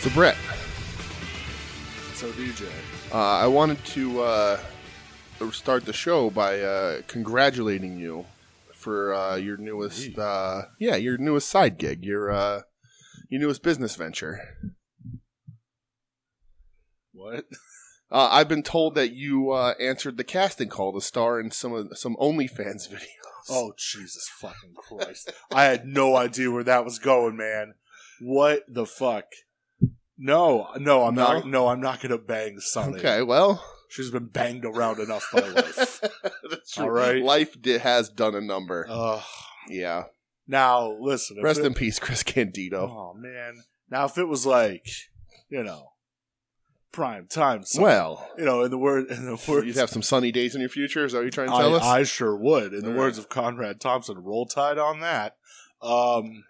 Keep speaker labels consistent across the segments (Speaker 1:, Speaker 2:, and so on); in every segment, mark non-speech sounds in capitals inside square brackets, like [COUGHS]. Speaker 1: So Brett,
Speaker 2: So DJ.
Speaker 1: uh, I wanted to uh, start the show by uh, congratulating you for uh, your newest, uh, yeah, your newest side gig, your uh, your newest business venture.
Speaker 2: What?
Speaker 1: Uh, I've been told that you uh, answered the casting call to star in some of some OnlyFans [LAUGHS] videos.
Speaker 2: Oh Jesus fucking Christ. I had no idea where that was going, man. What the fuck? No, no, I'm
Speaker 1: No?
Speaker 2: not no, I'm not gonna bang Sonny.
Speaker 1: okay, well,
Speaker 2: She's been banged around enough
Speaker 1: [LAUGHS]
Speaker 2: by life.
Speaker 1: that's true.
Speaker 2: All right.
Speaker 1: Life di- has done a number.
Speaker 2: Ugh.
Speaker 1: yeah.
Speaker 2: now listen, if
Speaker 1: Rest
Speaker 2: it-
Speaker 1: in peace, Chris Candido.
Speaker 2: Oh man. Now if it was like, you know, prime time Sonny,
Speaker 1: well,
Speaker 2: you know, in the word in the words
Speaker 1: you'd have some sunny days in your future. Is that what you're trying to
Speaker 2: I,
Speaker 1: tell us?
Speaker 2: I sure would. In the
Speaker 1: All
Speaker 2: words
Speaker 1: right.
Speaker 2: of Conrad Thompson, roll tide on that. Um,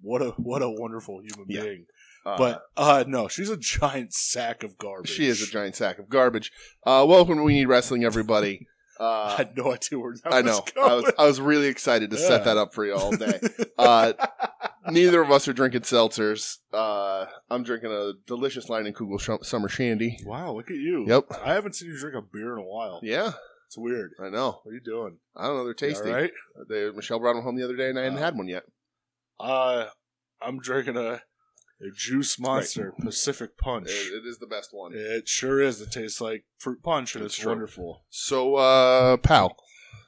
Speaker 2: what a what a wonderful human
Speaker 1: Yeah.
Speaker 2: being.
Speaker 1: Uh,
Speaker 2: But uh, no, she's a giant sack of garbage.
Speaker 1: She is a giant sack of garbage. Uh, welcome to We Need Wrestling, everybody.
Speaker 2: [LAUGHS] I [LAUGHS]
Speaker 1: Uh,
Speaker 2: had no idea where that
Speaker 1: I
Speaker 2: was
Speaker 1: know.
Speaker 2: Going.
Speaker 1: I was, I was really excited to set
Speaker 2: Yeah.
Speaker 1: that up for you all
Speaker 2: [LAUGHS]
Speaker 1: day. Uh, neither of us are drinking seltzers. Uh, I'm drinking a delicious line in Kugel sh- Summer Shandy.
Speaker 2: wow, look at you.
Speaker 1: Yep.
Speaker 2: I haven't seen you drink a beer in a while.
Speaker 1: Yeah,
Speaker 2: It's weird.
Speaker 1: I know.
Speaker 2: What are you doing?
Speaker 1: I don't know. They're
Speaker 2: You
Speaker 1: tasty.
Speaker 2: All right.
Speaker 1: They, Michelle brought them home the other day, and I hadn't
Speaker 2: Uh,
Speaker 1: had one yet.
Speaker 2: Uh, I'm drinking a, a juice monster Pacific Punch.
Speaker 1: It- it is the best one.
Speaker 2: It sure is. It tastes like fruit punch, and
Speaker 1: It's
Speaker 2: it's
Speaker 1: true.
Speaker 2: wonderful.
Speaker 1: So, uh, pal,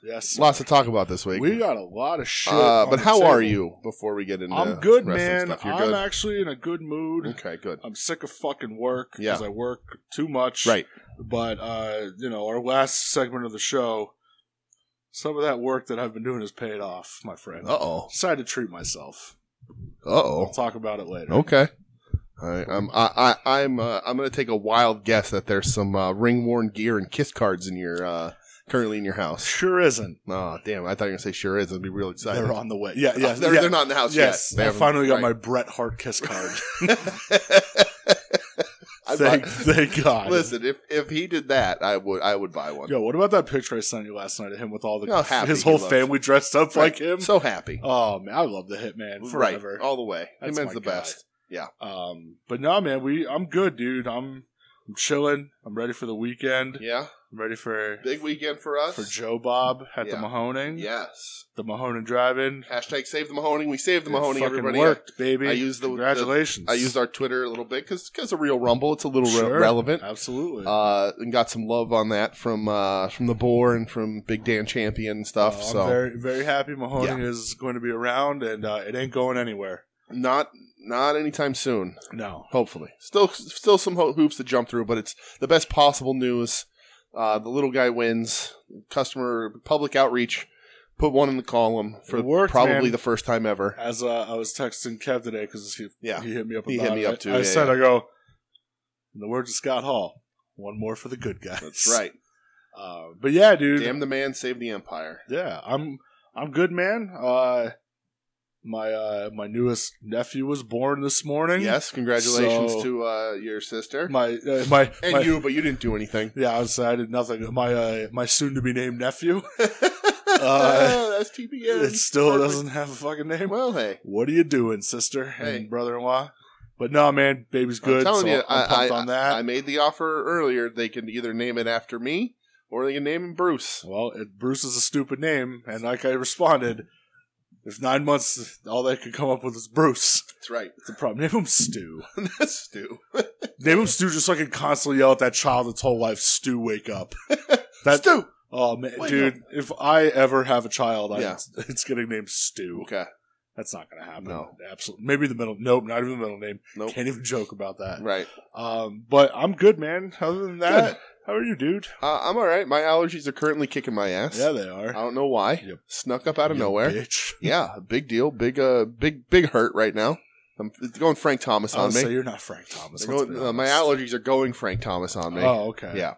Speaker 2: Yes,
Speaker 1: lots to talk about this week.
Speaker 2: We got a lot of shit.
Speaker 1: uh,
Speaker 2: on
Speaker 1: but
Speaker 2: the
Speaker 1: how
Speaker 2: table.
Speaker 1: are you before we get into
Speaker 2: I'm good,
Speaker 1: wrestling
Speaker 2: man.
Speaker 1: Stuff? You're
Speaker 2: I'm
Speaker 1: good?
Speaker 2: actually in a good mood.
Speaker 1: okay, good.
Speaker 2: I'm sick of fucking work because
Speaker 1: Yeah.
Speaker 2: I work too much.
Speaker 1: Right.
Speaker 2: But uh, you know, our last segment of the show, some of that work that I've been doing has paid off, my friend.
Speaker 1: Uh-oh.
Speaker 2: Decided to treat myself.
Speaker 1: Uh-oh.
Speaker 2: We'll talk about it later.
Speaker 1: Okay. All right. I'm I, I I'm uh, I'm gonna take a wild guess that there's some uh, ring worn gear and kiss cards in your uh, currently in your house.
Speaker 2: Sure isn't.
Speaker 1: Oh damn! I thought you were gonna say sure is. I'd be real excited.
Speaker 2: They're on the way. Yeah, yeah.
Speaker 1: Uh, [LAUGHS] they're,
Speaker 2: yeah.
Speaker 1: they're not in the house
Speaker 2: Yes,
Speaker 1: yet. They
Speaker 2: I
Speaker 1: haven't-
Speaker 2: finally got my
Speaker 1: right.
Speaker 2: Bret
Speaker 1: [LAUGHS]
Speaker 2: Hart kiss card.
Speaker 1: I'd [LAUGHS]
Speaker 2: thank,
Speaker 1: buy-
Speaker 2: thank God.
Speaker 1: Listen, if if he did that, I would I would buy one.
Speaker 2: Yo, what about that picture I sent you last night of him with all the
Speaker 1: How happy
Speaker 2: his
Speaker 1: he
Speaker 2: whole
Speaker 1: looked.
Speaker 2: family dressed up
Speaker 1: Right.
Speaker 2: like him?
Speaker 1: So happy.
Speaker 2: Oh man, I love the Hitman forever.
Speaker 1: Right. All the way.
Speaker 2: That's
Speaker 1: Hitman's
Speaker 2: my
Speaker 1: the
Speaker 2: guy.
Speaker 1: best.
Speaker 2: Um, but no, man, we I'm good, dude. I'm I'm chilling. I'm ready for the weekend.
Speaker 1: Yeah.
Speaker 2: I'm ready for
Speaker 1: Big weekend for us.
Speaker 2: for Joe Bob at the
Speaker 1: Yeah.
Speaker 2: Mahoning.
Speaker 1: Yes.
Speaker 2: the Mahoning Drive-In.
Speaker 1: Hashtag save the Mahoning. We saved the Mahoning.
Speaker 2: It fucking
Speaker 1: Everybody.
Speaker 2: worked, baby.
Speaker 1: I used the-
Speaker 2: congratulations.
Speaker 1: I used our Twitter a little bit because because of Real Rumble, it's a little re-
Speaker 2: Sure.
Speaker 1: relevant.
Speaker 2: absolutely.
Speaker 1: Uh, and got some love on that from uh, from the Boar and from Big Dan Champion and
Speaker 2: Uh,
Speaker 1: stuff.
Speaker 2: I'm
Speaker 1: so
Speaker 2: very very happy Mahoning is going to be around, and uh, it ain't going anywhere.
Speaker 1: not not anytime soon.
Speaker 2: No,
Speaker 1: Hopefully, still still some ho- hoops to jump through, but it's the best possible news. Uh, the little guy wins. Customer public outreach. Put one in the column for
Speaker 2: It worked,
Speaker 1: probably
Speaker 2: man.
Speaker 1: the first time ever.
Speaker 2: as uh, I was texting Kev today because he,
Speaker 1: Yeah.
Speaker 2: he hit me up.
Speaker 1: He hit
Speaker 2: about
Speaker 1: me
Speaker 2: it.
Speaker 1: up, too.
Speaker 2: I
Speaker 1: Yeah,
Speaker 2: said,
Speaker 1: yeah.
Speaker 2: I go. In the words of Scott Hall, one more for the good guys. [LAUGHS]
Speaker 1: That's right.
Speaker 2: Uh, but yeah, dude.
Speaker 1: Damn the man, save the empire.
Speaker 2: yeah, I'm I'm good, man. Uh, my uh, my newest nephew was born this morning.
Speaker 1: Yes, congratulations
Speaker 2: So-
Speaker 1: to uh, your sister
Speaker 2: my uh, my
Speaker 1: and
Speaker 2: my-
Speaker 1: you, but you didn't do anything. [LAUGHS]
Speaker 2: Yeah, I, was, I did nothing. My uh, my soon to be
Speaker 1: [LAUGHS]
Speaker 2: named nephew.
Speaker 1: Oh, that's TBN.
Speaker 2: it Uh, still
Speaker 1: Perfect.
Speaker 2: doesn't have a fucking name.
Speaker 1: Well, hey,
Speaker 2: What are you doing, sister
Speaker 1: Hey.
Speaker 2: and brother in law? But no, man, baby's good.
Speaker 1: I'm telling
Speaker 2: so
Speaker 1: you,
Speaker 2: I'm
Speaker 1: I-
Speaker 2: pumped on that.
Speaker 1: I made the offer earlier. They can either name it after me or they can name him Bruce.
Speaker 2: Well, it, Bruce is a stupid name, and like I responded, if nine months, all they could come up with is Bruce.
Speaker 1: That's right.
Speaker 2: It's a problem. Name him Stu.
Speaker 1: [LAUGHS] that's Stu.
Speaker 2: Name him Stu, just so I can constantly yell at that child its whole life, Stu, wake up. [LAUGHS] That,
Speaker 1: Stu.
Speaker 2: oh man,
Speaker 1: Wake
Speaker 2: dude, if I ever have a child, I,
Speaker 1: Yeah.
Speaker 2: [LAUGHS] it's getting named Stu.
Speaker 1: Okay.
Speaker 2: That's not going to happen.
Speaker 1: No.
Speaker 2: absolutely. Maybe the middle. Nope, not even the middle name.
Speaker 1: Nope.
Speaker 2: Can't even joke about that.
Speaker 1: Right.
Speaker 2: Um, but I'm good, man. Other than that, how are you, dude?
Speaker 1: Uh, I'm all right. My allergies are currently kicking my ass.
Speaker 2: Yeah, they
Speaker 1: I
Speaker 2: are.
Speaker 1: don't know why.
Speaker 2: You
Speaker 1: Snuck up out of
Speaker 2: you
Speaker 1: nowhere.
Speaker 2: bitch.
Speaker 1: Yeah, big deal. Big, uh, big, big hurt right now. I'm it's going Frank Thomas
Speaker 2: I'll
Speaker 1: on me.
Speaker 2: say you're not Frank Thomas.
Speaker 1: They're
Speaker 2: let's
Speaker 1: going-
Speaker 2: be
Speaker 1: uh, my
Speaker 2: honest.
Speaker 1: allergies are going Frank Thomas on me.
Speaker 2: Oh, okay.
Speaker 1: Yeah.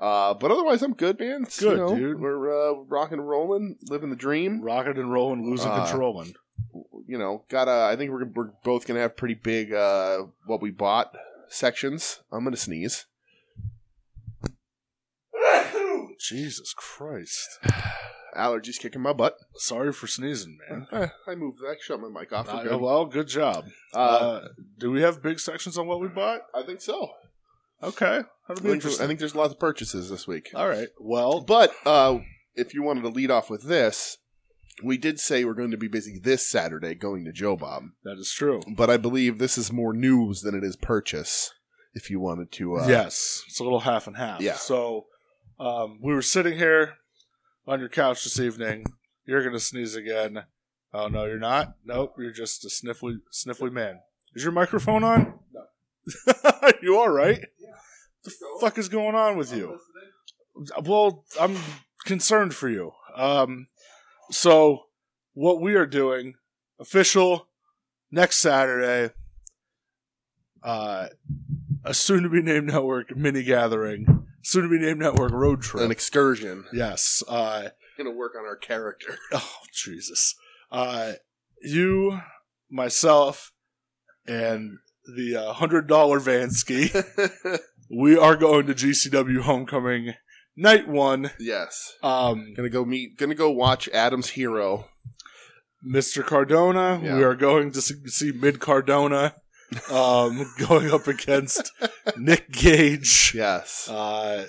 Speaker 1: Uh, but otherwise, I'm good, man. It's, you
Speaker 2: Good,
Speaker 1: know,
Speaker 2: dude.
Speaker 1: We're uh, rocking and rolling, living the dream.
Speaker 2: Rocking and rolling, losing
Speaker 1: Uh,
Speaker 2: control. And
Speaker 1: You know, got. I think we're we're both gonna have pretty big uh, what we bought sections. I'm gonna sneeze.
Speaker 2: Jesus Christ.
Speaker 1: allergies kicking my butt.
Speaker 2: Sorry for sneezing, man.
Speaker 1: Eh, I moved. I shut my mic off.
Speaker 2: Uh,
Speaker 1: We're good.
Speaker 2: well, good job.
Speaker 1: [LAUGHS]
Speaker 2: Uh,
Speaker 1: Uh,
Speaker 2: do we have big sections on what we bought?
Speaker 1: I think so.
Speaker 2: Okay,
Speaker 1: I
Speaker 2: that'll be
Speaker 1: think, there's- I
Speaker 2: interesting.
Speaker 1: think there's lots of purchases this week.
Speaker 2: All right. Well,
Speaker 1: But uh, if you wanted to lead off with this, we did say we're going to be busy this Saturday going to Joe Bob.
Speaker 2: that is true.
Speaker 1: But I believe this is more news than it is purchase. If you wanted to, uh,
Speaker 2: Yes, it's a little half and half.
Speaker 1: Yeah.
Speaker 2: So um, we were sitting here on your couch this evening. You're gonna sneeze again. Oh no, you're not. Nope, you're just a sniffly, sniffly man. Is your microphone on? No. [LAUGHS] you all right? The fuck is going on with you? well, I'm concerned for you. Um, so what we are doing official next Saturday, uh, a soon to be named network mini gathering, soon to be named network road
Speaker 1: an
Speaker 2: trip.
Speaker 1: excursion, [LAUGHS]
Speaker 2: yes. Uh,
Speaker 1: going to work on our character. [LAUGHS]
Speaker 2: oh Jesus. Uh, you, myself, and the uh, hundred dollar Vansky. [LAUGHS] we are going to GCW Homecoming night one.
Speaker 1: yes,
Speaker 2: Um,
Speaker 1: going to go meet, going to go watch Adam's Hero.
Speaker 2: Mr. Cardona.
Speaker 1: Yeah.
Speaker 2: We are going to see- see Mid Cardona
Speaker 1: [LAUGHS]
Speaker 2: um, going up against Nick Gage.
Speaker 1: Yes,
Speaker 2: Uh,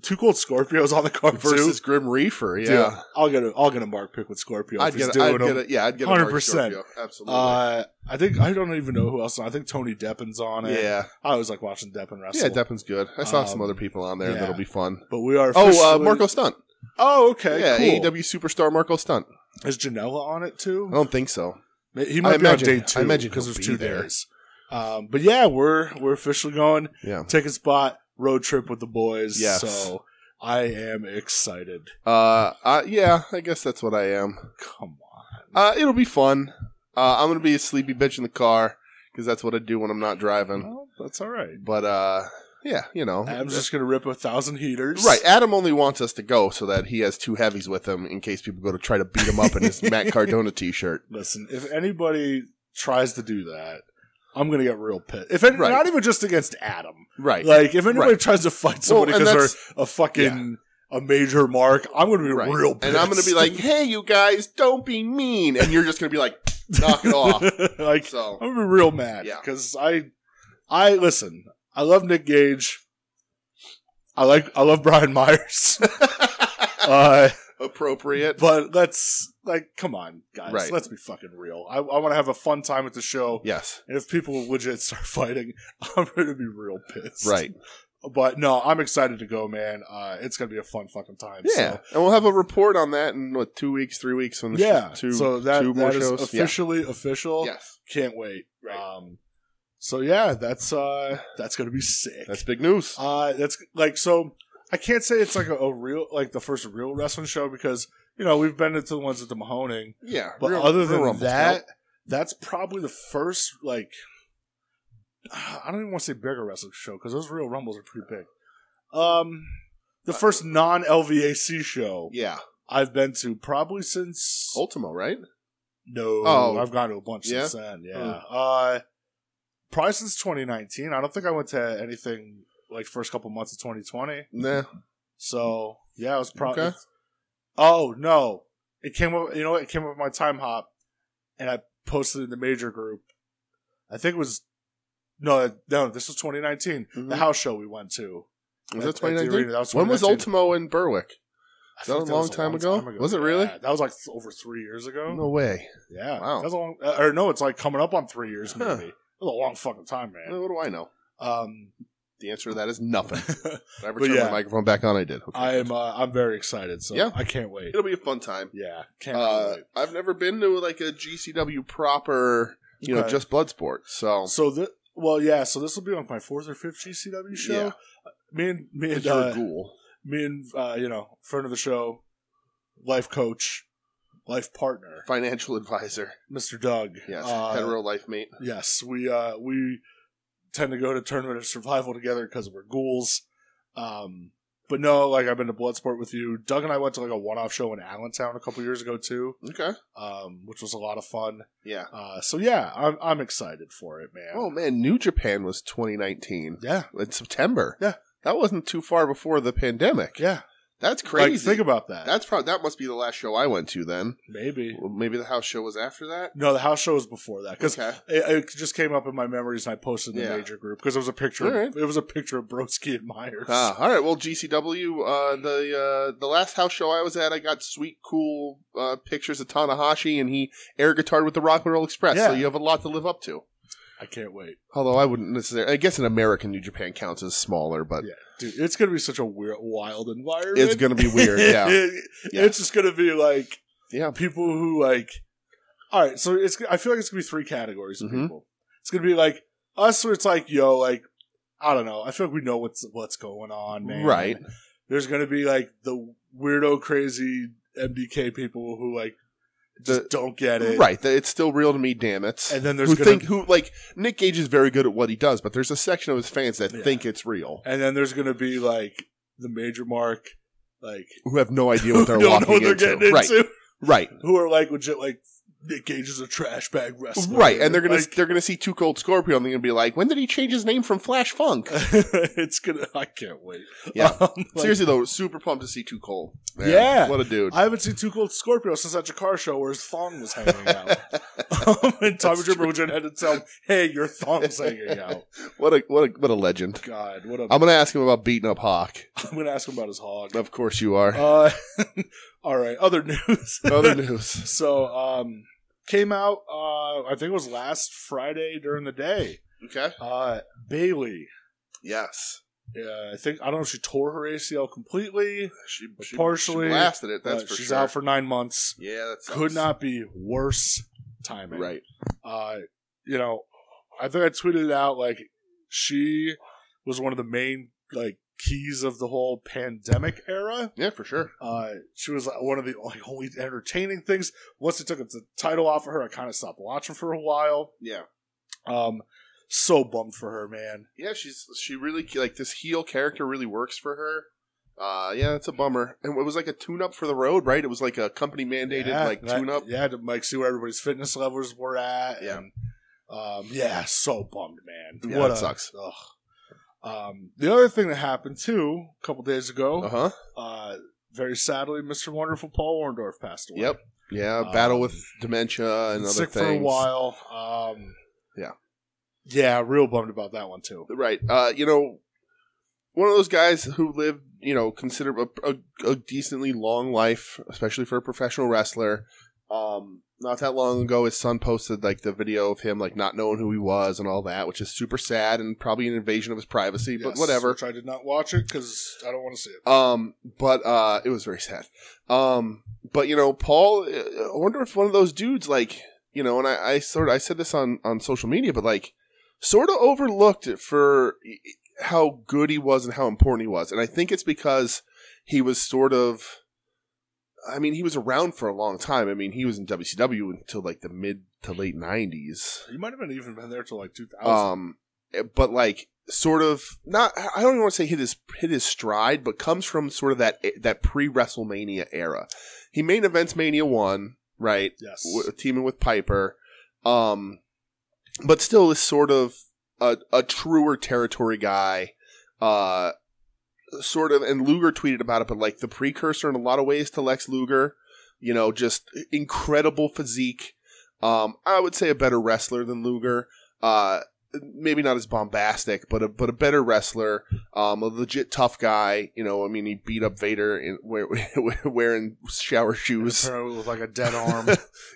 Speaker 2: Two Cold Scorpios on the card
Speaker 1: versus
Speaker 2: too.
Speaker 1: Grim Reaper.
Speaker 2: Dude,
Speaker 1: Yeah,
Speaker 2: I'll get a I'll get a Mark pick with Scorpio.
Speaker 1: I'd
Speaker 2: if he's
Speaker 1: get, a,
Speaker 2: doing
Speaker 1: I'd
Speaker 2: them.
Speaker 1: get a, yeah, I'd get a Mark
Speaker 2: 100%.
Speaker 1: Scorpio, Absolutely.
Speaker 2: Uh, I think I don't even know who else. I think Tony Deppen's on it.
Speaker 1: yeah,
Speaker 2: I always like watching Deppen wrestle.
Speaker 1: yeah, Deppin's good. I saw some
Speaker 2: Um,
Speaker 1: other people on there
Speaker 2: yeah.
Speaker 1: that'll be fun.
Speaker 2: But we are.
Speaker 1: Oh, uh,
Speaker 2: officially-
Speaker 1: Marco Stunt.
Speaker 2: Oh, okay.
Speaker 1: yeah, E
Speaker 2: cool.
Speaker 1: AEW superstar Marco Stunt.
Speaker 2: Is Janela on it too?
Speaker 1: I don't think so.
Speaker 2: Ma- He might
Speaker 1: Oh, I
Speaker 2: be
Speaker 1: imagine-
Speaker 2: on day
Speaker 1: I
Speaker 2: two
Speaker 1: imagine
Speaker 2: because
Speaker 1: he'll
Speaker 2: there's
Speaker 1: be
Speaker 2: two
Speaker 1: there.
Speaker 2: days. Um, but yeah, we're we're officially going
Speaker 1: Yeah.
Speaker 2: ticket spot road trip with the boys.
Speaker 1: Yes.
Speaker 2: So I am excited.
Speaker 1: Uh, uh, yeah, I guess that's what I am.
Speaker 2: Come on.
Speaker 1: Uh, it'll be fun. Uh, I'm gonna be a sleepy bitch in the car because that's what I do when I'm not driving.
Speaker 2: Well, that's all right.
Speaker 1: But uh, yeah, you know,
Speaker 2: Adam's just gonna rip a thousand heaters.
Speaker 1: Mm-hmm. right. Adam only wants us to go so that he has two heavies with him in case people go to try to beat him up in
Speaker 2: [LAUGHS]
Speaker 1: his Matt Cardona T-shirt.
Speaker 2: Listen, if anybody tries to do that, I'm gonna get real pissed. If any,
Speaker 1: Right.
Speaker 2: not even just against Adam,
Speaker 1: Right.
Speaker 2: like if anybody tries to fight somebody
Speaker 1: and
Speaker 2: because
Speaker 1: that's-
Speaker 2: they're a fucking a major mark, I'm gonna be
Speaker 1: Right.
Speaker 2: real. pissed.
Speaker 1: and I'm gonna be like, "Hey, you guys, don't be mean," and you're just gonna be like, "Knock it
Speaker 2: [LAUGHS]
Speaker 1: off."
Speaker 2: like
Speaker 1: So [LAUGHS]
Speaker 2: I'm gonna be real mad
Speaker 1: Yeah.
Speaker 2: because I, I listen. I love Nick Gage. I like I love
Speaker 1: [LAUGHS]
Speaker 2: Brian [LAUGHS] Myers, uh,
Speaker 1: appropriate.
Speaker 2: but let's like come on, guys.
Speaker 1: Right.
Speaker 2: Let's be fucking real. I, I want to have a fun time at the show,
Speaker 1: Yes.
Speaker 2: and if people legit start [LAUGHS] fighting, I'm gonna be real pissed.
Speaker 1: Right.
Speaker 2: But no, I'm excited to go, man. Uh, it's gonna be a fun fucking time.
Speaker 1: Yeah.
Speaker 2: So.
Speaker 1: And we'll have a report on that in what two weeks, three weeks when the
Speaker 2: Yeah,
Speaker 1: sh- two,
Speaker 2: so that,
Speaker 1: two more
Speaker 2: that is
Speaker 1: shows. Yeah.
Speaker 2: officially official.
Speaker 1: Yes.
Speaker 2: Can't wait.
Speaker 1: Right.
Speaker 2: Um, so yeah, that's uh, that's gonna be sick.
Speaker 1: That's big news.
Speaker 2: Uh, that's like so. I can't say it's like a, a real like the first real wrestling show because you know we've been to the ones with the Mahoning,
Speaker 1: Yeah,
Speaker 2: but
Speaker 1: Real-
Speaker 2: other
Speaker 1: Real
Speaker 2: than
Speaker 1: Rumbles
Speaker 2: that,
Speaker 1: count.
Speaker 2: that's probably the first like I don't even want to say bigger wrestling show because those Real Rumbles are pretty big. Um, the first non LVAC show
Speaker 1: yeah,
Speaker 2: I've been to probably since
Speaker 1: Ultimo, right?
Speaker 2: no,
Speaker 1: Oh.
Speaker 2: I've gone to a bunch
Speaker 1: Yeah? Mm.
Speaker 2: since then. Yeah. Uh, probably since 2019. I don't think I went to anything like first couple months of 2020.
Speaker 1: Nah,
Speaker 2: So yeah, it was probably.
Speaker 1: Okay.
Speaker 2: Oh no, it came up. You know, what? it came up with my time hop, and I posted in the major group. I think it was no, no. This was 2019, the
Speaker 1: Mhm.
Speaker 2: house show we went to.
Speaker 1: was that
Speaker 2: At- at the arena,
Speaker 1: 2019?
Speaker 2: that was
Speaker 1: When was
Speaker 2: 2019.
Speaker 1: Ultimo in Berwick?
Speaker 2: I
Speaker 1: Is
Speaker 2: think
Speaker 1: that a long time ago? Was it really?
Speaker 2: Yeah, that was like th- over three years ago.
Speaker 1: No way.
Speaker 2: Yeah,
Speaker 1: Wow.
Speaker 2: That was a long, uh, or no, it's like coming up on three years maybe.
Speaker 1: Huh.
Speaker 2: It was a long fucking time, man.
Speaker 1: Well, What do I know?
Speaker 2: Um,
Speaker 1: The answer to that is
Speaker 2: [LAUGHS]
Speaker 1: nothing. If I ever
Speaker 2: But
Speaker 1: turned
Speaker 2: yeah.
Speaker 1: my microphone back on, I did. Okay.
Speaker 2: I am. Uh, I'm very excited. So
Speaker 1: Yeah.
Speaker 2: I can't wait.
Speaker 1: It'll be a fun time.
Speaker 2: Yeah, can't
Speaker 1: Uh,
Speaker 2: wait.
Speaker 1: I've never been to like a GCW proper, you know,
Speaker 2: Okay.
Speaker 1: just blood sport. So
Speaker 2: So the well, yeah. So this will be like my fourth or fifth GCW show. Uh,
Speaker 1: Yeah.
Speaker 2: Me and me
Speaker 1: it's
Speaker 2: and
Speaker 1: your
Speaker 2: uh,
Speaker 1: ghoul.
Speaker 2: me and uh, you know friend of the show, life coach, life partner,
Speaker 1: Financial advisor.
Speaker 2: Mr. Doug.
Speaker 1: Yes.
Speaker 2: Uh,
Speaker 1: Hetero life mate.
Speaker 2: yes. We uh, we tend to go to Tournament of Survival together because we're ghouls. Um, but no, like I've been to Bloodsport with you. Doug and I went to like a one-off show in Allentown a couple years ago too,
Speaker 1: Okay.
Speaker 2: um, which was a lot of fun.
Speaker 1: Yeah.
Speaker 2: Uh, so yeah, I'm I'm excited for it, man.
Speaker 1: Oh man, New Japan was 2019
Speaker 2: yeah,
Speaker 1: in September.
Speaker 2: Yeah.
Speaker 1: That wasn't too far before the pandemic.
Speaker 2: yeah.
Speaker 1: That's
Speaker 2: Like,
Speaker 1: crazy.
Speaker 2: think about that.
Speaker 1: That's probably that must be the last show I went to then.
Speaker 2: Maybe.
Speaker 1: Well, maybe the house show was after that.
Speaker 2: No, the house show was before that because [LAUGHS]
Speaker 1: Okay.
Speaker 2: it, it just came up in my memories, and I posted in the
Speaker 1: Yeah.
Speaker 2: major group because it was a picture.
Speaker 1: All right.
Speaker 2: It was a picture of Brodsky and Myers.
Speaker 1: Ah, all right. Well, GCW, uh, the uh, the last house show I was at, I got sweet, cool uh, pictures of Tanahashi, and he air guitar with the Rock and Roll Express. So
Speaker 2: Yeah.
Speaker 1: you have a lot to live up to.
Speaker 2: I can't wait,
Speaker 1: Although I wouldn't necessarily. I guess an American New Japan counts as smaller, but
Speaker 2: Yeah. dude. It's gonna be such a weird, wild environment.
Speaker 1: it's going to be weird.
Speaker 2: [LAUGHS]
Speaker 1: Yeah, Yeah.
Speaker 2: It's just gonna be like
Speaker 1: yeah.
Speaker 2: people who like. All right, so it's. I feel like it's gonna be three categories of
Speaker 1: Mhm.
Speaker 2: people. It's gonna be like us, where it's like, yo, like I don't know. I feel like we know what's what's going on, man.
Speaker 1: Right.
Speaker 2: There's gonna be like the weirdo, crazy MDK people who like just
Speaker 1: The-
Speaker 2: don't get it,
Speaker 1: Right. the- It's still real to me. Damn it.
Speaker 2: And then there's
Speaker 1: who
Speaker 2: gonna
Speaker 1: think who like Nick Gage is very good at what he does, but there's a section of his fans that
Speaker 2: Yeah.
Speaker 1: think it's real
Speaker 2: and then there's gonna be like the major mark, like
Speaker 1: who have no idea what they're
Speaker 2: [LAUGHS] who don't
Speaker 1: walking
Speaker 2: know what they're
Speaker 1: into.
Speaker 2: getting
Speaker 1: Right.
Speaker 2: into,
Speaker 1: Right.
Speaker 2: who are like legit like Nick Gage is a trash bag wrestler,
Speaker 1: Right, and they're gonna
Speaker 2: Like,
Speaker 1: they're gonna see Two Cold Scorpio, and they're gonna be like, "When did he change his name from Flash Funk?"
Speaker 2: [LAUGHS] it's gonna. I can't wait.
Speaker 1: Yeah.
Speaker 2: [LAUGHS] Um, like,
Speaker 1: Seriously though, super pumped to see Two Cold.
Speaker 2: Yeah.
Speaker 1: what a dude!
Speaker 2: I haven't seen Two Cold Scorpio since that Jakar show where his thong was hanging out. [LAUGHS] um, and Tommy
Speaker 1: That's
Speaker 2: Dreamer legit had to tell him, "Hey, your thong's hanging out."
Speaker 1: [LAUGHS] What a what a what a legend!
Speaker 2: God, what a.
Speaker 1: I'm gonna ask him about beating up Hawk.
Speaker 2: I'm gonna ask him about his hog.
Speaker 1: Of course you are.
Speaker 2: Uh, [LAUGHS] all right. Other news. [LAUGHS]
Speaker 1: Other news.
Speaker 2: So, um, came out. Uh, I think it was last Friday during the day.
Speaker 1: Okay.
Speaker 2: Uh, Bailey.
Speaker 1: Yes.
Speaker 2: Yeah, I think I don't know if she tore her ACL completely.
Speaker 1: She, she
Speaker 2: Partially,
Speaker 1: she blasted it. That's
Speaker 2: but
Speaker 1: for
Speaker 2: Uh, she's
Speaker 1: sure.
Speaker 2: out for nine months.
Speaker 1: yeah, that sucks.
Speaker 2: Could not be worse timing.
Speaker 1: Right.
Speaker 2: Uh, you know, I think I tweeted it out like she was one of the main like keys of the whole pandemic era.
Speaker 1: Yeah, for sure.
Speaker 2: Uh, she was like, one of the [LAUGHS] like, only entertaining things. Once they took the title off of her, I kind of stopped watching for a while.
Speaker 1: Yeah.
Speaker 2: Um, so bummed for her, man.
Speaker 1: Yeah, she's she really like this heel character really works for her. Uh, yeah, that's a bummer. And it was like a tune up for the road, right? It was like a company mandated
Speaker 2: Yeah,
Speaker 1: like
Speaker 2: that-
Speaker 1: tune up.
Speaker 2: Yeah, to like see where everybody's fitness levels were at.
Speaker 1: Yeah.
Speaker 2: and, um, yeah, so bummed, man.
Speaker 1: Yeah,
Speaker 2: what
Speaker 1: that
Speaker 2: a-
Speaker 1: sucks.
Speaker 2: ugh. Um, the other thing that happened too a couple days ago,
Speaker 1: Uh huh.
Speaker 2: uh, very sadly, Mr. Wonderful Paul Orndorff passed away.
Speaker 1: Yep. Yeah,
Speaker 2: Um,
Speaker 1: battle with dementia and other
Speaker 2: sick
Speaker 1: things.
Speaker 2: for a while. Um,
Speaker 1: Yeah.
Speaker 2: yeah, real bummed about that one too.
Speaker 1: Right. Uh, you know, one of those guys who lived, you know, consider a, a, a decently long life, especially for a professional wrestler. Um, not that long ago, his son posted like the video of him like not knowing who he was and all that, which is super sad and probably an invasion of his privacy. but
Speaker 2: Yes,
Speaker 1: whatever.
Speaker 2: Which I did not watch it because I don't want to see it.
Speaker 1: Um, but uh, it was very sad. Um, but you know, Paul, uh, I wonder if one of those dudes, like you know, and I, I sort of I said this on on social media, but like sort of overlooked it for how good he was and how important he was, and I think it's because he was sort of. I mean, he was around for a long time. I mean, he was in WCW until like the mid to late '90s.
Speaker 2: You might have been even been there till like 2000.
Speaker 1: Um, but like sort of not. I don't even want to say hit his hit his stride, but comes from sort of that eh, that pre WrestleMania era. He main events Mania one, right?
Speaker 2: yes,
Speaker 1: W- teaming with Piper, um, but still is sort of a, a truer territory guy. Uh, sort of, and Luger tweeted about it, but like the precursor in a lot of ways to Lex Luger. You know, just incredible physique. Um, I would say a better wrestler than Luger. Uh, maybe not as bombastic, but a but a better wrestler. Um, a legit tough guy. You know, I mean, he beat up Vader in wear, [LAUGHS] wearing shower
Speaker 2: And
Speaker 1: shoes.
Speaker 2: apparently with like
Speaker 1: [LAUGHS]
Speaker 2: a dead arm.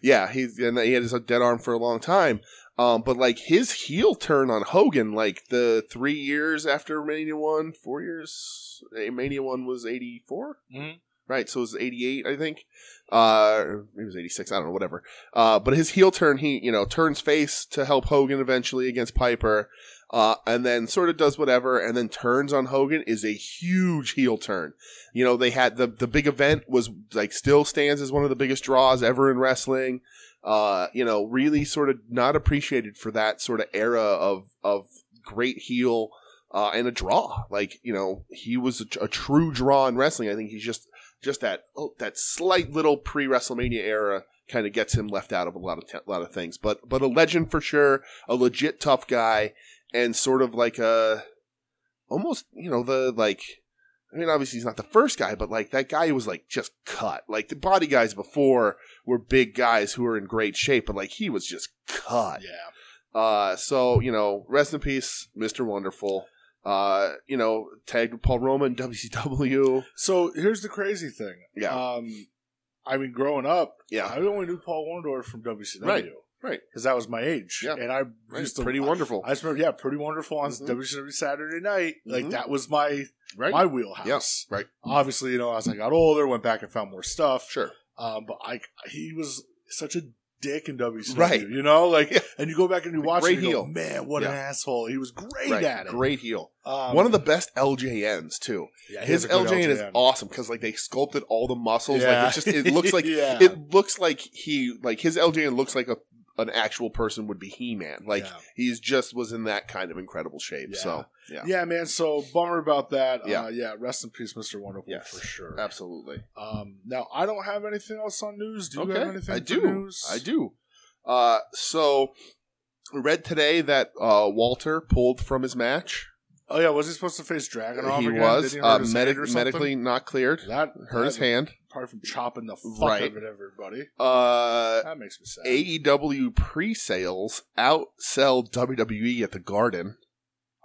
Speaker 1: Yeah, he's and he had his dead arm for a long time. Um, but like his heel turn on Hogan, like the three years after Mania One, four years. eh, Mania One was eighty
Speaker 2: Mhm.
Speaker 1: right? So it was eighty eight, I think. Uh, or maybe it was eighty six. I don't know, whatever. Uh, but his heel turn, he you know turns face to help Hogan eventually against Piper. Uh, and then sort of does whatever, and then turns on Hogan is a huge heel turn. You know, they had the the big event was like still stands as one of the biggest draws ever in wrestling. Uh, you know, really sort of not appreciated for that sort of era of of great heel uh, and a draw. Like you know, he was a, a true draw in wrestling. I think he's just just that oh, that slight little pre WrestleMania era kind of gets him left out of a lot of a lot of things. But but a legend for sure, a legit tough guy, and sort of like a almost you know the like I mean, obviously he's not the first guy, but like that guy was like just cut. Like the body guys before were big guys who were in great shape, but like he was just cut.
Speaker 2: Yeah.
Speaker 1: Uh, so you know, rest in peace, Mister Wonderful. Uh, you know, tagged with Paul Roma [LAUGHS] in WCW.
Speaker 2: So here's the crazy thing.
Speaker 1: Yeah.
Speaker 2: Um, I mean, growing up,
Speaker 1: Yeah,
Speaker 2: I only knew Paul Orndorff from WCW.
Speaker 1: Right, right.
Speaker 2: Because that was my age.
Speaker 1: Yeah.
Speaker 2: And I
Speaker 1: right.
Speaker 2: used to
Speaker 1: pretty wonderful.
Speaker 2: I just remember, yeah, pretty wonderful on
Speaker 1: Mhm.
Speaker 2: WCW Saturday Night. Like
Speaker 1: Mhm.
Speaker 2: that was my
Speaker 1: right,
Speaker 2: my wheelhouse.
Speaker 1: right.
Speaker 2: Obviously, you know, as I got older, went back and found more stuff.
Speaker 1: sure.
Speaker 2: Um, but I, he was such a dick in WCW.
Speaker 1: Right.
Speaker 2: You know, like,
Speaker 1: Yeah.
Speaker 2: and you go back and you watch
Speaker 1: Great
Speaker 2: it, and you go,
Speaker 1: heel.
Speaker 2: man, what an
Speaker 1: Yeah.
Speaker 2: asshole. He was great
Speaker 1: Right.
Speaker 2: at it.
Speaker 1: Great heel.
Speaker 2: Um,
Speaker 1: One of the best LJNs too.
Speaker 2: yeah, he
Speaker 1: His
Speaker 2: has a
Speaker 1: LJN,
Speaker 2: great
Speaker 1: is awesome because like they sculpted all the muscles.
Speaker 2: Yeah.
Speaker 1: Like it's just it
Speaker 2: [LAUGHS]
Speaker 1: looks like
Speaker 2: yeah.
Speaker 1: it looks like he like his LJN looks like a an actual person would be He Man. Like
Speaker 2: Yeah.
Speaker 1: he's just was in that kind of incredible shape.
Speaker 2: Yeah.
Speaker 1: So
Speaker 2: yeah.
Speaker 1: yeah.
Speaker 2: man. So bummer about that.
Speaker 1: Yeah.
Speaker 2: Uh, yeah. Rest in peace, Mr. Wonderful,
Speaker 1: Yes.
Speaker 2: for sure.
Speaker 1: absolutely,
Speaker 2: Um, now I don't have anything else on news. Do you
Speaker 1: okay.
Speaker 2: have anything
Speaker 1: I
Speaker 2: for
Speaker 1: do.
Speaker 2: news?
Speaker 1: I do. Uh, so I read today that uh, Walter pulled from his match.
Speaker 2: Oh yeah, was he supposed to face Dragon?
Speaker 1: he
Speaker 2: again?
Speaker 1: was
Speaker 2: Did he hurt
Speaker 1: uh,
Speaker 2: his
Speaker 1: medic-
Speaker 2: hand or something?
Speaker 1: medically not cleared.
Speaker 2: that
Speaker 1: Hurt his
Speaker 2: that-
Speaker 1: hand.
Speaker 2: Apart from chopping the fuck
Speaker 1: Right.
Speaker 2: out of everybody,
Speaker 1: Uh,
Speaker 2: that makes me sad.
Speaker 1: AEW pre-sales outsell WWE at the Garden.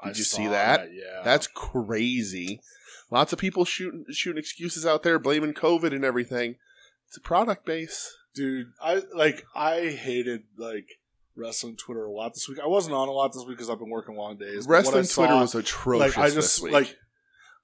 Speaker 2: I
Speaker 1: Did you
Speaker 2: saw
Speaker 1: see that?
Speaker 2: Yeah,
Speaker 1: That's crazy. Lots of people shooting shooting excuses out there, blaming COVID and everything. It's a product base.
Speaker 2: dude. I like. I hated like wrestling Twitter a lot this week. I wasn't on a lot this week because I've been working long days. but what I
Speaker 1: Wrestling
Speaker 2: saw,
Speaker 1: Twitter was atrocious
Speaker 2: like I just
Speaker 1: this week.
Speaker 2: like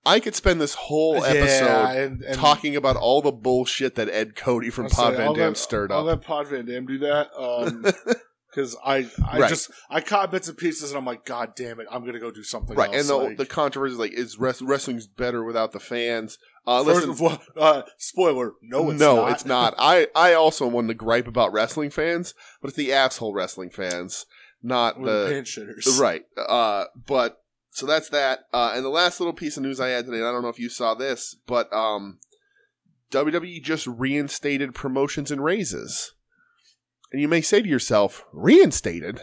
Speaker 1: I could spend this whole
Speaker 2: yeah,
Speaker 1: episode
Speaker 2: and, and
Speaker 1: talking about all the bullshit that Ed Cody from
Speaker 2: I'll say,
Speaker 1: Pod Van
Speaker 2: I'll
Speaker 1: Dam
Speaker 2: let-
Speaker 1: stirred
Speaker 2: I'll
Speaker 1: up.
Speaker 2: let Pod Van Dam do that. Um,
Speaker 1: [LAUGHS]
Speaker 2: Because I, I
Speaker 1: Right.
Speaker 2: just I caught bits and pieces and I'm like, God damn it, I'm gonna go do something.
Speaker 1: Right, and
Speaker 2: else.
Speaker 1: the,
Speaker 2: like,
Speaker 1: the controversy is like is wrest- wrestling's better without the fans. Uh,
Speaker 2: First
Speaker 1: listen,
Speaker 2: of all, uh, spoiler, no, it's
Speaker 1: no,
Speaker 2: not.
Speaker 1: it's
Speaker 2: [LAUGHS]
Speaker 1: not. I I also wanted to gripe about wrestling fans, but it's the asshole wrestling fans, not
Speaker 2: We're the
Speaker 1: the
Speaker 2: pants
Speaker 1: [LAUGHS]
Speaker 2: shitters.
Speaker 1: Right. Uh, but so that's that. Uh, and the last little piece of news I had today, and I don't know if you saw this, but um, WWE just reinstated promotions and raises. And you may say to yourself, reinstated?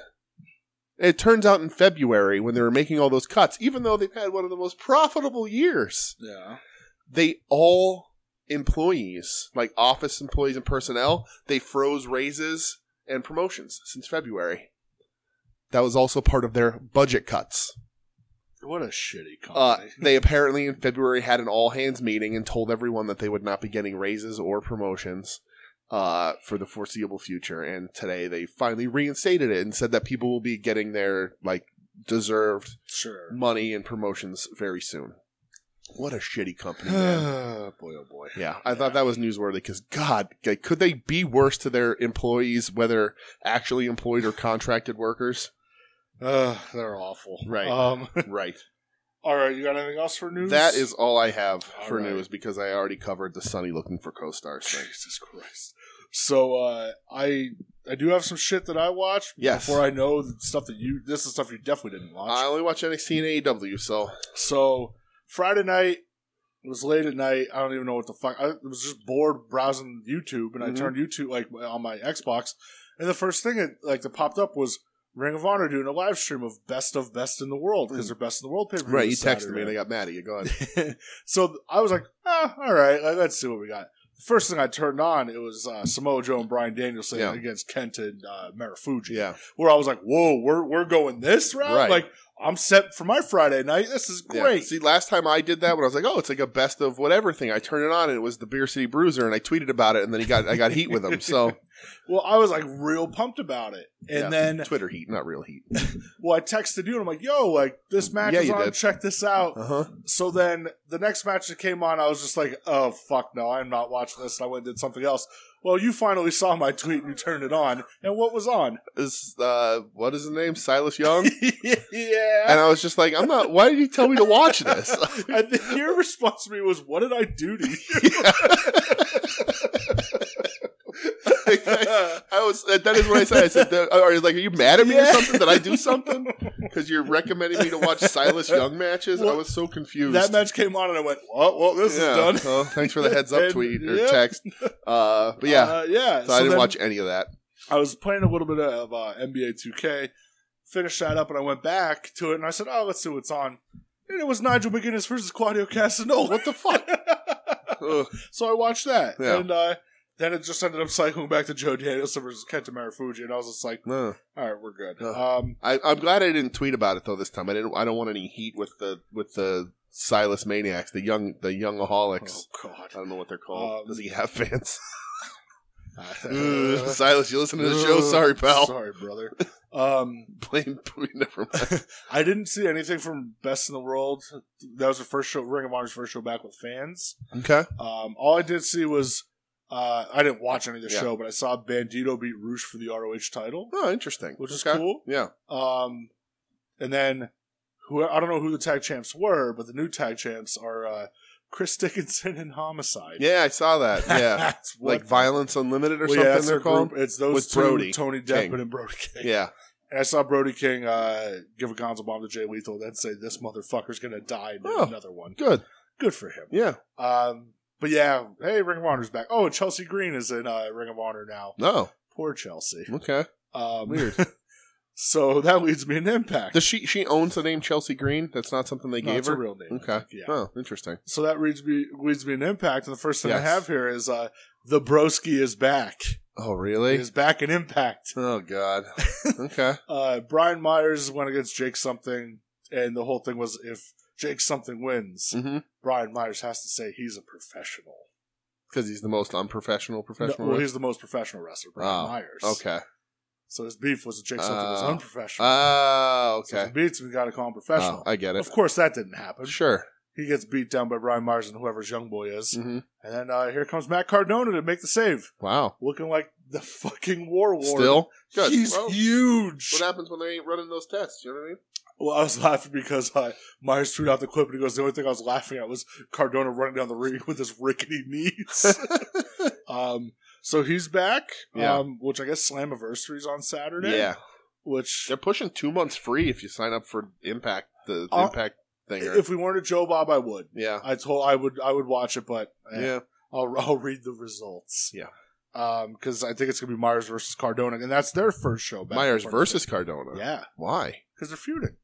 Speaker 1: It turns out in February, when they were making all those cuts, even though they've had one of the most profitable years,
Speaker 2: Yeah.
Speaker 1: they all employees, like office employees and personnel, they froze raises and promotions since February. That was also part of their budget cuts.
Speaker 2: What a shitty
Speaker 1: Uh,
Speaker 2: company.
Speaker 1: they apparently in February had an all hands meeting and told everyone that they would not be getting raises or promotions uh, for the foreseeable future. And today they finally reinstated it and said that people will be getting their like deserved
Speaker 2: sure.
Speaker 1: money and promotions very soon. What a shitty company,
Speaker 2: [SIGHS]
Speaker 1: man. [LAUGHS]
Speaker 2: boy, oh boy.
Speaker 1: Yeah, I thought that was newsworthy because God, like, could they be worse to their employees, whether actually employed or contracted
Speaker 2: [LAUGHS]
Speaker 1: workers?
Speaker 2: Uh, they're awful.
Speaker 1: Right.
Speaker 2: Um, [LAUGHS]
Speaker 1: right.
Speaker 2: all right, you got anything else for news?
Speaker 1: That is all I have
Speaker 2: All
Speaker 1: for
Speaker 2: right.
Speaker 1: news because I already covered the Sunny looking for co-stars thing.
Speaker 2: Jesus Christ. So uh, I I do have some shit that I watched.
Speaker 1: Yes.
Speaker 2: Before I know the stuff that you this is stuff you definitely didn't watch.
Speaker 1: I only watch NXT and AEW, so
Speaker 2: So Friday night, it was late at night. I don't even know what the fuck. I was just bored browsing YouTube, and I
Speaker 1: Mhm.
Speaker 2: turned YouTube like on my Xbox, and the first thing that like that popped up was Ring of Honor doing a live stream of best of best in the world because they're best in the world pay per view.
Speaker 1: Mm. right. You texted me and I got mad at you. Go
Speaker 2: [LAUGHS]
Speaker 1: ahead. [LAUGHS]
Speaker 2: so I was like, ah, all right, like, let's see what we got. First thing I turned on, it was uh, Samoa Joe and Brian Danielson
Speaker 1: Yeah.
Speaker 2: against Kent and uh, Marufuji
Speaker 1: yeah,
Speaker 2: where I was like, "Whoa, we're we're going this route."
Speaker 1: Right.
Speaker 2: Like I'm set for my Friday night. This is
Speaker 1: yeah.
Speaker 2: great.
Speaker 1: See, last time I did that when I was like, "Oh, it's like a best of whatever thing." I turned it on and it was the Beer City Bruiser, and I tweeted about it, and then he got I got heat with him.
Speaker 2: [LAUGHS]
Speaker 1: So
Speaker 2: Well, I was like real pumped about it, and
Speaker 1: Yeah.
Speaker 2: then
Speaker 1: Twitter heat, not real heat.
Speaker 2: well, I texted you and I'm like, "Yo, like this match
Speaker 1: Yeah,
Speaker 2: is
Speaker 1: you
Speaker 2: on.
Speaker 1: did.
Speaker 2: Check this out."
Speaker 1: Uh huh.
Speaker 2: So then the next match that came on, I was just like, "Oh fuck no, I'm not watching this." And I went and did something else. Well, you finally saw my tweet and you turned it on, and what was on? [LAUGHS]
Speaker 1: Is uh, what is his name? Silas Young.
Speaker 2: yeah.
Speaker 1: and I was just like, I'm not. Why did you tell me to watch this?
Speaker 2: [LAUGHS] I think your response to me was, "What did I do to
Speaker 1: [LAUGHS] I
Speaker 2: you?"
Speaker 1: was. That is what I said. I said, "Are you like, are you mad at me
Speaker 2: [LAUGHS] Yeah.
Speaker 1: or something? Did I do something? Because you're recommending me to watch Silas
Speaker 2: [LAUGHS]
Speaker 1: Young matches. I
Speaker 2: Well,
Speaker 1: was so confused.
Speaker 2: that match came on, and I went, "Well, well, this
Speaker 1: Yeah.
Speaker 2: is done."
Speaker 1: Well, thanks for the heads up
Speaker 2: [LAUGHS] And-
Speaker 1: tweet or
Speaker 2: yep.
Speaker 1: text. Uh, but yeah,
Speaker 2: Uh, yeah.
Speaker 1: so, I didn't
Speaker 2: then
Speaker 1: watch any of
Speaker 2: [LAUGHS]
Speaker 1: that.
Speaker 2: I was playing a little bit of uh, NBA 2K, finished that up, and I went back to it, and I said, "Oh, let's see what's on." and it was Nigel McGuinness versus Claudio Castagnoli.
Speaker 1: What the fuck? Ugh.
Speaker 2: [LAUGHS] so I watched that,
Speaker 1: Yeah.
Speaker 2: and uh, then it just ended up cycling back to Joe Danielson versus Kenta Marufuji, and I was just like,
Speaker 1: No.
Speaker 2: all right, we're good.
Speaker 1: Ugh.
Speaker 2: Um,
Speaker 1: I, I'm glad I didn't tweet about it though this time. I didn't. I don't want any heat with the with the Silas maniacs, the young the youngaholics.
Speaker 2: oh God.
Speaker 1: I don't know what they're called.
Speaker 2: Um,
Speaker 1: Does he have fans?
Speaker 2: [LAUGHS]
Speaker 1: [LAUGHS] Ugh, Silas, you listen to Uh, the show.
Speaker 2: Uh,
Speaker 1: Sorry, pal.
Speaker 2: Sorry, brother. Um,
Speaker 1: [LAUGHS] Blame. Never mind.
Speaker 2: I didn't see anything from Best in the World. That was the first show, Ring of Honor's first show back with fans.
Speaker 1: Okay.
Speaker 2: Um, all I did see was uh, I didn't watch any of the
Speaker 1: Yeah.
Speaker 2: show, but I saw Bandito beat Roosh for the ROH title,
Speaker 1: Oh, interesting.
Speaker 2: which is
Speaker 1: Okay.
Speaker 2: cool.
Speaker 1: Yeah.
Speaker 2: Um, and then who I don't know who the tag champs were, but the new tag champs are uh, Chris Dickinson and Homicide. [LAUGHS]
Speaker 1: Yeah, I saw that. Yeah.
Speaker 2: That's what-
Speaker 1: like Violence Unlimited or
Speaker 2: Well, yeah,
Speaker 1: something
Speaker 2: that's
Speaker 1: they're
Speaker 2: their
Speaker 1: called.
Speaker 2: group. It's those
Speaker 1: With
Speaker 2: two,
Speaker 1: Brody
Speaker 2: Tony
Speaker 1: King.
Speaker 2: Deppin and Brody King.
Speaker 1: Yeah.
Speaker 2: And I saw Brody King uh, give a gonzo bomb to Jay Lethal, then say, "This motherfucker's gonna die." And then
Speaker 1: Oh.
Speaker 2: another one.
Speaker 1: Good.
Speaker 2: Good for him.
Speaker 1: Yeah.
Speaker 2: Um, but yeah, hey, Ring of Honor's back. Oh, and Chelsea Green is in uh, Ring of Honor now.
Speaker 1: No.
Speaker 2: Poor Chelsea.
Speaker 1: Okay.
Speaker 2: Um,
Speaker 1: Weird.
Speaker 2: so that leads me to
Speaker 1: [LAUGHS]
Speaker 2: Impact.
Speaker 1: Does she she owns the name Chelsea Green? That's not something they
Speaker 2: No,
Speaker 1: gave
Speaker 2: it's a
Speaker 1: her.
Speaker 2: real name. I
Speaker 1: Okay.
Speaker 2: think, Yeah.
Speaker 1: Oh, interesting.
Speaker 2: So that leads me leads me to Impact, and the first thing I
Speaker 1: Yes.
Speaker 2: have here is uh, the Broski is back.
Speaker 1: Oh, really?
Speaker 2: He is back in Impact.
Speaker 1: Oh
Speaker 2: [LAUGHS]
Speaker 1: God. Okay.
Speaker 2: Uh, Brian Myers went against Jake something, and the whole thing was if Jake something wins,
Speaker 1: mm-hmm.
Speaker 2: Brian Myers has to say he's a professional.
Speaker 1: Because he's the most unprofessional professional.
Speaker 2: No, well,
Speaker 1: wrestler.
Speaker 2: he's the most professional wrestler, Brian
Speaker 1: Oh,
Speaker 2: Myers.
Speaker 1: okay.
Speaker 2: So his beef was that Jake something was
Speaker 1: Oh.
Speaker 2: unprofessional.
Speaker 1: Ah,
Speaker 2: So if
Speaker 1: okay.
Speaker 2: he beats him, you got to call him
Speaker 1: Oh,
Speaker 2: professional.
Speaker 1: I get it.
Speaker 2: of course, that didn't happen.
Speaker 1: Sure.
Speaker 2: He gets beat down by Brian Myers and whoever's young boy is.
Speaker 1: hmm
Speaker 2: And then uh, here comes Matt Cardona to make the save,
Speaker 1: Wow.
Speaker 2: looking like the fucking war lord.
Speaker 1: Still good.
Speaker 2: He's
Speaker 1: Well,
Speaker 2: huge.
Speaker 1: what happens when they ain't running those tests? You know what I mean?
Speaker 2: Well, I was laughing because uh, Myers threw out the clip and he goes, The only thing I was laughing at was Cardona running down the ring with his rickety
Speaker 1: [LAUGHS]
Speaker 2: knees. um, so he's back,
Speaker 1: Yeah.
Speaker 2: um, which I guess Slammiversary's on Saturday.
Speaker 1: Yeah,
Speaker 2: Which,
Speaker 1: they're pushing two months free if you sign up for Impact, the
Speaker 2: Uh,
Speaker 1: Impact thing. or-
Speaker 2: if we weren't a Joe Bob, I would.
Speaker 1: yeah,
Speaker 2: I told I would I would watch it, but eh,
Speaker 1: yeah,
Speaker 2: I'll I'll read the results.
Speaker 1: Yeah.
Speaker 2: because I think it's gonna be Myers versus Cardona, and that's their first show. back.
Speaker 1: Myers
Speaker 2: Cardona.
Speaker 1: versus Cardona.
Speaker 2: yeah,
Speaker 1: Why
Speaker 2: because they're feuding.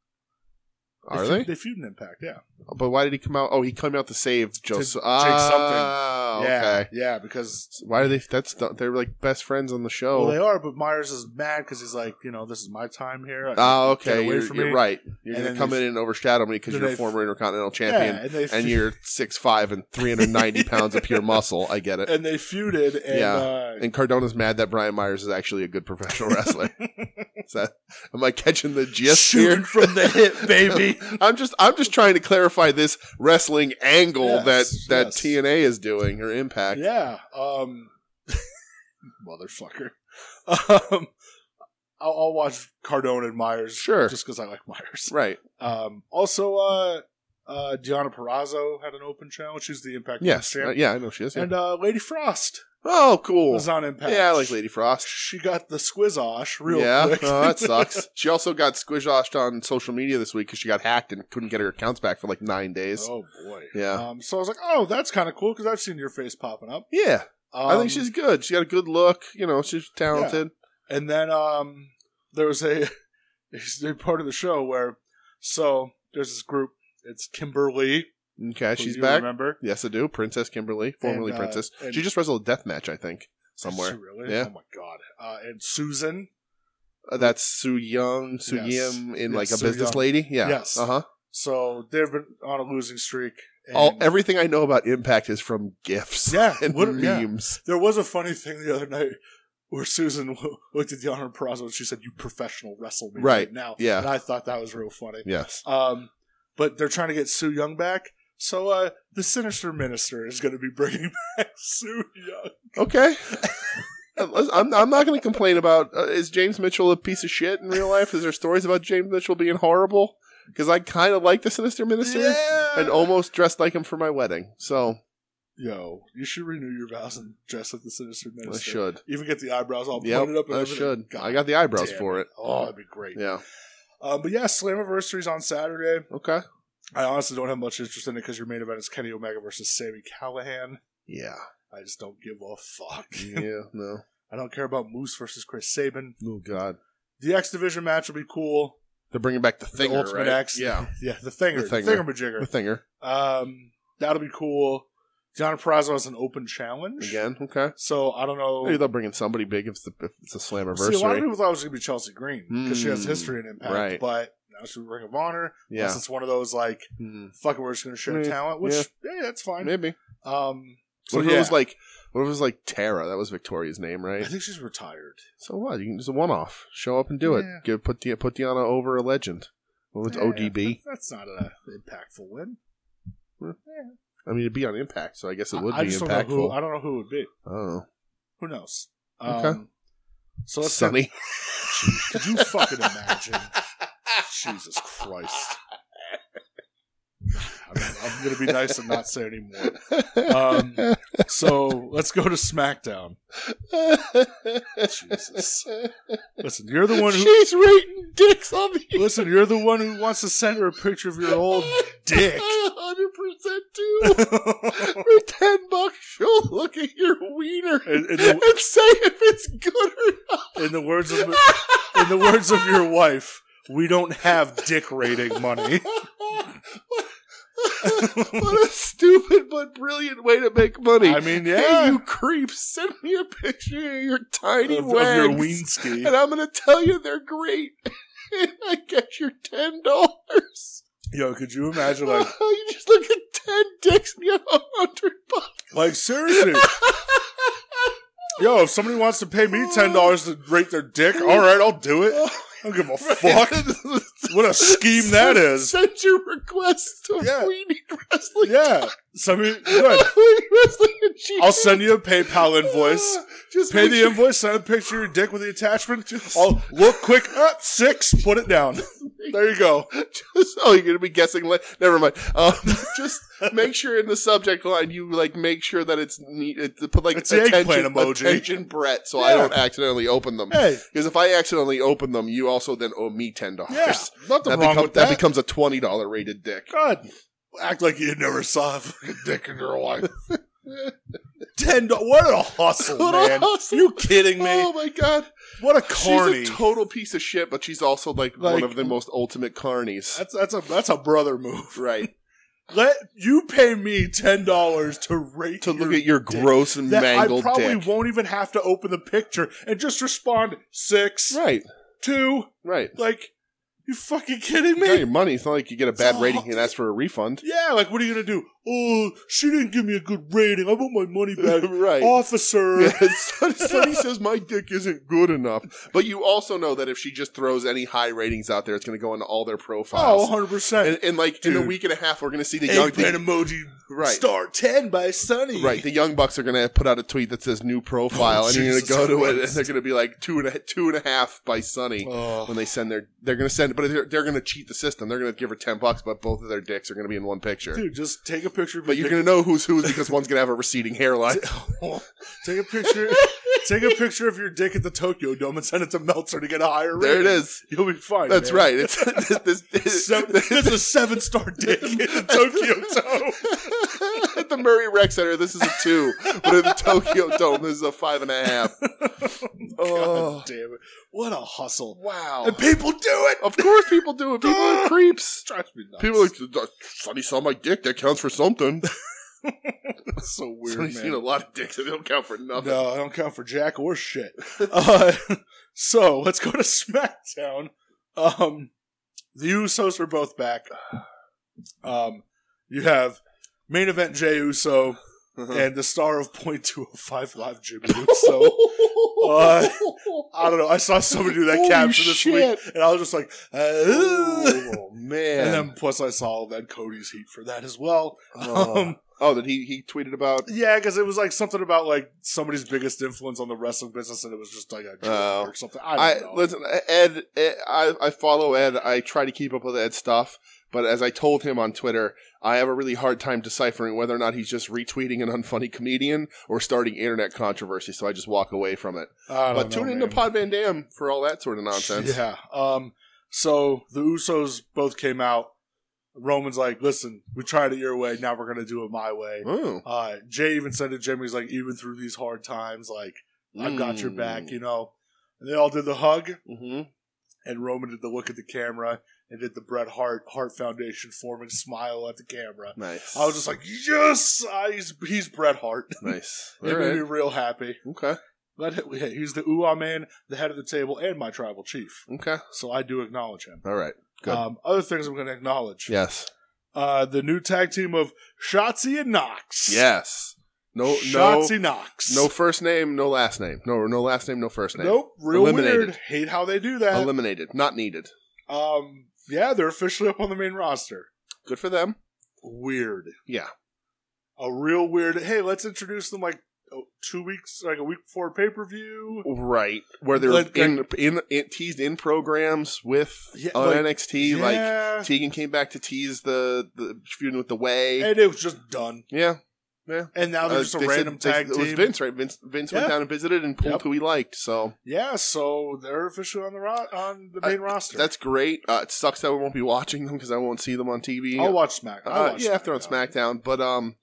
Speaker 1: are
Speaker 2: feud-
Speaker 1: they?
Speaker 2: They feud in Impact. Yeah,
Speaker 1: But why did he come out? Oh, he came out to save
Speaker 2: Jake
Speaker 1: Joseph.
Speaker 2: something.
Speaker 1: Ah,
Speaker 2: yeah,
Speaker 1: okay.
Speaker 2: yeah. Because
Speaker 1: So Why are they? That's they're like best friends on the show.
Speaker 2: well, they are, but Myers is mad because he's like, you know, this is my time here.
Speaker 1: Oh,
Speaker 2: Get
Speaker 1: okay.
Speaker 2: away
Speaker 1: You're,
Speaker 2: from
Speaker 1: you're
Speaker 2: me.
Speaker 1: right. You're going
Speaker 2: And then
Speaker 1: to come
Speaker 2: they-
Speaker 1: in and overshadow me because
Speaker 2: then
Speaker 1: you're a
Speaker 2: they-
Speaker 1: former Intercontinental
Speaker 2: yeah,
Speaker 1: Champion
Speaker 2: and they
Speaker 1: and you're six five and 390 pounds of pure muscle. I get it.
Speaker 2: and they feuded, and
Speaker 1: Yeah.
Speaker 2: uh,
Speaker 1: And Cardona's mad that Brian Myers is actually a good professional
Speaker 2: [LAUGHS]
Speaker 1: wrestler. Is that, am I catching the gist
Speaker 2: shooting
Speaker 1: here?
Speaker 2: from the hip, baby.
Speaker 1: [LAUGHS] I'm just I'm just trying to clarify this wrestling angle
Speaker 2: Yes,
Speaker 1: that that
Speaker 2: yes.
Speaker 1: TNA is doing or Impact.
Speaker 2: Yeah. Um, [LAUGHS] motherfucker. Um, I'll, I'll watch Cardone and Myers.
Speaker 1: Sure.
Speaker 2: Just because I like Myers.
Speaker 1: Right.
Speaker 2: Um, also, uh, uh, Diana Perrazzo had an open challenge. She's the Impact
Speaker 1: Yes.
Speaker 2: Women's
Speaker 1: Uh,
Speaker 2: Champ.
Speaker 1: yeah, I know she is. yeah.
Speaker 2: And uh, Lady Frost
Speaker 1: oh, cool.
Speaker 2: was on Impact.
Speaker 1: Yeah, I like Lady Frost.
Speaker 2: She got the squizosh real
Speaker 1: yeah,
Speaker 2: quick.
Speaker 1: oh,
Speaker 2: [LAUGHS]
Speaker 1: that sucks. She also got squishoshed on social media this week because she got hacked and couldn't get her accounts back for like nine days.
Speaker 2: oh boy.
Speaker 1: Yeah.
Speaker 2: Um, so I was like, oh, that's kind of cool because I've seen your face popping up.
Speaker 1: Yeah,
Speaker 2: Um,
Speaker 1: I think she's good. She got a good look. You know, she's talented.
Speaker 2: And then um, there was a, [LAUGHS] a part of the show where, so there's this group. It's Kimberly.
Speaker 1: Okay,
Speaker 2: who
Speaker 1: she's
Speaker 2: you
Speaker 1: back.
Speaker 2: Remember
Speaker 1: Yes, I do. Princess Kimberly, formerly
Speaker 2: And, uh,
Speaker 1: Princess.
Speaker 2: and-
Speaker 1: She just wrestled a death match, I think,
Speaker 2: She
Speaker 1: somewhere.
Speaker 2: really?
Speaker 1: Yeah.
Speaker 2: Oh my god. Uh, and Susan.
Speaker 1: Uh, that's Su Young, Su
Speaker 2: Yes.
Speaker 1: Yim in
Speaker 2: Yes,
Speaker 1: like a
Speaker 2: Su
Speaker 1: business
Speaker 2: Yung.
Speaker 1: lady. Yeah.
Speaker 2: Yes.
Speaker 1: Uh huh.
Speaker 2: So they've been on a losing streak. And
Speaker 1: All everything I know about Impact is from gifs
Speaker 2: [LAUGHS] yeah.
Speaker 1: [LAUGHS] and
Speaker 2: what- yeah.
Speaker 1: memes.
Speaker 2: There was a funny thing the other night where Susan [LAUGHS] w- looked at Deanna Perazzo and she said, "You professional wrestle me right,
Speaker 1: Right.
Speaker 2: now."
Speaker 1: Yeah.
Speaker 2: And I thought that was real funny.
Speaker 1: Yes.
Speaker 2: Um, but they're trying to get Sue Young back. So uh, the sinister minister is going to be bringing [LAUGHS] back Sue Young.
Speaker 1: Okay.
Speaker 2: [LAUGHS]
Speaker 1: I'm, I'm not going to complain about. Uh, is James Mitchell a piece of shit in real life? Is there stories about James Mitchell being horrible? Because I kind of like the Sinister Minister and almost dressed like him for my wedding. So
Speaker 2: Yo, you should renew your vows and dress like the sinister minister.
Speaker 1: I should.
Speaker 2: Even get the eyebrows all
Speaker 1: Yep,
Speaker 2: pointed up. And
Speaker 1: I
Speaker 2: everything.
Speaker 1: should.
Speaker 2: God
Speaker 1: I got the eyebrows
Speaker 2: damn
Speaker 1: for it.
Speaker 2: Oh, that'd be great.
Speaker 1: Yeah.
Speaker 2: Um, but yeah, Slammiversary's on Saturday.
Speaker 1: Okay.
Speaker 2: I honestly don't have much interest in it because your main event is Kenny Omega versus Sammy Callahan. [LAUGHS]
Speaker 1: Yeah.
Speaker 2: I just don't give a fuck.
Speaker 1: Yeah. No.
Speaker 2: I don't care about Moose versus Chris Sabin.
Speaker 1: Oh God.
Speaker 2: The X Division match will be cool.
Speaker 1: They're bringing back the
Speaker 2: the
Speaker 1: thinger,
Speaker 2: ultimate
Speaker 1: right?
Speaker 2: axe. [LAUGHS]
Speaker 1: Yeah,
Speaker 2: yeah, the thinger, the
Speaker 1: The
Speaker 2: thinger,
Speaker 1: Thinger.
Speaker 2: majigger.
Speaker 1: the thinger
Speaker 2: Um, that'll be cool. John Prazo has an open challenge
Speaker 1: again. Okay,
Speaker 2: so I don't know.
Speaker 1: maybe they'll bring in somebody big if, it's the, if it's a
Speaker 2: Oh. See, a lot of
Speaker 1: slammiversary.
Speaker 2: people thought it was going to be Chelsea Green because she has
Speaker 1: Mm,
Speaker 2: history and impact,
Speaker 1: right.
Speaker 2: but now she's Ring of Honor.
Speaker 1: Yeah,
Speaker 2: Unless it's one of those like,
Speaker 1: Hmm.
Speaker 2: fuck it, we're just going to share
Speaker 1: Yeah,
Speaker 2: talent, which
Speaker 1: yeah.
Speaker 2: yeah, that's fine.
Speaker 1: maybe.
Speaker 2: Um, so
Speaker 1: What if
Speaker 2: yeah,
Speaker 1: it was like? What if it was like Tara? That was Victoria's name,
Speaker 2: I [LAUGHS]
Speaker 1: right?
Speaker 2: think she's retired.
Speaker 1: So what? You can just a one-off. Show up and do
Speaker 2: Yeah.
Speaker 1: it. Give put Di- put Diana over a legend. Well, with
Speaker 2: Yeah,
Speaker 1: ODB,
Speaker 2: that- that's not an impactful win.
Speaker 1: I mean, it'd be on Impact, so I guess it would
Speaker 2: I, I
Speaker 1: be
Speaker 2: just
Speaker 1: impactful.
Speaker 2: Don't know who, I don't know who it would be.
Speaker 1: oh,
Speaker 2: Who knows?
Speaker 1: Okay.
Speaker 2: Um, so let's
Speaker 1: Sunny.
Speaker 2: Jeez, could you fucking imagine? Jesus Christ. I'm, I'm going to be nice and not say anymore.
Speaker 1: [LAUGHS]
Speaker 2: Um, So let's go to SmackDown. Jesus. Listen, you're the one who.
Speaker 1: She's rating dicks on the
Speaker 2: Listen, you're the one who wants to send her a picture of your old dick.
Speaker 1: Hundred percent too. For ten bucks, she'll look at your wiener
Speaker 2: In-
Speaker 1: and,
Speaker 2: in the-
Speaker 1: say if it's good
Speaker 2: in the words
Speaker 1: or
Speaker 2: of
Speaker 1: not.
Speaker 2: in the words of your wife, we don't have dick rating money.
Speaker 1: [LAUGHS] what a stupid but brilliant way to make money.
Speaker 2: I mean, yeah,
Speaker 1: Hey, you creep, send me a picture of your tiny
Speaker 2: of, of
Speaker 1: wags,
Speaker 2: your weenski.
Speaker 1: and I'm going to tell you they're great. [LAUGHS] and I get your $10.
Speaker 2: Yo, could you imagine like
Speaker 1: [LAUGHS] you just look at 10 dicks and you have a 100 bucks. [LAUGHS]
Speaker 2: Like seriously. Yo, if somebody wants to pay me ten dollars to rate
Speaker 1: [LAUGHS]
Speaker 2: their dick, all right, I'll do it. I don't give a [LAUGHS] fuck. What a scheme that
Speaker 1: [LAUGHS]
Speaker 2: is.
Speaker 1: Send your request to
Speaker 2: Yeah.
Speaker 1: Weenie Wrestling.
Speaker 2: Yeah, somebody
Speaker 1: [LAUGHS]
Speaker 2: good.
Speaker 1: Weenie Wrestling at Gmail. Ah,
Speaker 2: I'll send you a PayPal invoice.
Speaker 1: Just
Speaker 2: Pay
Speaker 1: make
Speaker 2: the
Speaker 1: sure-
Speaker 2: invoice. Send a picture of your dick with the attachment. I'll look quick up six. Put it down. There you go.
Speaker 1: [LAUGHS] Just- oh, you're gonna be guessing. Li- Never mind. Um, [LAUGHS] just make sure in the subject line you like make sure that it's neat. It, put like
Speaker 2: It's the eggplant emoji.
Speaker 1: attention, Brett, so I
Speaker 2: Yeah.
Speaker 1: don't accidentally open them.
Speaker 2: Hey,
Speaker 1: Because if I accidentally open them, you also then owe me ten dollars.
Speaker 2: yeah, nothing
Speaker 1: That,
Speaker 2: wrong
Speaker 1: become-
Speaker 2: with
Speaker 1: that
Speaker 2: that.
Speaker 1: becomes a twenty dollar rated dick.
Speaker 2: God, act like you never saw a fucking [LAUGHS] dick in your life. Ten. do- What a hustle,
Speaker 1: What a
Speaker 2: man.
Speaker 1: hustle.
Speaker 2: You kidding me?
Speaker 1: [LAUGHS] Oh my god,
Speaker 2: What a carny.
Speaker 1: she's a total piece of shit, but she's also like,
Speaker 2: Like-
Speaker 1: one of the most ultimate carnies.
Speaker 2: that's that's a that's a brother move.
Speaker 1: Right
Speaker 2: Let you pay me ten dollars to
Speaker 1: [LAUGHS]
Speaker 2: rate
Speaker 1: to look
Speaker 2: your
Speaker 1: at your
Speaker 2: dick.
Speaker 1: gross and
Speaker 2: that I
Speaker 1: mangled
Speaker 2: probably
Speaker 1: dick.
Speaker 2: won't even have to open the picture and just respond six
Speaker 1: [LAUGHS] Right,
Speaker 2: two.
Speaker 1: right.
Speaker 2: Like you fucking kidding
Speaker 1: You got
Speaker 2: me?
Speaker 1: your money. It's not like you get a
Speaker 2: It's
Speaker 1: bad
Speaker 2: all-
Speaker 1: rating and ask for a
Speaker 2: [LAUGHS]
Speaker 1: refund.
Speaker 2: Yeah, like what are you gonna do? Oh, she didn't give me a good rating. I want my money back,
Speaker 1: [LAUGHS] right.
Speaker 2: officer.
Speaker 1: Yeah, [LAUGHS] Sonny, Sonny says my dick isn't good enough. But you also know that if she just throws any high ratings out there, it's going to go into all their
Speaker 2: [LAUGHS] Oh,
Speaker 1: profiles.
Speaker 2: 100 percent.
Speaker 1: and, and like in a
Speaker 2: Dude.
Speaker 1: week and a half, we're going to see the young
Speaker 2: Eggplant
Speaker 1: the,
Speaker 2: emoji
Speaker 1: right,
Speaker 2: star ten by Sunny.
Speaker 1: right. The young bucks are going to put out a tweet that says new profile,
Speaker 2: Oh,
Speaker 1: and you're going to
Speaker 2: Jesus
Speaker 1: go to it, and
Speaker 2: Christ.
Speaker 1: they're going to be like two and a, two and a half by Sunny.
Speaker 2: Oh.
Speaker 1: When they send their, they're going to send, but they're, they're going to cheat the system. They're going to give her ten bucks, but both of their dicks are going to be in one picture.
Speaker 2: Dude, just take a picture of
Speaker 1: But
Speaker 2: your
Speaker 1: you're going to know who's who's because one's going to have a receding [LAUGHS] hairline.
Speaker 2: [LAUGHS] Take a picture. take a picture of your dick at the Tokyo Dome and send it to Meltzer to get a higher
Speaker 1: There it
Speaker 2: rating.
Speaker 1: is.
Speaker 2: You'll be fine.
Speaker 1: That's
Speaker 2: man.
Speaker 1: right. It's [LAUGHS] this, this,
Speaker 2: Seven, this is a seven star dick in the Tokyo Dome.
Speaker 1: [LAUGHS] at the Murray Rec Center, this is a two. But at the Tokyo Dome, this is a five and a half. [LAUGHS] Oh.
Speaker 2: God damn it! What a hustle!
Speaker 1: Wow.
Speaker 2: And people do it.
Speaker 1: Of course people do it. People [LAUGHS] are creeps.
Speaker 2: Drives me nuts.
Speaker 1: People are like, Sonny saw my dick. That counts for [LAUGHS] something.
Speaker 2: That's so weird,
Speaker 1: Sonny's
Speaker 2: man.
Speaker 1: seen a lot of dicks. They don't count for nothing.
Speaker 2: No, I don't count for jack or shit. [LAUGHS] Uh, so let's go to [LAUGHS] SmackDown. Um, the Usos are both back. Um, you have main event Jey Uso
Speaker 1: Uh-huh.
Speaker 2: and the star of Point Two Hundred Five Live Jimmy Uso. [LAUGHS] uh, I don't know. I saw somebody do that
Speaker 1: Holy
Speaker 2: caption this
Speaker 1: shit.
Speaker 2: week, and I was just like, uh,
Speaker 1: Oh, man.
Speaker 2: and um, then plus I saw then Cody's heat for that as well.
Speaker 1: oh.
Speaker 2: Um,
Speaker 1: oh, that he, he tweeted about.
Speaker 2: Yeah, because it was like something about like somebody's biggest influence on the wrestling business, and it was just like a joke
Speaker 1: Oh.
Speaker 2: or something. I
Speaker 1: I
Speaker 2: don't know.
Speaker 1: listen, Ed. Ed I, I follow Ed. I try to keep up with Ed's stuff, but as I told him on Twitter, I have a really hard time deciphering whether or not he's just retweeting an unfunny comedian or starting internet controversy. So I just walk away from it.
Speaker 2: I don't
Speaker 1: But tune
Speaker 2: know,
Speaker 1: into
Speaker 2: man.
Speaker 1: Pod Van Dam for all that sort of nonsense.
Speaker 2: Yeah. Um. So the Usos both came out. Roman's like, listen, we tried it your way. Now we're gonna do it my way.
Speaker 1: Oh,
Speaker 2: Uh, Jay even said to Jimmy, he's like, even through these
Speaker 1: Hmm.
Speaker 2: hard times, like I've got your back, you know. And they all did the hug,
Speaker 1: Mm-hmm.
Speaker 2: and Roman did the look at the camera and did the Bret Hart Hart Foundation forming smile at the camera.
Speaker 1: Nice.
Speaker 2: I was just like, yes, Ah, he's he's Bret Hart. [LAUGHS]
Speaker 1: nice.
Speaker 2: it
Speaker 1: All
Speaker 2: made me
Speaker 1: right.
Speaker 2: real happy.
Speaker 1: Okay.
Speaker 2: But hey, he's the Uwa man, the head of the table, and my tribal chief.
Speaker 1: Okay.
Speaker 2: So I do acknowledge him.
Speaker 1: All right. Good.
Speaker 2: Um, other things I'm going to acknowledge:
Speaker 1: Yes.
Speaker 2: uh, the new tag team of Shotzi and Knox.
Speaker 1: Yes. No.
Speaker 2: Shotzi Knox.
Speaker 1: No. No first name. No last name. No. No last name. No first name.
Speaker 2: Nope, real
Speaker 1: Eliminated.
Speaker 2: weird. Hate how they do that.
Speaker 1: Eliminated. Not needed.
Speaker 2: um, yeah, they're officially up on the main roster.
Speaker 1: Good for them.
Speaker 2: Weird,
Speaker 1: Yeah.
Speaker 2: a real weird. Hey, let's introduce them like oh, two weeks, like a week before pay per view.
Speaker 1: Right. Where they're
Speaker 2: Like-
Speaker 1: in, in in teased in programs with uh,
Speaker 2: Yeah,
Speaker 1: on
Speaker 2: like-
Speaker 1: NXT. Like Tegan came back to tease the the feud with the Way.
Speaker 2: and it was just done.
Speaker 1: yeah.
Speaker 2: And now they're
Speaker 1: Uh,
Speaker 2: just a
Speaker 1: they said-
Speaker 2: random
Speaker 1: they-
Speaker 2: tag
Speaker 1: It was
Speaker 2: team.
Speaker 1: Vince, right? Vince Vince went
Speaker 2: Yeah.
Speaker 1: down and visited and pulled
Speaker 2: Yep.
Speaker 1: who he liked. So
Speaker 2: Yeah, so they're officially on the ro- on the main roster.
Speaker 1: Uh, that's great. Uh, it sucks that we won't be watching them because I won't see them on TV.
Speaker 2: I'll watch SmackDown. I'll
Speaker 1: Uh,
Speaker 2: watch
Speaker 1: yeah, if they're on SmackDown, but um,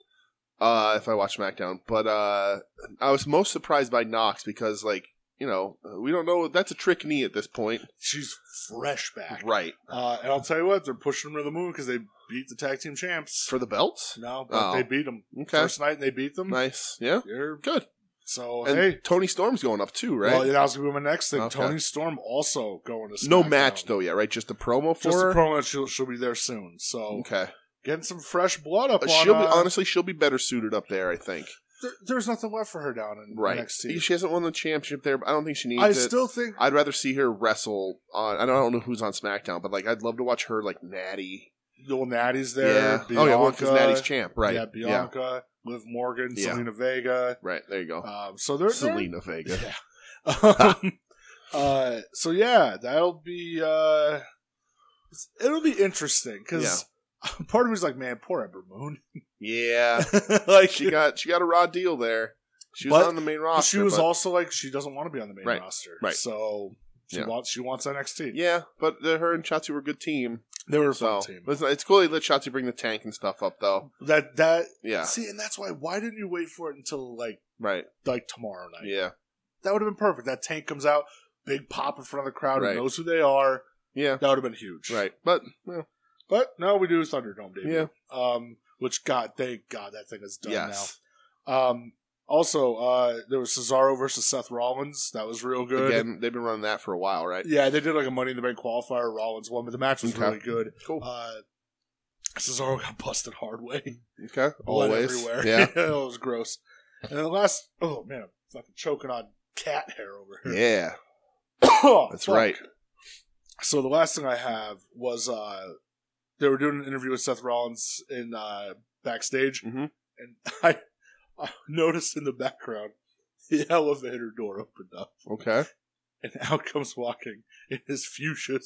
Speaker 1: uh, if I watch SmackDown, but uh, I was most surprised by Knox because like you know we don't know that's a trick knee at this point,
Speaker 2: she's fresh back.
Speaker 1: right?
Speaker 2: Uh, and I'll tell you what, they're pushing them to the moon because they beat the tag team champs.
Speaker 1: For the belts,
Speaker 2: no, but
Speaker 1: Oh.
Speaker 2: they beat them
Speaker 1: okay,
Speaker 2: first night. They beat them.
Speaker 1: nice, yeah,
Speaker 2: You're-
Speaker 1: good.
Speaker 2: so
Speaker 1: and
Speaker 2: hey,
Speaker 1: Tony Storm's going up too, right?
Speaker 2: well, that was gonna be my next thing.
Speaker 1: Okay.
Speaker 2: Tony Storm also going to
Speaker 1: no
Speaker 2: SmackDown.
Speaker 1: match though yet, right? Just a promo for
Speaker 2: Just
Speaker 1: her.
Speaker 2: a promo. She'll, she'll be there soon. So
Speaker 1: okay,
Speaker 2: getting some fresh blood up.
Speaker 1: Uh,
Speaker 2: on,
Speaker 1: she'll be
Speaker 2: uh,
Speaker 1: honestly, she'll be better suited up there, I think.
Speaker 2: there- there's nothing left for her down in
Speaker 1: Right?
Speaker 2: NXT.
Speaker 1: She hasn't won the championship there, but I don't think she needs
Speaker 2: I
Speaker 1: it.
Speaker 2: still think
Speaker 1: I'd rather see her wrestle on. I don't, I don't know who's on SmackDown, but like I'd love to watch her like Natty
Speaker 2: Well, Natty's there.
Speaker 1: Yeah. Oh yeah, well, because Natty's champ, right?
Speaker 2: Yeah, Bianca, Liv Morgan,
Speaker 1: Yeah.
Speaker 2: Selena Vega.
Speaker 1: right. There you go.
Speaker 2: Um, so they're, they're
Speaker 1: Selena Vega.
Speaker 2: yeah. [LAUGHS] Um, uh, so yeah, that'll be uh, it'll be interesting because [LAUGHS] part of me's like, man, poor Ember
Speaker 1: [LAUGHS]
Speaker 2: Moon. [LAUGHS]
Speaker 1: Yeah,
Speaker 2: like [LAUGHS]
Speaker 1: she got she got a raw deal there. She was
Speaker 2: But
Speaker 1: on the main
Speaker 2: but
Speaker 1: roster.
Speaker 2: she was
Speaker 1: but-
Speaker 2: also like, she doesn't want to be on the main
Speaker 1: Right.
Speaker 2: roster,
Speaker 1: Right.
Speaker 2: So she
Speaker 1: Yeah.
Speaker 2: wants she wants NXT.
Speaker 1: yeah, but the, her and Shotzi were a good team.
Speaker 2: They were a
Speaker 1: So
Speaker 2: fun team.
Speaker 1: but it's, it's cool they let Shotzi bring the tank and stuff up though.
Speaker 2: That that
Speaker 1: Yeah,
Speaker 2: see, and that's why. Why didn't you wait for it until like
Speaker 1: right.
Speaker 2: like tomorrow night?
Speaker 1: Yeah,
Speaker 2: That would have been perfect. That tank comes out, big pop in front of the crowd,
Speaker 1: Right.
Speaker 2: who knows who they are.
Speaker 1: yeah,
Speaker 2: That would have been huge.
Speaker 1: right. But well,
Speaker 2: But no, we do a Thunderdome debut.
Speaker 1: Yeah.
Speaker 2: Um, which God, thank God that thing is done
Speaker 1: yes,
Speaker 2: now. Um, also, uh, there was Cesaro versus Seth Rollins. That was real good.
Speaker 1: again they've been running that for a while, right?
Speaker 2: Yeah, they did like a Money in the Bank qualifier. Rollins won, but the match was
Speaker 1: Okay.
Speaker 2: really good.
Speaker 1: Cool.
Speaker 2: Uh, Cesaro got busted hard way.
Speaker 1: Okay,
Speaker 2: Blood
Speaker 1: always.
Speaker 2: everywhere. [LAUGHS]
Speaker 1: Yeah,
Speaker 2: it was gross. And then the last, oh man, I'm fucking choking on cat hair over here.
Speaker 1: yeah,
Speaker 2: [COUGHS] Oh,
Speaker 1: that's
Speaker 2: fuck.
Speaker 1: right.
Speaker 2: So the last thing I have was uh they were doing an interview with Seth Rollins in uh backstage
Speaker 1: Mhm.
Speaker 2: and [LAUGHS] I, I noticed in the background the [LAUGHS] elevator door opened up [LAUGHS]
Speaker 1: Okay,
Speaker 2: and out comes walking in his fuchsia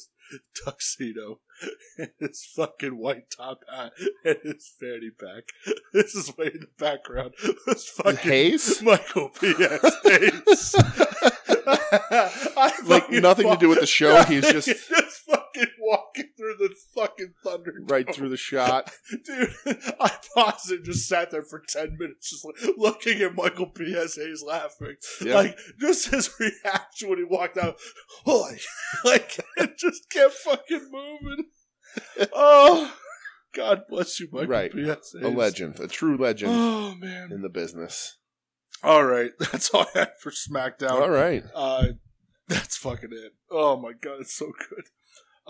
Speaker 2: tuxedo [LAUGHS] and his fucking white top hat and his fanny pack. [LAUGHS] This is way in the background. This fucking
Speaker 1: Hayes.
Speaker 2: Michael P.S.
Speaker 1: [LAUGHS]
Speaker 2: Hayes. I
Speaker 1: Like
Speaker 2: fucking
Speaker 1: nothing to
Speaker 2: fuck-
Speaker 1: do with the show. He's just
Speaker 2: [LAUGHS] He's just fucking walking through the fucking thunder.
Speaker 1: right through the shot.
Speaker 2: Dude, [LAUGHS] I paused and just sat there for 10 minutes just like, looking at Michael PSA's laughing.
Speaker 1: Yeah.
Speaker 2: Like, just his [LAUGHS] reaction when he walked out. Holy. [LAUGHS] Like, it just kept
Speaker 1: [LAUGHS]
Speaker 2: fucking moving. Oh, God bless you, Michael
Speaker 1: Right.
Speaker 2: PSA.
Speaker 1: a legend, a true legend
Speaker 2: Oh, man.
Speaker 1: in the business.
Speaker 2: All right. [LAUGHS] That's all I had for SmackDown.
Speaker 1: All right.
Speaker 2: Uh, that's fucking it. Oh my god, it's so good.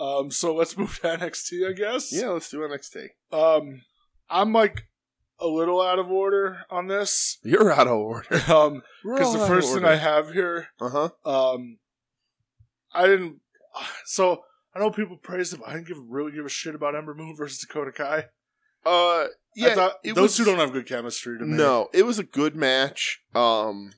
Speaker 2: Um, so let's move to NXT, I guess.
Speaker 1: Yeah, let's do NXT.
Speaker 2: Um, I'm like a little out of order
Speaker 1: [LAUGHS]
Speaker 2: on this.
Speaker 1: You're out of
Speaker 2: [LAUGHS]
Speaker 1: order.
Speaker 2: Um, because the first thing I have here,
Speaker 1: uh huh.
Speaker 2: um, I didn't. So I know people praised him. I didn't give really give a shit about Ember Moon versus Dakota Kai.
Speaker 1: Uh, yeah,
Speaker 2: I thought,
Speaker 1: it was-
Speaker 2: those two don't have good chemistry to me.
Speaker 1: no, it was a good match. Um,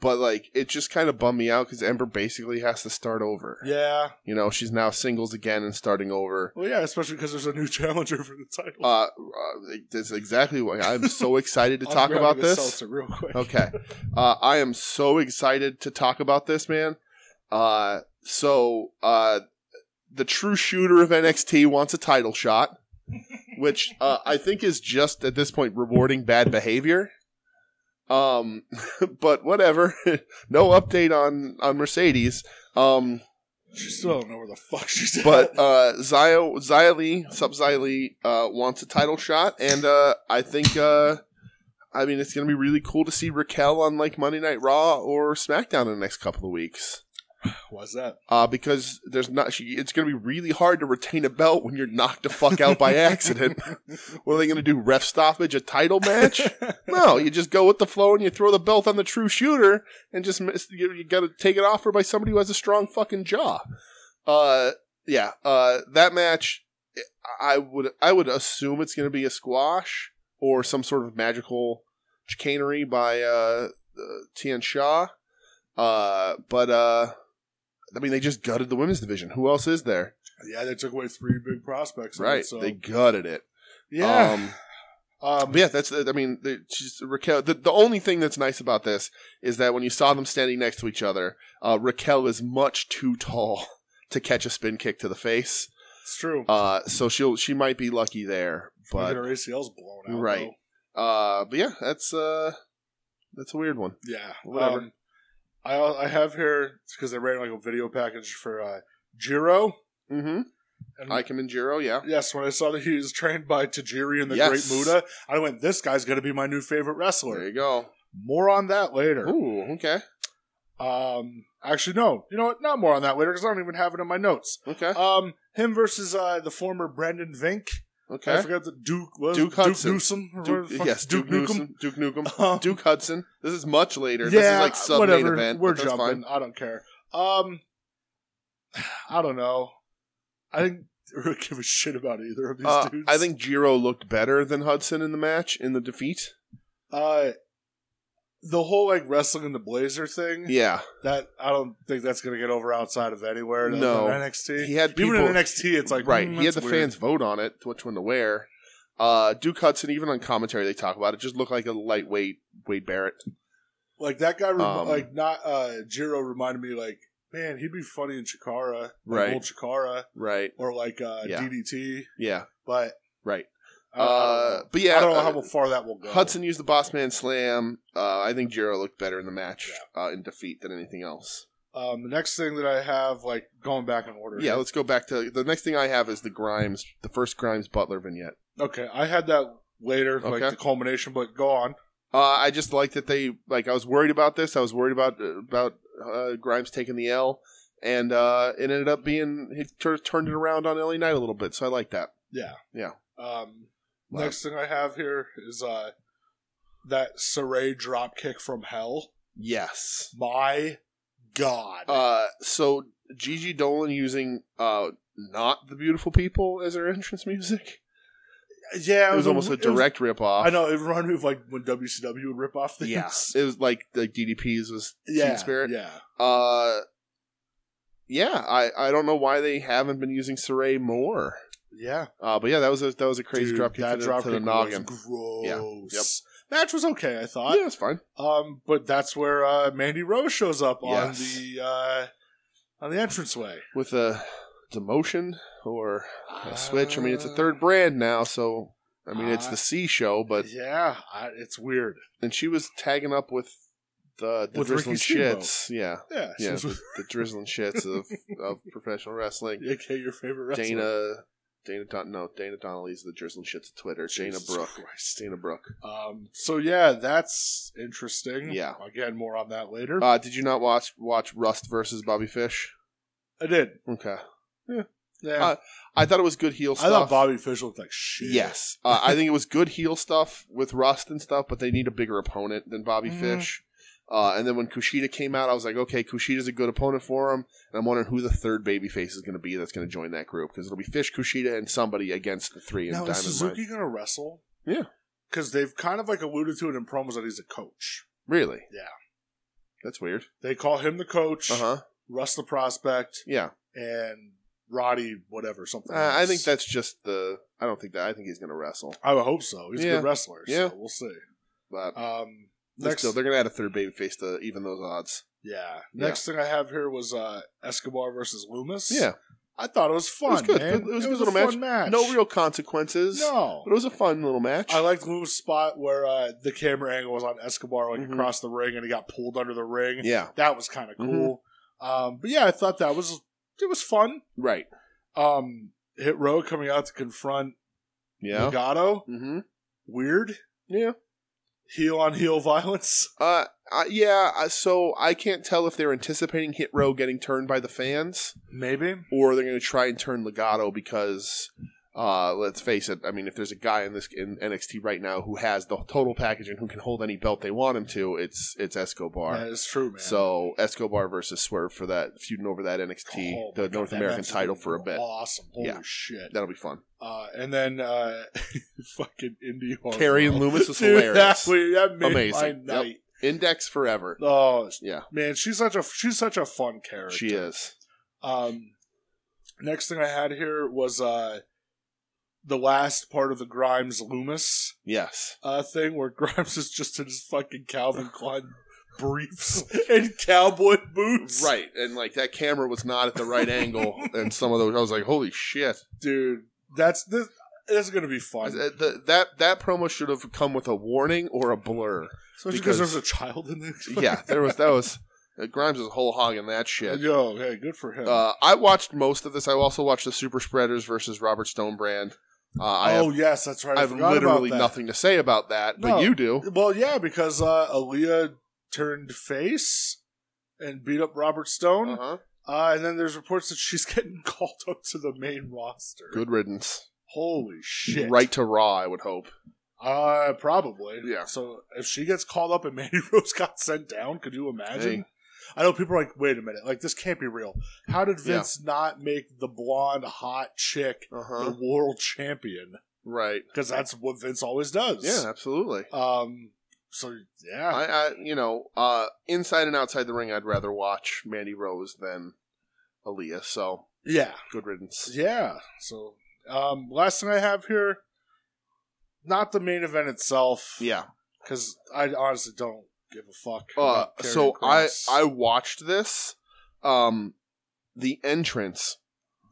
Speaker 1: but like it just kind of bummed me out because Ember basically has to start over.
Speaker 2: Yeah.
Speaker 1: You know, she's now singles again and starting over.
Speaker 2: Well, yeah, especially because there's a new [LAUGHS] challenger for the title.
Speaker 1: Uh, uh that's exactly why I'm
Speaker 2: [LAUGHS]
Speaker 1: so excited to
Speaker 2: I'm
Speaker 1: talk
Speaker 2: grabbing
Speaker 1: about
Speaker 2: a
Speaker 1: this.
Speaker 2: seltzer real quick.
Speaker 1: Okay. Uh, I am so excited to talk about this, man. Uh, so, uh, the true shooter of NXT wants a title shot, which, uh, I think is just at this point rewarding bad behavior. Um, [LAUGHS] but whatever. no update on, on Mercedes. Um,
Speaker 2: She still don't know where the fuck she's at. [LAUGHS]
Speaker 1: But uh, Zia Zia Lee, Sub Zia Lee, uh, wants a title shot, and uh, I think uh, I mean it's going to be really cool to see Raquel on like Monday Night Raw or SmackDown in the next couple of weeks.
Speaker 2: why's that?
Speaker 1: Uh, because there's not, she, it's going to be really hard to retain a belt when you're knocked the fuck out by accident. what are they going to do? Ref stoppage, a title match? no, you just go with the flow and you throw the belt on the true shooter and just miss, you, you got to take it off her by somebody who has a strong fucking jaw. Uh, yeah, uh, that match, I would, I would assume it's going to be a squash or some sort of magical chicanery by, uh, uh Tian Shaw. Uh, but, uh, I mean, they just gutted the women's division. Who else is there?
Speaker 2: [LAUGHS] Yeah, they took away three big prospects. in it,
Speaker 1: Right,
Speaker 2: So
Speaker 1: they gutted it.
Speaker 2: yeah.
Speaker 1: Um,
Speaker 2: Um,
Speaker 1: but yeah, that's. I mean, they, she's, Raquel. The, the only thing that's nice about this is that when you saw them standing next to each other, uh, Raquel is much too tall [LAUGHS] to catch a spin kick to the face.
Speaker 2: it's true.
Speaker 1: Uh, so she'll she might be lucky there.
Speaker 2: Look at
Speaker 1: But
Speaker 2: her ACL's blown out.
Speaker 1: Right.
Speaker 2: though.
Speaker 1: uh, but yeah, that's uh, that's a weird one.
Speaker 2: Yeah.
Speaker 1: Whatever.
Speaker 2: Um, I I have here because they ran like a video package for uh, Jiro.
Speaker 1: Mm-hmm.
Speaker 2: And
Speaker 1: Ikeman Jiro, yeah.
Speaker 2: yes, when I saw that he was trained by Tajiri and the
Speaker 1: Yes.
Speaker 2: Great Muda, I went, "This guy's gonna be my new favorite
Speaker 1: There
Speaker 2: wrestler."
Speaker 1: you go.
Speaker 2: More on that later.
Speaker 1: Ooh, okay,
Speaker 2: Um, actually, no. You know what? Not more on that later because I don't even have it in my notes.
Speaker 1: okay,
Speaker 2: Um, him versus uh, the former Brandon Vink. I
Speaker 1: okay.
Speaker 2: forgot the Duke was
Speaker 1: Duke Hudson.
Speaker 2: Duke Newsom. or whatever
Speaker 1: Duke,
Speaker 2: the fuck-
Speaker 1: yes, Duke, Nukem. Duke Nukem.
Speaker 2: [LAUGHS] Um,
Speaker 1: Duke Hudson. This is much later. this
Speaker 2: yeah,
Speaker 1: is like sub main
Speaker 2: whatever.
Speaker 1: event.
Speaker 2: We're
Speaker 1: but that's
Speaker 2: jumping. I don't care. Um, I don't know. I didn't really [LAUGHS] give a shit about either of these
Speaker 1: Uh,
Speaker 2: dudes.
Speaker 1: I think Jiro looked better than Hudson in the match in the defeat.
Speaker 2: uh, the whole like wrestling in the blazer thing.
Speaker 1: Yeah,
Speaker 2: That I don't think that's gonna get over outside of anywhere. than
Speaker 1: No.
Speaker 2: NXT.
Speaker 1: he had people.
Speaker 2: Even in NXT, it's like
Speaker 1: right,
Speaker 2: mm,
Speaker 1: he had the
Speaker 2: that's weird.
Speaker 1: fans vote on it which one to wear. Uh, Duke Hudson, even on commentary, they talk about it. Just looked like a lightweight Wade Barrett.
Speaker 2: Like that guy, rem-
Speaker 1: Um,
Speaker 2: like not uh Jiro reminded me like, man, he'd be funny in Chikara, like
Speaker 1: Right.
Speaker 2: old Chikara,
Speaker 1: Right.
Speaker 2: or like uh,
Speaker 1: Yeah.
Speaker 2: DDT.
Speaker 1: Yeah.
Speaker 2: But
Speaker 1: Right.
Speaker 2: I don't- I don't
Speaker 1: Uh,
Speaker 2: know.
Speaker 1: but yeah,
Speaker 2: I don't know
Speaker 1: uh,
Speaker 2: how far that will go.
Speaker 1: Hudson used the Boss Man Slam. Uh, I think Jiro looked better in the match uh, in defeat than anything else.
Speaker 2: Um, the next thing that I have, like going back in order.
Speaker 1: Yeah, let's go back to the next thing I have is the Grimes, the first Grimes Butler vignette.
Speaker 2: Okay, I had that later,
Speaker 1: Okay.
Speaker 2: like the culmination. But go on.
Speaker 1: Uh, I just like that they like. I was worried about this. I was worried about about uh, Grimes taking the L, and uh, it ended up being he tur- turned it around on LA Knight a little bit. So I like that.
Speaker 2: Yeah.
Speaker 1: Yeah.
Speaker 2: Um,
Speaker 1: Wow.
Speaker 2: Next thing I have here is uh, that Saray drop kick from hell.
Speaker 1: Yes.
Speaker 2: My God.
Speaker 1: Uh, so Gigi Dolan using uh, not the beautiful people as her entrance music.
Speaker 2: yeah,
Speaker 1: It was, almost a
Speaker 2: it was-
Speaker 1: direct rip off.
Speaker 2: I know it reminded me of like when WCW would rip off things. [LAUGHS]
Speaker 1: Yes, it was like like DDP's was
Speaker 2: yeah,
Speaker 1: Teen Spirit.
Speaker 2: Yeah,
Speaker 1: Uh, yeah. I I don't know why they haven't been using Saray more.
Speaker 2: yeah.
Speaker 1: Uh, but yeah, that was a that was a crazy
Speaker 2: Dude,
Speaker 1: drop kick to,
Speaker 2: That
Speaker 1: the-
Speaker 2: drop
Speaker 1: to the
Speaker 2: kick
Speaker 1: noggin.
Speaker 2: was
Speaker 1: Yep.
Speaker 2: gross. Match was okay, I thought.
Speaker 1: yeah, it's fine.
Speaker 2: Um, but that's where uh, Mandy Rose shows up
Speaker 1: Yes.
Speaker 2: on the uh, on the entranceway.
Speaker 1: With a demotion or a switch. I mean, it's a
Speaker 2: Uh,
Speaker 1: third brand now, so I mean, it's
Speaker 2: uh,
Speaker 1: the C show. But
Speaker 2: yeah, I, it's weird.
Speaker 1: and she was tagging up with the, the
Speaker 2: With Ricky
Speaker 1: drizzling
Speaker 2: Steamboat.
Speaker 1: shits. Yeah,
Speaker 2: Yeah, she
Speaker 1: Yeah.
Speaker 2: was with [LAUGHS]
Speaker 1: the drizzling shits of, of professional wrestling.
Speaker 2: AKA your favorite wrestler.
Speaker 1: Dana. Dana Don- no Dana Donnelly's the drizzling shits of Twitter.
Speaker 2: Jesus
Speaker 1: Dana Brooke,
Speaker 2: Christ.
Speaker 1: Dana Brooke.
Speaker 2: Um, so yeah, that's interesting.
Speaker 1: Yeah.
Speaker 2: again, more on that later.
Speaker 1: Uh, did you not watch watch Rust versus Bobby Fish?
Speaker 2: I did.
Speaker 1: Okay,
Speaker 2: Yeah,
Speaker 1: uh, I thought it was good heel
Speaker 2: I
Speaker 1: stuff.
Speaker 2: thought Bobby Fish looked like shit.
Speaker 1: Yes, uh, I think it was good heel stuff with Rust and stuff, but they need a bigger opponent than Bobby
Speaker 2: Mhm.
Speaker 1: Fish. Uh, and then when Kushida came out, I was like, okay, Kushida's a good opponent for him, and I'm wondering who the third babyface is going to be that's going to join that group because it'll be Fish, Kushida, and somebody against the three in
Speaker 2: Now
Speaker 1: Diamond
Speaker 2: is Suzuki
Speaker 1: Mine.
Speaker 2: gonna wrestle?
Speaker 1: Yeah.
Speaker 2: because they've kind of like alluded to it in promos that he's a coach.
Speaker 1: Really?
Speaker 2: Yeah.
Speaker 1: that's weird.
Speaker 2: They call him the coach,
Speaker 1: Uh huh.
Speaker 2: Russ the prospect,
Speaker 1: Yeah,
Speaker 2: and Roddy whatever something.
Speaker 1: uh, I
Speaker 2: else.
Speaker 1: think that's just the. I don't think that. I think he's going to wrestle,
Speaker 2: I would hope so. He's a
Speaker 1: Yeah.
Speaker 2: good wrestler. So
Speaker 1: Yeah.
Speaker 2: we'll see.
Speaker 1: but
Speaker 2: Um,
Speaker 1: they're
Speaker 2: next,
Speaker 1: still, they're going to add a third babyface to even those odds.
Speaker 2: yeah. Next thing I have here was uh, Escobar versus Loomis.
Speaker 1: Yeah,
Speaker 2: I thought it was fun.
Speaker 1: was good.
Speaker 2: man.
Speaker 1: It was a good
Speaker 2: a
Speaker 1: little
Speaker 2: fun match.
Speaker 1: no real consequences.
Speaker 2: No.
Speaker 1: but it was a fun little match.
Speaker 2: I liked Loomis' spot where uh, the camera angle was on Escobar like
Speaker 1: Mhm.
Speaker 2: across the ring, and he got pulled under the ring.
Speaker 1: yeah, Mm-hmm.
Speaker 2: That was kind of cool. Um, but yeah, I thought that was it was fun.
Speaker 1: Right.
Speaker 2: Um, Hit Row coming out to confront
Speaker 1: Yeah.
Speaker 2: Legato.
Speaker 1: Mm-hmm.
Speaker 2: Weird.
Speaker 1: Yeah.
Speaker 2: Heel on heel [LAUGHS] violence.
Speaker 1: Uh, uh, yeah. uh, So I can't tell if they're anticipating Hit Row getting turned by the fans,
Speaker 2: Maybe.
Speaker 1: or they're going to try and turn Legato because, uh, let's face it. I mean, if there's a guy in this in NXT right now who has the total package and who can hold any belt they want him to, it's it's Escobar.
Speaker 2: That is true, man.
Speaker 1: So Escobar versus Swerve for that feuding over that NXT
Speaker 2: Oh my
Speaker 1: the
Speaker 2: God,
Speaker 1: North
Speaker 2: that
Speaker 1: American
Speaker 2: match is
Speaker 1: title for a bit.
Speaker 2: Awesome. Holy
Speaker 1: Yeah.
Speaker 2: shit.
Speaker 1: That'll be fun.
Speaker 2: Uh, and then uh, [LAUGHS] fucking Indy Hartwell.
Speaker 1: Carrie and Loomis was
Speaker 2: [LAUGHS] Dude,
Speaker 1: hilarious.
Speaker 2: That, was- that made
Speaker 1: Amazing.
Speaker 2: my
Speaker 1: Yep.
Speaker 2: night.
Speaker 1: Index forever.
Speaker 2: Oh
Speaker 1: Yeah,
Speaker 2: man, she's such a she's such a fun character.
Speaker 1: she is.
Speaker 2: Um, next thing I had here was uh, the last part of the Grimes Loomis
Speaker 1: Yes.
Speaker 2: uh, thing where [LAUGHS] Grimes is just in his fucking
Speaker 1: [LAUGHS]
Speaker 2: Calvin Klein briefs and cowboy boots.
Speaker 1: Right, and like that camera was not at the right
Speaker 2: [LAUGHS]
Speaker 1: angle, and some of those I was like, "Holy shit!"
Speaker 2: dude, that's this. This is gonna be
Speaker 1: Uh,
Speaker 2: fun.
Speaker 1: the- that that promo should have come with a warning or a blur.
Speaker 2: Especially
Speaker 1: because-
Speaker 2: because there's a child in this.
Speaker 1: Yeah, there was that was uh, Grimes is whole hog in that shit.
Speaker 2: Yo, hey, good for him.
Speaker 1: Uh, I watched most of this. I also watched the Super Spreaders versus Robert Stonebrand. Uh, I
Speaker 2: oh
Speaker 1: have,
Speaker 2: yes, that's
Speaker 1: I
Speaker 2: right. I
Speaker 1: have
Speaker 2: forgot
Speaker 1: literally
Speaker 2: about that.
Speaker 1: nothing to say about that,
Speaker 2: No.
Speaker 1: but you do.
Speaker 2: Well, yeah, because uh, Aaliyah turned face and beat up Robert Stone, uh
Speaker 1: Uh-huh.
Speaker 2: and then there's reports that she's [LAUGHS] getting called up to the main roster.
Speaker 1: Good riddance.
Speaker 2: Holy shit!
Speaker 1: Right to Raw, I would hope.
Speaker 2: Uh, probably.
Speaker 1: Yeah.
Speaker 2: So if she gets called up and [LAUGHS] Mandy Rose got sent down, could you imagine?
Speaker 1: Hey.
Speaker 2: I know people are like, wait a minute, like this can't be real. How did Vince not make the blonde hot chick
Speaker 1: Uh
Speaker 2: the world champion?
Speaker 1: Right.
Speaker 2: Because that's what Vince always does.
Speaker 1: Yeah, absolutely.
Speaker 2: Um. So yeah.
Speaker 1: I, I you know, uh, inside and outside the ring, I'd rather watch Mandy Rose than Aaliyah. So
Speaker 2: yeah.
Speaker 1: good riddance.
Speaker 2: Yeah. So, um, last thing I have here, not the main event itself,
Speaker 1: Yeah.
Speaker 2: because I honestly don't give a fuck.
Speaker 1: Uh,
Speaker 2: about
Speaker 1: so
Speaker 2: Karrion
Speaker 1: I
Speaker 2: Kross.
Speaker 1: I watched this. Um, the entrance,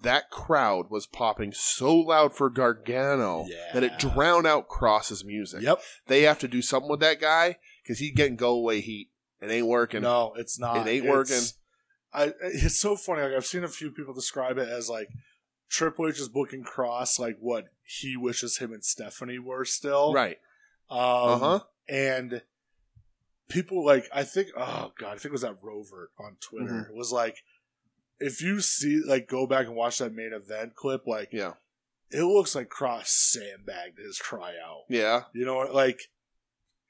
Speaker 1: that crowd was popping so loud for Gargano
Speaker 2: Yeah.
Speaker 1: that it drowned out Cross's music.
Speaker 2: yep,
Speaker 1: They have to do something with that guy because he getting go away heat. It ain't working.
Speaker 2: no, it's not.
Speaker 1: It ain't
Speaker 2: It's-
Speaker 1: working.
Speaker 2: I it's so funny. Like I've seen a few people describe it as like Triple H is booking Cross like what he wishes him and Stephanie were still.
Speaker 1: Right.
Speaker 2: Um,
Speaker 1: Uh huh.
Speaker 2: and people like I think oh god, I think it was that Rover on Twitter
Speaker 1: Mm-hmm.
Speaker 2: It was like if you see like go back and watch that main event clip, like
Speaker 1: Yeah.
Speaker 2: it looks like Cross sandbagged his tryout.
Speaker 1: Yeah.
Speaker 2: You know, like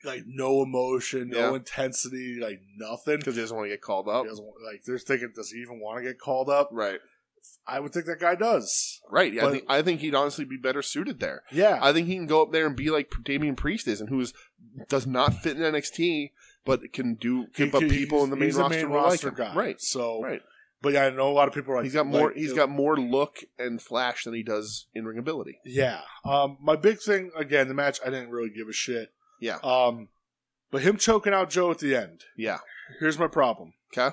Speaker 2: like no emotion, no
Speaker 1: Yeah.
Speaker 2: intensity, like nothing.
Speaker 1: Because he doesn't want to get called up.
Speaker 2: He doesn't want- Like they're thinking, does he even want to get called up?
Speaker 1: Right.
Speaker 2: I would think that guy does.
Speaker 1: Right. Yeah, I
Speaker 2: But-
Speaker 1: think I think he'd honestly be better suited there.
Speaker 2: Yeah,
Speaker 1: I think he can go up there and be like Damian Priest is, and who's does not fit in NXT, but can do
Speaker 2: He-
Speaker 1: keep up
Speaker 2: he-
Speaker 1: people in the main
Speaker 2: he's
Speaker 1: roster. who like him.
Speaker 2: guy.
Speaker 1: Right,
Speaker 2: So,
Speaker 1: right.
Speaker 2: but yeah, I know a lot of people are like
Speaker 1: he's got more.
Speaker 2: like, uh,
Speaker 1: he's got more look and flash than he does in ring ability.
Speaker 2: Yeah. Um, my big thing again, the match I didn't really give a shit.
Speaker 1: Yeah.
Speaker 2: Um, but him choking out Joe at the end.
Speaker 1: Yeah,
Speaker 2: Here's my problem.
Speaker 1: 'Kay.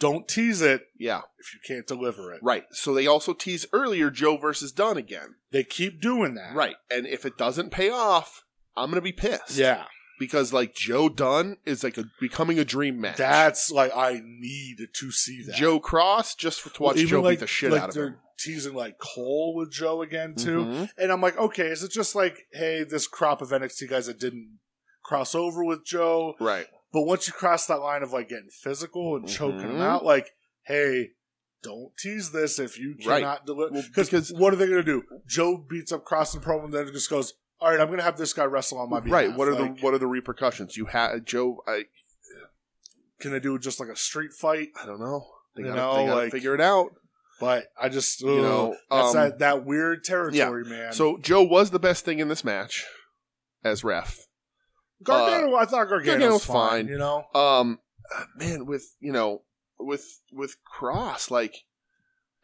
Speaker 2: Don't tease it
Speaker 1: yeah,
Speaker 2: if you can't deliver it.
Speaker 1: right. So they also tease earlier Joe versus Dunn again.
Speaker 2: They keep doing that.
Speaker 1: Right, and if it doesn't pay off, I'm gonna be pissed.
Speaker 2: Yeah.
Speaker 1: because like Joe Dunn is like a, becoming a dream match.
Speaker 2: That's like I need to see that.
Speaker 1: Joe Cross just for, to watch
Speaker 2: Even
Speaker 1: Joe
Speaker 2: like-
Speaker 1: beat the shit
Speaker 2: like
Speaker 1: out of
Speaker 2: they're
Speaker 1: him.
Speaker 2: Teasing like Cole with Joe again too.
Speaker 1: Mhm.
Speaker 2: And I'm like, okay, is it just like, hey, this crop of NXT guys that didn't cross over with Joe?
Speaker 1: Right,
Speaker 2: But once you cross that line of like getting physical and choking
Speaker 1: Mhm.
Speaker 2: them out, like, hey, don't tease this if you
Speaker 1: Right.
Speaker 2: cannot deliver.
Speaker 1: Well,
Speaker 2: because
Speaker 1: because-
Speaker 2: what are they going to do? Joe beats up Cross and Promo, and then just goes, "All right, I'm going to have this guy wrestle on my behalf."
Speaker 1: right. What are
Speaker 2: Like,
Speaker 1: the what are the repercussions? You had Joe. I,
Speaker 2: Can they do just like a street fight?
Speaker 1: I don't know. They
Speaker 2: You
Speaker 1: gotta,
Speaker 2: know,
Speaker 1: they gotta
Speaker 2: like-
Speaker 1: figure it out.
Speaker 2: But I just
Speaker 1: You
Speaker 2: ugh,
Speaker 1: know,
Speaker 2: that's
Speaker 1: um,
Speaker 2: that, that weird territory, man.
Speaker 1: So uh, Joe was the best thing in this match as ref.
Speaker 2: Gargano, I thought Gargano's,
Speaker 1: Gargano's
Speaker 2: fine,
Speaker 1: fine.
Speaker 2: You know,
Speaker 1: Um, man, with you know, with with Cross, like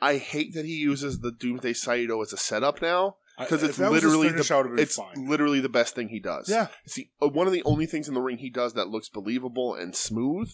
Speaker 1: I hate that he uses the Doomsday Saito as a setup now. 'Cause
Speaker 2: I-
Speaker 1: it's
Speaker 2: if that was his
Speaker 1: literally
Speaker 2: finish,
Speaker 1: the-
Speaker 2: I would've been
Speaker 1: It's
Speaker 2: fine.
Speaker 1: literally the best thing he does.
Speaker 2: yeah,
Speaker 1: it's the, uh, one of the only things in the ring he does that looks believable and smooth.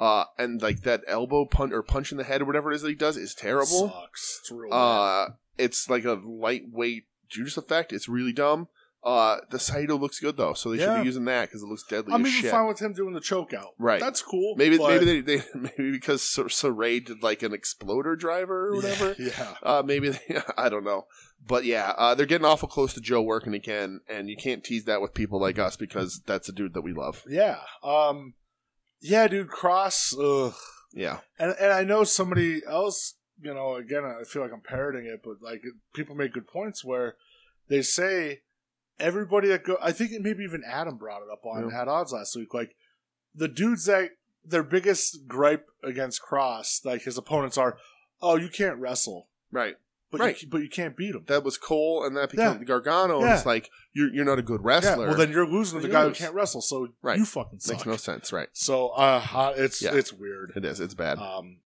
Speaker 1: Uh, and like that elbow punch or punch in the head or whatever it is that he does is terrible.
Speaker 2: Sucks. It's real bad.
Speaker 1: Uh, it's like a lightweight juice effect. It's really dumb. Uh, the Saito looks good though, so they should
Speaker 2: Yeah.
Speaker 1: be using that because it looks deadly
Speaker 2: I'm
Speaker 1: as
Speaker 2: even
Speaker 1: shit.
Speaker 2: fine with him doing the choke out.
Speaker 1: Right.
Speaker 2: That's cool.
Speaker 1: maybe
Speaker 2: but-
Speaker 1: maybe they, [LAUGHS] they maybe because Sar- Saray did like an exploder driver or whatever.
Speaker 2: [LAUGHS] Yeah.
Speaker 1: Uh, maybe they, [LAUGHS] I don't know, but yeah, uh, they're getting awful close to Joe working again, and you can't tease that with people like us because that's a dude that we love.
Speaker 2: Yeah. Um yeah, dude, Cross, ugh.
Speaker 1: Yeah,
Speaker 2: And and I know somebody else, you know, again, I feel like I'm parroting it, but like people make good points where they say everybody that go I think maybe even Adam brought it up on
Speaker 1: Yeah.
Speaker 2: had odds last week like the dudes that their biggest gripe against Cross, like his opponents are, "Oh, you can't wrestle."
Speaker 1: right.
Speaker 2: But
Speaker 1: Right.
Speaker 2: you, but you can't beat him.
Speaker 1: That was Cole, and that became Gargano. And
Speaker 2: Yeah.
Speaker 1: it's like you're you're not a good wrestler.
Speaker 2: Yeah, well, then you're losing to the
Speaker 1: You
Speaker 2: guy
Speaker 1: lose.
Speaker 2: who can't wrestle, so
Speaker 1: Right.
Speaker 2: you fucking
Speaker 1: makes
Speaker 2: suck.
Speaker 1: no sense, right?
Speaker 2: So uh, uh, it's
Speaker 1: Yeah.
Speaker 2: it's weird.
Speaker 1: It is. It's bad.
Speaker 2: Um,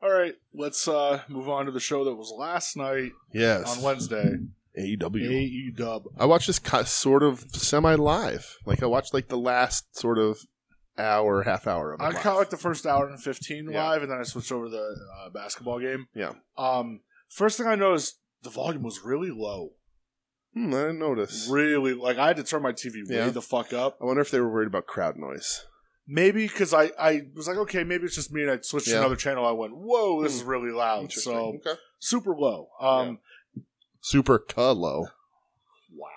Speaker 2: all right, let's uh, move on to the show that was last night
Speaker 1: yes, E
Speaker 2: on Wednesday.
Speaker 1: AEW.
Speaker 2: AEW dub.
Speaker 1: I watched this ki sort of semi live. Like I watched like the last sort of hour, half hour of it.
Speaker 2: I
Speaker 1: live.
Speaker 2: caught like the first hour and fifteen
Speaker 1: Yeah.
Speaker 2: live, and then I switched over to the uh, basketball game.
Speaker 1: Yeah.
Speaker 2: Um, first thing I noticed, the volume was really low.
Speaker 1: Hmm, I didn't notice.
Speaker 2: Really, like I had to turn my TV way
Speaker 1: Yeah.
Speaker 2: the fuck up.
Speaker 1: I wonder if they were worried about crowd noise.
Speaker 2: Maybe because I, I was like, okay, maybe it's just me, and I switched
Speaker 1: Yeah.
Speaker 2: to another channel. I went, whoa, this
Speaker 1: Hmm.
Speaker 2: is really loud. Oh, So
Speaker 1: okay.
Speaker 2: super low. Um,
Speaker 1: Super Colo.
Speaker 2: wow,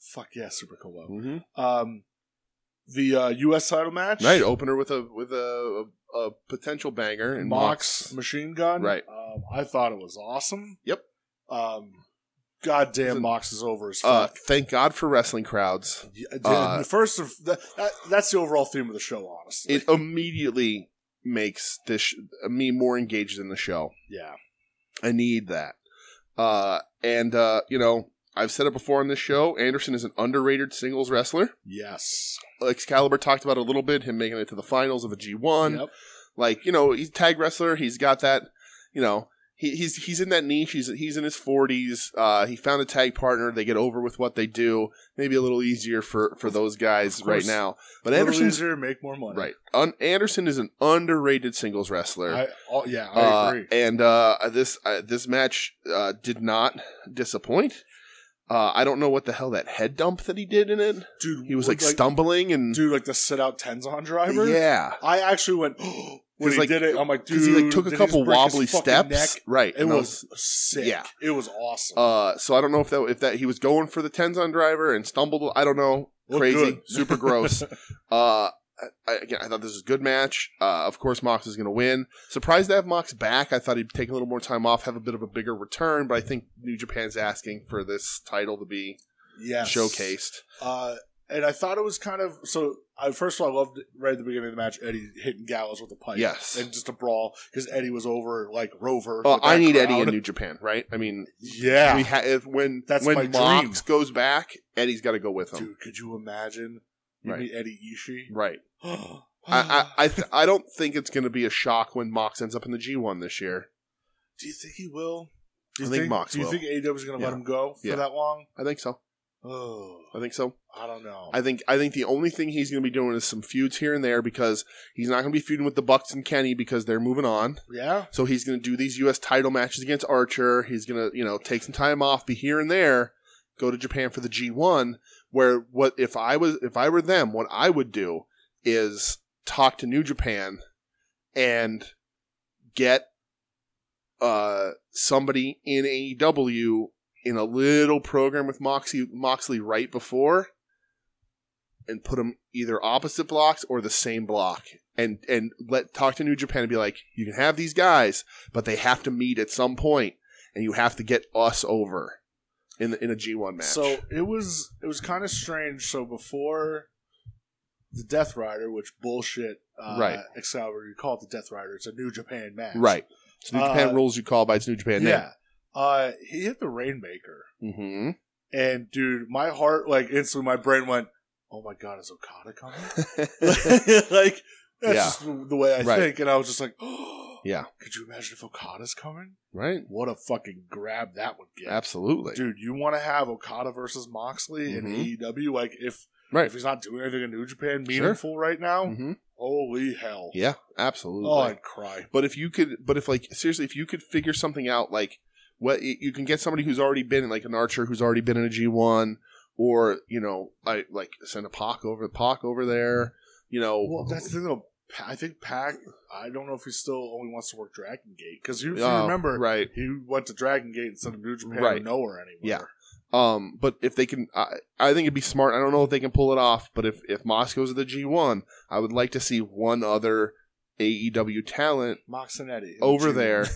Speaker 2: fuck yeah, super cool low.
Speaker 1: Mm-hmm.
Speaker 2: um, the uh, U.S. title match.
Speaker 1: Right, opener with a with a, a, a potential banger and
Speaker 2: Mox
Speaker 1: Mox.
Speaker 2: machine gun.
Speaker 1: Right.
Speaker 2: Um, I thought it was awesome.
Speaker 1: Yep.
Speaker 2: Um, God
Speaker 1: It's a-
Speaker 2: damn, Mox is over as
Speaker 1: Uh,
Speaker 2: fuck.
Speaker 1: thank God for wrestling crowds.
Speaker 2: Yeah, dude,
Speaker 1: uh,
Speaker 2: the first of that, that, that's the overall theme of the show, honestly.
Speaker 1: It immediately makes this sh- me more engaged in the show.
Speaker 2: yeah.
Speaker 1: I need that. Uh, and uh, you know, I've said it before on this show. Anderson is an underrated singles wrestler.
Speaker 2: Yes.
Speaker 1: Excalibur talked about it a little bit. Him making it to the finals of a G one.
Speaker 2: Yep.
Speaker 1: like you know he's a tag wrestler he's got that you know he, he's he's in that niche he's he's in his 40s uh he found a tag partner they get over with what they do maybe a little easier for for those guys
Speaker 2: Of
Speaker 1: right
Speaker 2: course.
Speaker 1: now but
Speaker 2: Little
Speaker 1: anderson's
Speaker 2: easier, make more money.
Speaker 1: right Un- anderson is an underrated singles wrestler
Speaker 2: I, oh, yeah, I
Speaker 1: uh,
Speaker 2: agree.
Speaker 1: and uh, this uh, this match uh, did not disappoint. Uh, I don't know what the hell that head dump that he did in it.
Speaker 2: Dude,
Speaker 1: He was
Speaker 2: like,
Speaker 1: like, stumbling and
Speaker 2: dude, like the sit out Tenzon driver.
Speaker 1: yeah,
Speaker 2: I actually went [GASPS] when
Speaker 1: 'Cause,
Speaker 2: he
Speaker 1: like,
Speaker 2: did it. I'm like, dude,
Speaker 1: because he like took a
Speaker 2: did he
Speaker 1: couple
Speaker 2: just break his
Speaker 1: wobbly
Speaker 2: fucking
Speaker 1: steps.
Speaker 2: neck?
Speaker 1: Right,
Speaker 2: It
Speaker 1: and I
Speaker 2: was sick.
Speaker 1: yeah.
Speaker 2: It was awesome.
Speaker 1: Uh, so I don't know if that if that he was going for the Tenzon driver and stumbled. I don't know.
Speaker 2: Looked
Speaker 1: Crazy,
Speaker 2: good. [LAUGHS]
Speaker 1: super gross. Uh, I, again, I thought this was a good match. Uh, of course, Mox is going to win. Surprised to have Mox back. I thought he'd take a little more time off, have a bit of a bigger return, but I think New Japan's asking for this title to be
Speaker 2: yes.
Speaker 1: showcased.
Speaker 2: Uh, and I thought it was kind of so. I first of all, I loved right at the beginning of the match Eddie hitting Gallows with a pipe.
Speaker 1: Yes.
Speaker 2: and just a brawl because Eddie was over like Rover.
Speaker 1: Uh,
Speaker 2: with that
Speaker 1: I need Eddie
Speaker 2: crowd.
Speaker 1: in New Japan, right? I mean,
Speaker 2: yeah,
Speaker 1: we ha- if, when
Speaker 2: That's my
Speaker 1: when
Speaker 2: dream.
Speaker 1: Mox goes back, Eddie's got to go with him,
Speaker 2: dude, could you imagine? You
Speaker 1: Right.
Speaker 2: meet Eddie Ishii. [GASPS]
Speaker 1: right?
Speaker 2: [SIGHS]
Speaker 1: I I I, th- I don't think it's going to be a shock when Mox ends up in the G one this year.
Speaker 2: do you think he will? Do you
Speaker 1: I think Mox
Speaker 2: Do you
Speaker 1: will.
Speaker 2: think AEW is going to
Speaker 1: Yeah.
Speaker 2: let him go for
Speaker 1: Yeah.
Speaker 2: that long?
Speaker 1: I think so.
Speaker 2: Oh,
Speaker 1: I think so.
Speaker 2: I don't know.
Speaker 1: I think I think the only thing he's going to be doing is some feuds here and there because he's not going to be feuding with the Bucks and Kenny because they're moving on.
Speaker 2: yeah,
Speaker 1: So he's going to do these U.S. title matches against Archer. He's going to you know take some time off, be here and there, go to Japan for the G1. Where what if I was if I were them, what I would do is talk to New Japan and get uh somebody in AEW in a little program with Moxie Moxley right before and put them either opposite blocks or the same block and and let talk to New Japan and be like you can have these guys but they have to meet at some point and you have to get us over in the, in a G1 match.
Speaker 2: So it was it was kind of strange. So before the Death Rider, which bullshit, uh,
Speaker 1: Right.
Speaker 2: Excalibur, you call it the Death Rider. It's a New Japan match,
Speaker 1: right. So New Japan
Speaker 2: Uh,
Speaker 1: rules you call by its New Japan
Speaker 2: yeah, uh, he hit the Rainmaker,
Speaker 1: name. Mhm.
Speaker 2: and dude, my heart like instantly, my brain went, "Oh my god, is
Speaker 1: [LAUGHS]
Speaker 2: Okada coming?" [LAUGHS] like
Speaker 1: Yeah.
Speaker 2: that's just the the way I
Speaker 1: Right.
Speaker 2: think, and I was just like, [GASPS] "Oh,
Speaker 1: Yeah.
Speaker 2: Could you imagine if Okada's coming?
Speaker 1: right?
Speaker 2: What a fucking grab that would get!"
Speaker 1: Absolutely.
Speaker 2: Dude, you want to have Okada versus Moxley in AEW? Like, if
Speaker 1: Mm-hmm. Right.
Speaker 2: if he's not doing anything in New
Speaker 1: Sure.
Speaker 2: Japan meaningful right now,
Speaker 1: Mhm.
Speaker 2: holy hell!
Speaker 1: Yeah, absolutely.
Speaker 2: oh, I'd cry.
Speaker 1: But if you could, but if like seriously, if you could figure something out, like what you can get somebody who's already been in, like an Archer who's already been in a G one, or you know, I like send a Pac over Pac over there. You know, Um,
Speaker 2: Well, that's the thing though. Pa- I think Pac. I don't know if he still only wants to work Dragon Gate because you, if you
Speaker 1: Oh,
Speaker 2: remember
Speaker 1: right?
Speaker 2: he went to Dragon Gate instead of New Japan
Speaker 1: Right.
Speaker 2: or nowhere anywhere.
Speaker 1: Yeah. Um, but if they can, I, I think it'd be smart. I don't know if they can pull it off, but if if Moscow's at the G one, I would like to see one other AEW talent
Speaker 2: Moxinetti in
Speaker 1: over
Speaker 2: G1.
Speaker 1: there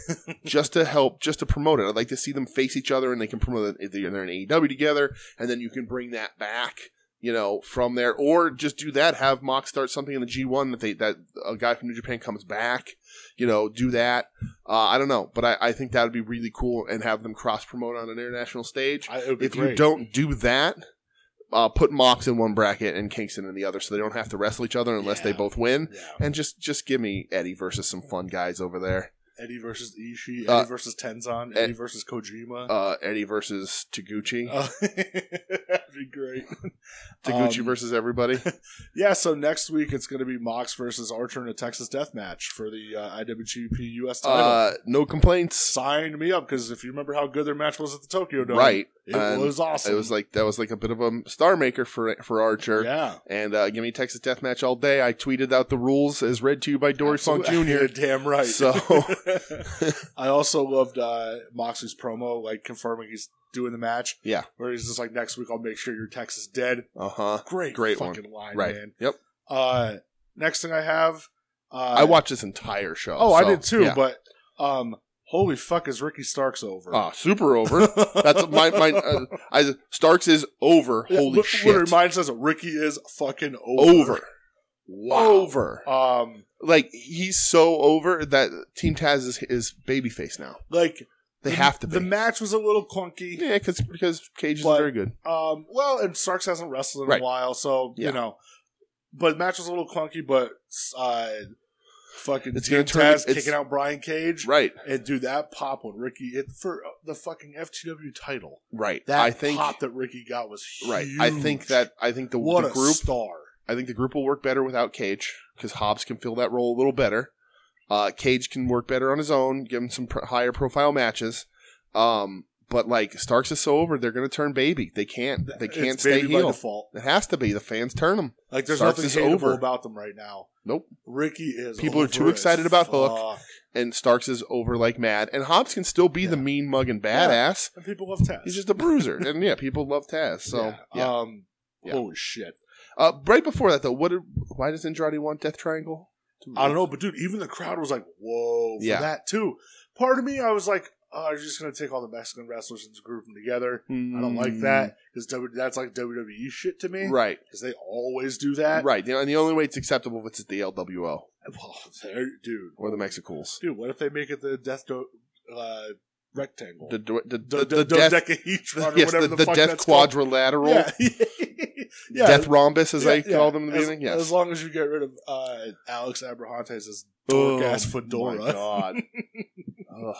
Speaker 1: just to help, just to promote it. I'd like to see them face each other and they can promote it. They're they're in AEW together, and then you can bring that back, you know, from there, or just do that. Have Mox start something in the G one that they that a guy from New Japan comes back, you know, do that. Uh, I don't know, but I, I think that would be really cool and have them cross promote on an international stage
Speaker 2: [LAUGHS] I, it would be
Speaker 1: if you
Speaker 2: great.
Speaker 1: don't do that, uh, put Mox in one bracket and Kingston in the other, so they don't have to wrestle each other unless they
Speaker 2: Yeah.
Speaker 1: both win.
Speaker 2: Yeah.
Speaker 1: And just just give me Eddie versus some fun guys over there.
Speaker 2: Eddie versus Ishii, Eddie
Speaker 1: Uh,
Speaker 2: versus Tenzon,
Speaker 1: Ed-
Speaker 2: Eddie versus Kojima.
Speaker 1: Uh, Eddie versus Taguchi.
Speaker 2: Uh, [LAUGHS] that'd be great.
Speaker 1: Taguchi
Speaker 2: um,
Speaker 1: versus
Speaker 2: [LAUGHS]
Speaker 1: everybody.
Speaker 2: Yeah, so next week it's going to be Mox versus Archer in a Texas Death Match for the uh, IWGP US title.
Speaker 1: Uh, no complaints.
Speaker 2: Signed me up because if you remember how good their match was at the Tokyo Dome,
Speaker 1: Right.
Speaker 2: It
Speaker 1: and
Speaker 2: was awesome.
Speaker 1: It was like that was like a bit of a star maker for for Archer. [LAUGHS]
Speaker 2: yeah,
Speaker 1: And uh, give me Texas Deathmatch all day. I tweeted out the rules as read to you by Dory Funk
Speaker 2: Absolutely. [LAUGHS]
Speaker 1: Jr.
Speaker 2: Damn right.
Speaker 1: So-
Speaker 2: [LAUGHS]
Speaker 1: [LAUGHS]
Speaker 2: I also loved uh, Moxley's promo, like confirming he's doing the match.
Speaker 1: Yeah.
Speaker 2: where he's just like, next week I'll make sure your Texas dead.
Speaker 1: Uh huh.
Speaker 2: Great,
Speaker 1: Great one.
Speaker 2: fucking line,
Speaker 1: Right.
Speaker 2: man.
Speaker 1: Yep.
Speaker 2: Uh, next thing I have, uh,
Speaker 1: I watched this entire show.
Speaker 2: Oh, I
Speaker 1: so,
Speaker 2: did too.
Speaker 1: yeah.
Speaker 2: But um, holy fuck, is Ricky Starks over?
Speaker 1: Ah, super over. That's my my. Uh, I, Starks is over.
Speaker 2: [LAUGHS] Yeah,
Speaker 1: Holy
Speaker 2: li-
Speaker 1: shit!
Speaker 2: Literally, mine says Ricky is fucking over.
Speaker 1: over. Wow. Over.
Speaker 2: Um,
Speaker 1: Like he's so over that Team Taz is, is babyface now.
Speaker 2: like
Speaker 1: They
Speaker 2: the-
Speaker 1: have to be.
Speaker 2: The match was a little clunky.
Speaker 1: yeah, because because Cage is
Speaker 2: But-
Speaker 1: very good.
Speaker 2: Um, well, and Starks hasn't wrestled in
Speaker 1: Right.
Speaker 2: a while, so
Speaker 1: Yeah.
Speaker 2: you know. But the match was a little clunky, but uh, fucking
Speaker 1: It's
Speaker 2: it's
Speaker 1: gonna
Speaker 2: Team
Speaker 1: turn-
Speaker 2: Taz
Speaker 1: it's-
Speaker 2: kicking out Brian Cage,
Speaker 1: Right.
Speaker 2: and dude, that pop when Ricky hit for uh, the fucking FTW title.
Speaker 1: Right.
Speaker 2: That
Speaker 1: I think.
Speaker 2: pop that Ricky got was huge.
Speaker 1: Right. I think that I think the,
Speaker 2: what
Speaker 1: the
Speaker 2: a
Speaker 1: group.
Speaker 2: star.
Speaker 1: I think the group will work better without Cage because Hobbs can fill that role a little better. Uh, Cage can work better on his own, give him some pro- higher profile matches. Um, but like Starks is so over, they're going to turn baby. They can't. They
Speaker 2: It's
Speaker 1: can't stay
Speaker 2: baby by
Speaker 1: heel.
Speaker 2: default.
Speaker 1: It has to be. The fans turn them.
Speaker 2: Like there's
Speaker 1: Starks is
Speaker 2: nothing hateable
Speaker 1: over.
Speaker 2: about them right now.
Speaker 1: Nope.
Speaker 2: Ricky is.
Speaker 1: People are
Speaker 2: over
Speaker 1: too
Speaker 2: as
Speaker 1: excited about Hook.
Speaker 2: fuck.
Speaker 1: And Starks is over like mad. And Hobbs can still be the
Speaker 2: Yeah.
Speaker 1: mean mug and badass.
Speaker 2: and people love Taz.
Speaker 1: He's just a bruiser. and yeah, people love Taz. So yeah.
Speaker 2: um,
Speaker 1: Yeah.
Speaker 2: holy shit.
Speaker 1: Uh, right before that though, what? Did, why does Andrade want Death Triangle?
Speaker 2: I don't know, but dude, even the crowd was like, "Whoa!" For
Speaker 1: Yeah.
Speaker 2: that too. Part of me, I was like, "Oh, you're just gonna take all the Mexican wrestlers and group them together." I don't like that because that's like WWE shit to me.
Speaker 1: Mm. Hmm. Right.
Speaker 2: Because they always do that.
Speaker 1: Right. You know, And the only way it's acceptable if it's at the LWO
Speaker 2: [LAUGHS] Well, there, dude.
Speaker 1: or the Mexicools.
Speaker 2: Dude, what if they make it the death do- uh, rectangle?
Speaker 1: The, the, the,
Speaker 2: the, the,
Speaker 1: the death,
Speaker 2: dodecahedron
Speaker 1: [LAUGHS]
Speaker 2: or
Speaker 1: yes, the,
Speaker 2: whatever the,
Speaker 1: the
Speaker 2: fuck
Speaker 1: death
Speaker 2: that's called.
Speaker 1: quadrilateral,
Speaker 2: Yeah. [LAUGHS] yeah.
Speaker 1: death rhombus, as I
Speaker 2: Yeah, yeah.
Speaker 1: call them in the
Speaker 2: As-
Speaker 1: beginning. Yes.
Speaker 2: As long as you get rid of uh, Alex Abrahantes' dork ass
Speaker 1: Oh,
Speaker 2: fedora.
Speaker 1: my God. Ugh.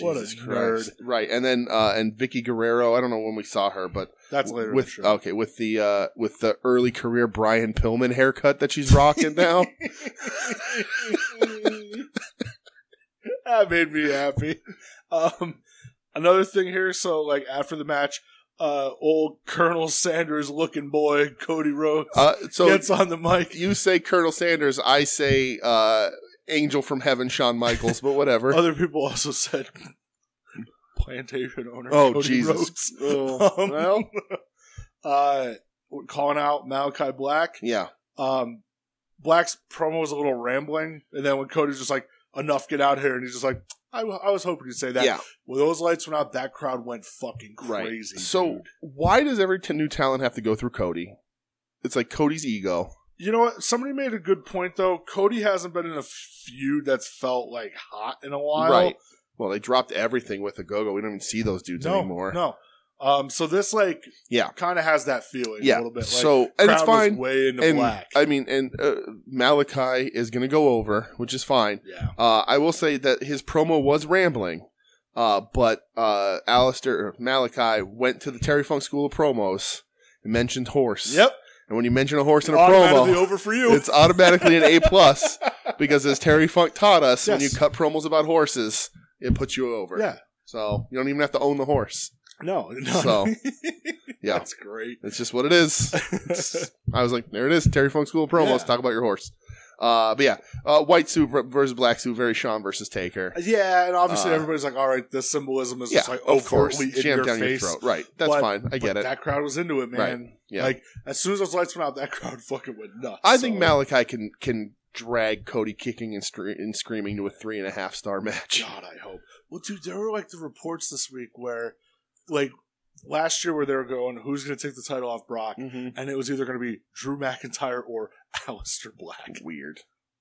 Speaker 2: What a
Speaker 1: Jesus Christ.
Speaker 2: nerd.
Speaker 1: Right. And then uh and Vicky Guerrero, I don't know when we saw her, but
Speaker 2: [LAUGHS] That's later.
Speaker 1: with
Speaker 2: in the show.
Speaker 1: okay, with the uh with the early career Brian Pillman haircut that she's rocking
Speaker 2: [LAUGHS]
Speaker 1: now.
Speaker 2: [LAUGHS] that made me happy. Um, another thing here. So, like after the match, uh, old Colonel Sanders looking boy Cody Rhodes
Speaker 1: Uh so
Speaker 2: gets on the mic.
Speaker 1: [LAUGHS] you say Colonel Sanders, I say uh Angel from Heaven, Shawn Michaels, but
Speaker 2: [LAUGHS]
Speaker 1: whatever.
Speaker 2: Other people also said [LAUGHS] plantation owner.
Speaker 1: Oh,
Speaker 2: Cody
Speaker 1: Jesus.
Speaker 2: Rhodes.
Speaker 1: Oh,
Speaker 2: Um,
Speaker 1: well.
Speaker 2: uh, we're calling out Malachi Black.
Speaker 1: Yeah.
Speaker 2: Um, Black's promo was a little rambling, and then when Cody's just like, "Enough, get out here," and he's just like, "I, I was hoping you'd say [LAUGHS] that."
Speaker 1: yeah.
Speaker 2: When those lights went out, that crowd went fucking crazy.
Speaker 1: So
Speaker 2: dude.
Speaker 1: why does every t- new talent have to go through Cody? It's like Cody's ego.
Speaker 2: you know what? Somebody made a good point though. Cody hasn't been in a feud that's felt like hot in a while.
Speaker 1: Well, they dropped everything with the go-go. We don't even see those dudes
Speaker 2: No,
Speaker 1: anymore.
Speaker 2: no. Um, so this like,
Speaker 1: Yeah.
Speaker 2: kind of has that feeling
Speaker 1: yeah.
Speaker 2: a little bit. Like,
Speaker 1: so and it's
Speaker 2: crowd was
Speaker 1: fine.
Speaker 2: way into
Speaker 1: and
Speaker 2: black.
Speaker 1: I mean, and uh, Malachi is going to go over, which is fine.
Speaker 2: yeah,
Speaker 1: Uh, I will say that his promo was rambling, uh, but uh, Alistair or Malachi went to the Terry Funk School of Promos and mentioned horse.
Speaker 2: yep.
Speaker 1: And when you mention a horse in a
Speaker 2: Automatically
Speaker 1: promo,
Speaker 2: over for you.
Speaker 1: it's automatically an
Speaker 2: [LAUGHS]
Speaker 1: A plus. because as Terry Funk taught us, when you
Speaker 2: Yes.
Speaker 1: cut promos about horses, it puts you over.
Speaker 2: Yeah. [LAUGHS]
Speaker 1: So you don't even have to own the horse.
Speaker 2: No, no.
Speaker 1: So Yeah. [LAUGHS]
Speaker 2: That's great. [LAUGHS]
Speaker 1: It's just what it is. It's- I was like, there it is. Terry Funk School of Promos.
Speaker 2: Yeah.
Speaker 1: Talk about your horse. Uh, but yeah, uh, white suit ver- versus black suit. Very Sean versus Taker.
Speaker 2: Yeah, and obviously
Speaker 1: Uh,
Speaker 2: everybody's like, all right, this symbolism is
Speaker 1: Yeah,
Speaker 2: just like
Speaker 1: of course.
Speaker 2: overtly in
Speaker 1: Jammed
Speaker 2: your
Speaker 1: down
Speaker 2: face.
Speaker 1: your throat. Right. That's
Speaker 2: But-
Speaker 1: fine. I get
Speaker 2: But
Speaker 1: it.
Speaker 2: That crowd was into it, man.
Speaker 1: Yeah.
Speaker 2: Like as soon as those lights went out, that [LAUGHS] crowd fucking went nuts.
Speaker 1: I think
Speaker 2: So,
Speaker 1: Malachi can can drag Cody kicking and, scre- and screaming to a three and a half star
Speaker 2: [LAUGHS]
Speaker 1: match.
Speaker 2: God, I hope. Well, dude, there were like the reports this week where, like, last year where they were going, who's going to take the title off Brock,
Speaker 1: Mhm.
Speaker 2: and it was either going to be Drew McIntyre or [LAUGHS] Aleister Black.
Speaker 1: Weird.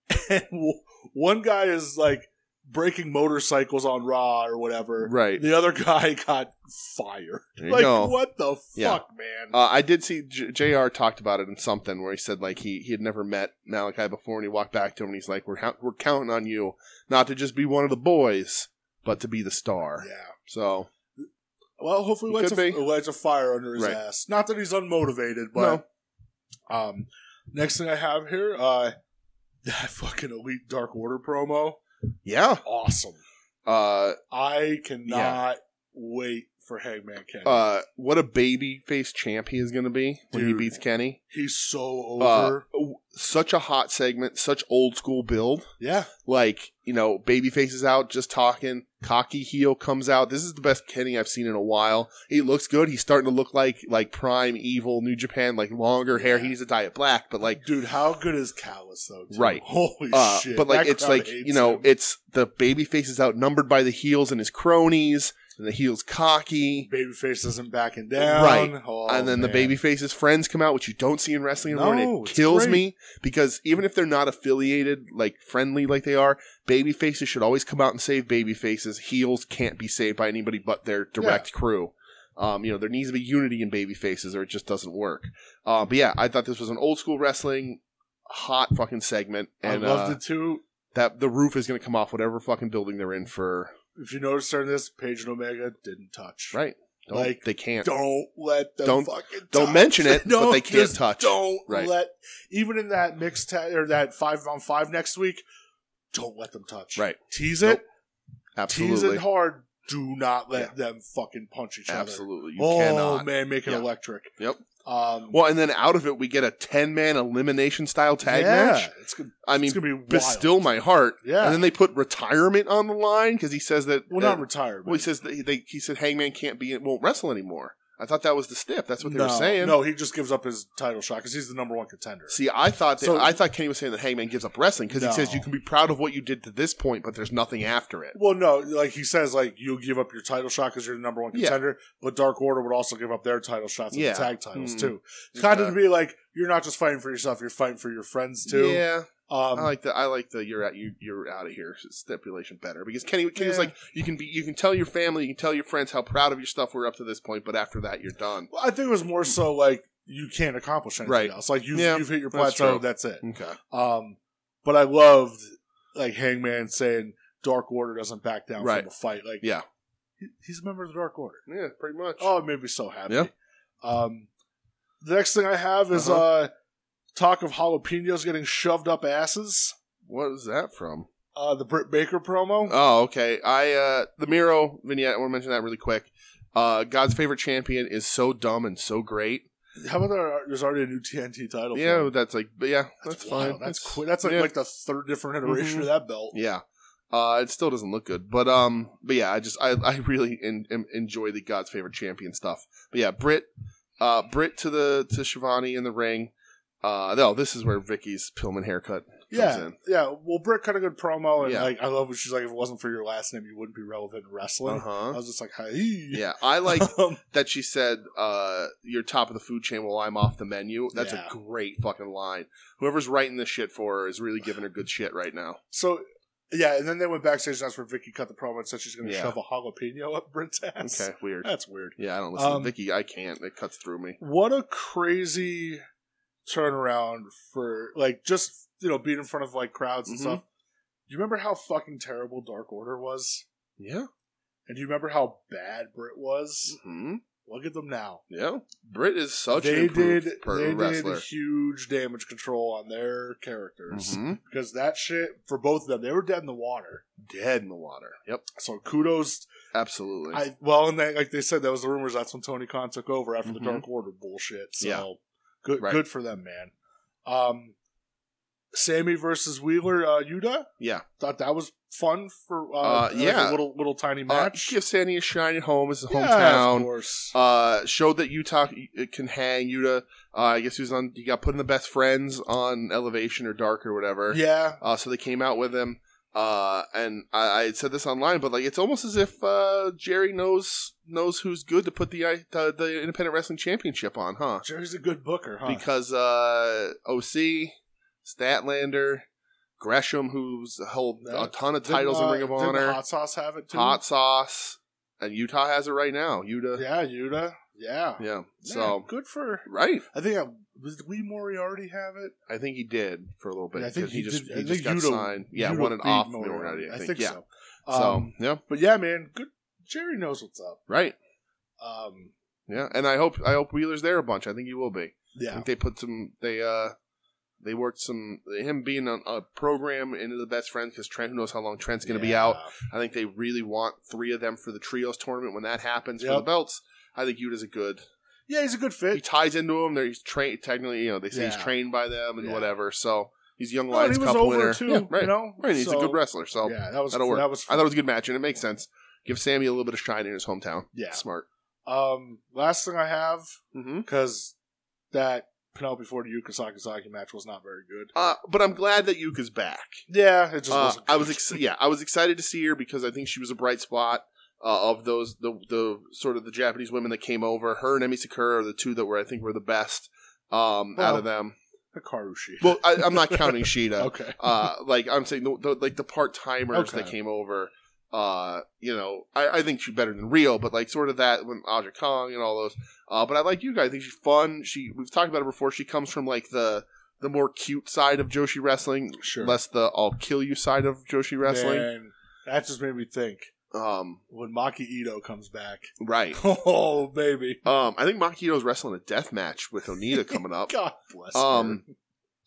Speaker 2: [LAUGHS] and w- one guy is like breaking motorcycles on Raw or whatever.
Speaker 1: Right.
Speaker 2: The other guy [LAUGHS] got fired.
Speaker 1: There you
Speaker 2: Like,
Speaker 1: go.
Speaker 2: what the fuck,
Speaker 1: Yeah.
Speaker 2: man?
Speaker 1: Uh, I did see J- Jr. talked about it in something where he said like he he had never met Malachi before, and he walked back to him and he's like, "We're hou- we're counting on you not to just be one of the boys, but to be the star."
Speaker 2: yeah.
Speaker 1: So
Speaker 2: Well, hopefully,
Speaker 1: He
Speaker 2: lights
Speaker 1: could
Speaker 2: a,
Speaker 1: be.
Speaker 2: lights a fire under his
Speaker 1: Right.
Speaker 2: ass. Not that he's unmotivated, but um, next thing I have here, uh, [LAUGHS] that fucking elite Dark Order promo,
Speaker 1: yeah,
Speaker 2: awesome.
Speaker 1: uh,
Speaker 2: I cannot wait for Hangman Ken.
Speaker 1: uh, what a baby face champ he is going to be when
Speaker 2: Dude.
Speaker 1: he beats Kenny.
Speaker 2: he's so
Speaker 1: Uh,
Speaker 2: over.
Speaker 1: w- such a hot segment, such old school build.
Speaker 2: yeah,
Speaker 1: Like you know, baby faces out, just talking. Cocky heel comes out. This is the best Kenny I've seen in a while. He looks good. He's starting to look like like prime evil New Japan, like longer hair. He needs to dye it black, but like
Speaker 2: dude, how good is Callus though? dude?
Speaker 1: Right.
Speaker 2: [LAUGHS] Holy
Speaker 1: Uh,
Speaker 2: shit!
Speaker 1: but like
Speaker 2: That
Speaker 1: it's
Speaker 2: crowd
Speaker 1: like
Speaker 2: hates
Speaker 1: you know
Speaker 2: him.
Speaker 1: it's the baby face is outnumbered by the heels and his cronies and the heels cocky
Speaker 2: Babyface isn't backing down.
Speaker 1: Right.
Speaker 2: Oh,
Speaker 1: and then the
Speaker 2: man.
Speaker 1: baby faces friends come out which you don't see in wrestling anymore
Speaker 2: No,
Speaker 1: and
Speaker 2: it's
Speaker 1: it kills
Speaker 2: great.
Speaker 1: me because even if they're not affiliated like friendly like they are baby faces should always come out and save baby faces heels can't be saved by anybody but their direct crew um, you know there needs to be unity in baby faces or it just doesn't work uh, but yeah i thought this was an old school wrestling hot fucking segment and
Speaker 2: I loved
Speaker 1: uh,
Speaker 2: it too.
Speaker 1: that the roof is going to come off whatever fucking building they're in for.
Speaker 2: If you noticed during this, Page and Omega didn't touch.
Speaker 1: Right? Don't,
Speaker 2: Like,
Speaker 1: they can't.
Speaker 2: don't let them
Speaker 1: Don't-
Speaker 2: fucking
Speaker 1: don't
Speaker 2: touch.
Speaker 1: mention
Speaker 2: [LAUGHS]
Speaker 1: it, but
Speaker 2: Don't-
Speaker 1: they can't
Speaker 2: just
Speaker 1: touch.
Speaker 2: Don't
Speaker 1: Right.
Speaker 2: let even in that mixed ta- or that five on five next week. Don't let them touch.
Speaker 1: Right.
Speaker 2: Tease
Speaker 1: Nope.
Speaker 2: it. Tease
Speaker 1: Absolutely.
Speaker 2: it hard. Do not let them fucking punch each other.
Speaker 1: Absolutely. You
Speaker 2: oh
Speaker 1: cannot.
Speaker 2: man, make it
Speaker 1: Yeah.
Speaker 2: electric.
Speaker 1: Yep.
Speaker 2: Um,
Speaker 1: Well, and then out of it, we get a 10 man elimination style tag
Speaker 2: yeah,
Speaker 1: match.
Speaker 2: It's gonna,
Speaker 1: I
Speaker 2: it's
Speaker 1: mean,
Speaker 2: gonna be wild.
Speaker 1: bestill my heart.
Speaker 2: Yeah.
Speaker 1: And then they put retirement on the line because he says that.
Speaker 2: well,
Speaker 1: that-
Speaker 2: not retired.
Speaker 1: well, he says that he, they, he said Hangman can't be, won't wrestle anymore. I thought that was the stiff. That's what they
Speaker 2: no,
Speaker 1: were saying.
Speaker 2: No, he just gives up his title shot because he's the number one contender.
Speaker 1: See, I thought that,
Speaker 2: So-
Speaker 1: I thought Kenny was saying that Hangman gives up wrestling because
Speaker 2: No.
Speaker 1: he says you can be proud of what you did to this point, but there's nothing after it.
Speaker 2: Well, no, like he says, like you give up your title shot because you're the number one
Speaker 1: Yeah.
Speaker 2: contender, but Dark Order would also give up their title shots and
Speaker 1: Yeah.
Speaker 2: the tag titles
Speaker 1: Mm.
Speaker 2: too. It's kind of
Speaker 1: Okay.
Speaker 2: to be like you're not just fighting for yourself; you're fighting for your friends too.
Speaker 1: Yeah,
Speaker 2: Um,
Speaker 1: I like the I like the you're out you you're out of here stipulation better because Kenny Kenny was
Speaker 2: Yeah.
Speaker 1: like you can be you can tell your family you can tell your friends how proud of your stuff we're up to this point but after that you're done.
Speaker 2: well, I think it was more so like you can't accomplish anything
Speaker 1: Right.
Speaker 2: else. Like you've,
Speaker 1: Yeah,
Speaker 2: you've hit your
Speaker 1: that's
Speaker 2: plateau.
Speaker 1: true.
Speaker 2: That's, it.
Speaker 1: Okay.
Speaker 2: Um, but I loved like Hangman saying Dark Order doesn't back down
Speaker 1: Right.
Speaker 2: from a fight. Like
Speaker 1: Yeah.
Speaker 2: he- he's a member of the Dark Order.
Speaker 1: Yeah, pretty much.
Speaker 2: Oh, it made me so happy.
Speaker 1: Yeah.
Speaker 2: Um, the next thing I have is uh
Speaker 1: Uh-huh.
Speaker 2: talk of jalapenos getting shoved up asses.
Speaker 1: What is that from?
Speaker 2: Uh, the Britt Baker promo.
Speaker 1: Oh, okay. I uh the Miro vignette. I want to mention that really quick. Uh, God's favorite champion is so dumb and so great.
Speaker 2: How about there, there's already a new TNT title? for
Speaker 1: Yeah,
Speaker 2: him?
Speaker 1: that's like, but yeah, that's,
Speaker 2: wild.
Speaker 1: fine.
Speaker 2: That's quick. That's like,
Speaker 1: yeah.
Speaker 2: like the third different iteration
Speaker 1: Mhm.
Speaker 2: of that belt.
Speaker 1: Yeah. Uh, it still doesn't look good, but um, but yeah, I just I, I really en- en- enjoy the God's favorite champion stuff. But yeah, Brit, uh, Brit to the to Shivani in the ring. Uh, no, this is where Vicky's Pillman haircut. comes
Speaker 2: Yeah,
Speaker 1: in.
Speaker 2: yeah. Well, Britt cut a good promo, and
Speaker 1: Yeah.
Speaker 2: like I love what she's like. If it wasn't for your last name, you wouldn't be relevant in wrestling. I
Speaker 1: huh.
Speaker 2: was just like, hey,
Speaker 1: Uh-huh. Yeah, I like
Speaker 2: [LAUGHS]
Speaker 1: [LAUGHS]
Speaker 2: Um,
Speaker 1: that she said, "Uh, you're top of the food chain while I'm off the menu." That's
Speaker 2: Yeah.
Speaker 1: a great fucking line. Whoever's writing this shit for her is really giving her good shit right
Speaker 2: [LAUGHS]
Speaker 1: now.
Speaker 2: so yeah. And then they went backstage. And that's where Vicky cut the promo and said she's going to
Speaker 1: Yeah.
Speaker 2: shove a jalapeno up Britt's ass.
Speaker 1: Okay,
Speaker 2: [LAUGHS]
Speaker 1: weird.
Speaker 2: That's weird.
Speaker 1: Yeah, I don't listen
Speaker 2: Um,
Speaker 1: to Vicky. I can't. It cuts through me.
Speaker 2: What a crazy turnaround for like just you know being in front of like crowds and
Speaker 1: Mhm.
Speaker 2: stuff. Do you remember how fucking terrible Dark Order was?
Speaker 1: Yeah.
Speaker 2: And do you remember how bad Brit was?
Speaker 1: hmm
Speaker 2: Look at them now.
Speaker 1: Yeah, Britt is such an
Speaker 2: they
Speaker 1: improved
Speaker 2: did
Speaker 1: per-
Speaker 2: they
Speaker 1: wrestler.
Speaker 2: did huge damage control on their characters
Speaker 1: Mhm.
Speaker 2: because that shit for both of them they were dead in the water.
Speaker 1: dead in the water. Yep,
Speaker 2: So kudos.
Speaker 1: absolutely.
Speaker 2: I well, and they, like they said, that was the rumors. That's when Tony Khan took over after
Speaker 1: Mhm.
Speaker 2: the Dark Order bullshit. So
Speaker 1: Yeah.
Speaker 2: good,
Speaker 1: Right.
Speaker 2: good for them, man. Um, Sammy versus Wheeler uh, Yuta.
Speaker 1: yeah,
Speaker 2: Thought that was fun for uh,
Speaker 1: Uh,
Speaker 2: like
Speaker 1: yeah.
Speaker 2: a little little tiny
Speaker 1: uh,
Speaker 2: match.
Speaker 1: give Sandy a shine at home. It's his
Speaker 2: Yeah, of
Speaker 1: hometown.
Speaker 2: course.
Speaker 1: Uh, showed that Utah c- can hang. Utah, uh, I guess he was on. He got put in the best friends on Elevation or Dark or whatever.
Speaker 2: yeah,
Speaker 1: Uh, so they came out with him. Uh, and I, I had said this online, but like it's almost as if uh, Jerry knows knows who's good to put the, I the the Independent Wrestling Championship on, huh?
Speaker 2: Jerry's a good booker, huh?
Speaker 1: Because uh, OC, Statlander, Gresham, who's held a
Speaker 2: Yeah.
Speaker 1: ton of
Speaker 2: Didn't,
Speaker 1: titles
Speaker 2: uh,
Speaker 1: in Ring of
Speaker 2: didn't
Speaker 1: Honor,
Speaker 2: Hot Sauce have it too.
Speaker 1: Hot Sauce, and Utah has it right now. Utah,
Speaker 2: Yeah, Yuta. Yeah.
Speaker 1: yeah.
Speaker 2: Man,
Speaker 1: So
Speaker 2: good for.
Speaker 1: right,
Speaker 2: I think I, did Lee Moriarty have it?
Speaker 1: I think he did for a little bit.
Speaker 2: Yeah, I think
Speaker 1: 'cause
Speaker 2: he
Speaker 1: just
Speaker 2: did- I
Speaker 1: he just
Speaker 2: think
Speaker 1: got
Speaker 2: Yuta-
Speaker 1: signed. Yeah,
Speaker 2: Yuta
Speaker 1: won an
Speaker 2: beat
Speaker 1: off.
Speaker 2: Moriarty.
Speaker 1: Moriarty, I think. Yeah.
Speaker 2: so.
Speaker 1: So
Speaker 2: Um,
Speaker 1: yeah,
Speaker 2: but yeah, man, good. Jerry knows what's up.
Speaker 1: right.
Speaker 2: Um,
Speaker 1: Yeah, and I hope I hope Wheeler's there a bunch. I think he will be. I
Speaker 2: yeah,
Speaker 1: think they put some they uh they worked some him being on a program into the best friends because Trent who knows how long Trent's going to be
Speaker 2: Yeah.
Speaker 1: out. I think they really want three of them for the trios tournament when that happens for the
Speaker 2: Yep.
Speaker 1: belts. I think Yuta's a good.
Speaker 2: Yeah, he's a good
Speaker 1: He
Speaker 2: fit.
Speaker 1: ties into him. There he's trained technically. You know they say he's
Speaker 2: Yeah.
Speaker 1: trained by them and
Speaker 2: Yeah.
Speaker 1: whatever. So he's young
Speaker 2: Oh, and
Speaker 1: Lions
Speaker 2: he was
Speaker 1: Cup
Speaker 2: over
Speaker 1: winner.
Speaker 2: too.
Speaker 1: Yeah, right.
Speaker 2: You know,
Speaker 1: right. He's a
Speaker 2: So,
Speaker 1: good wrestler. So
Speaker 2: Yeah, that was
Speaker 1: That'll work.
Speaker 2: that was.
Speaker 1: I thought it was a good match and it makes sense. Give Sammy a little bit of shine in his hometown.
Speaker 2: Yeah.
Speaker 1: smart.
Speaker 2: Um, last thing I have
Speaker 1: Mm-hmm.
Speaker 2: because that Penelope Ford Yuka Sakazaki match was not very good.
Speaker 1: Uh, but I'm glad that Yuka's back.
Speaker 2: Yeah, it just
Speaker 1: Uh,
Speaker 2: wasn't.
Speaker 1: I was
Speaker 2: good.
Speaker 1: ex- yeah, I was excited to see her because I think she was a bright spot uh, of those the the sort of the Japanese women that came over. Her and Emi Sakura are the two that were I think were the best um, out
Speaker 2: Well.
Speaker 1: of them.
Speaker 2: Hikaru Shida.
Speaker 1: Well, I, I'm not
Speaker 2: [LAUGHS]
Speaker 1: counting Sheeta.
Speaker 2: okay.
Speaker 1: Uh, like I'm saying, the, the, like the part timers that
Speaker 2: Okay.
Speaker 1: came over. Uh, you know, I, I think she's better than real, but like sort of that when Aja Kong and all those. Uh, but I like you guys. I think she's fun. She we've talked about her before. She comes from like the the more cute side of Joshi wrestling,
Speaker 2: Sure.
Speaker 1: less the I'll kill you side of Joshi wrestling.
Speaker 2: Man, that just made me think
Speaker 1: Um,
Speaker 2: when Maki Ito comes back. [LAUGHS]
Speaker 1: right.
Speaker 2: Oh baby,
Speaker 1: Um, I think Makito's wrestling a death match with Onita coming up.
Speaker 2: [LAUGHS] God bless
Speaker 1: Um,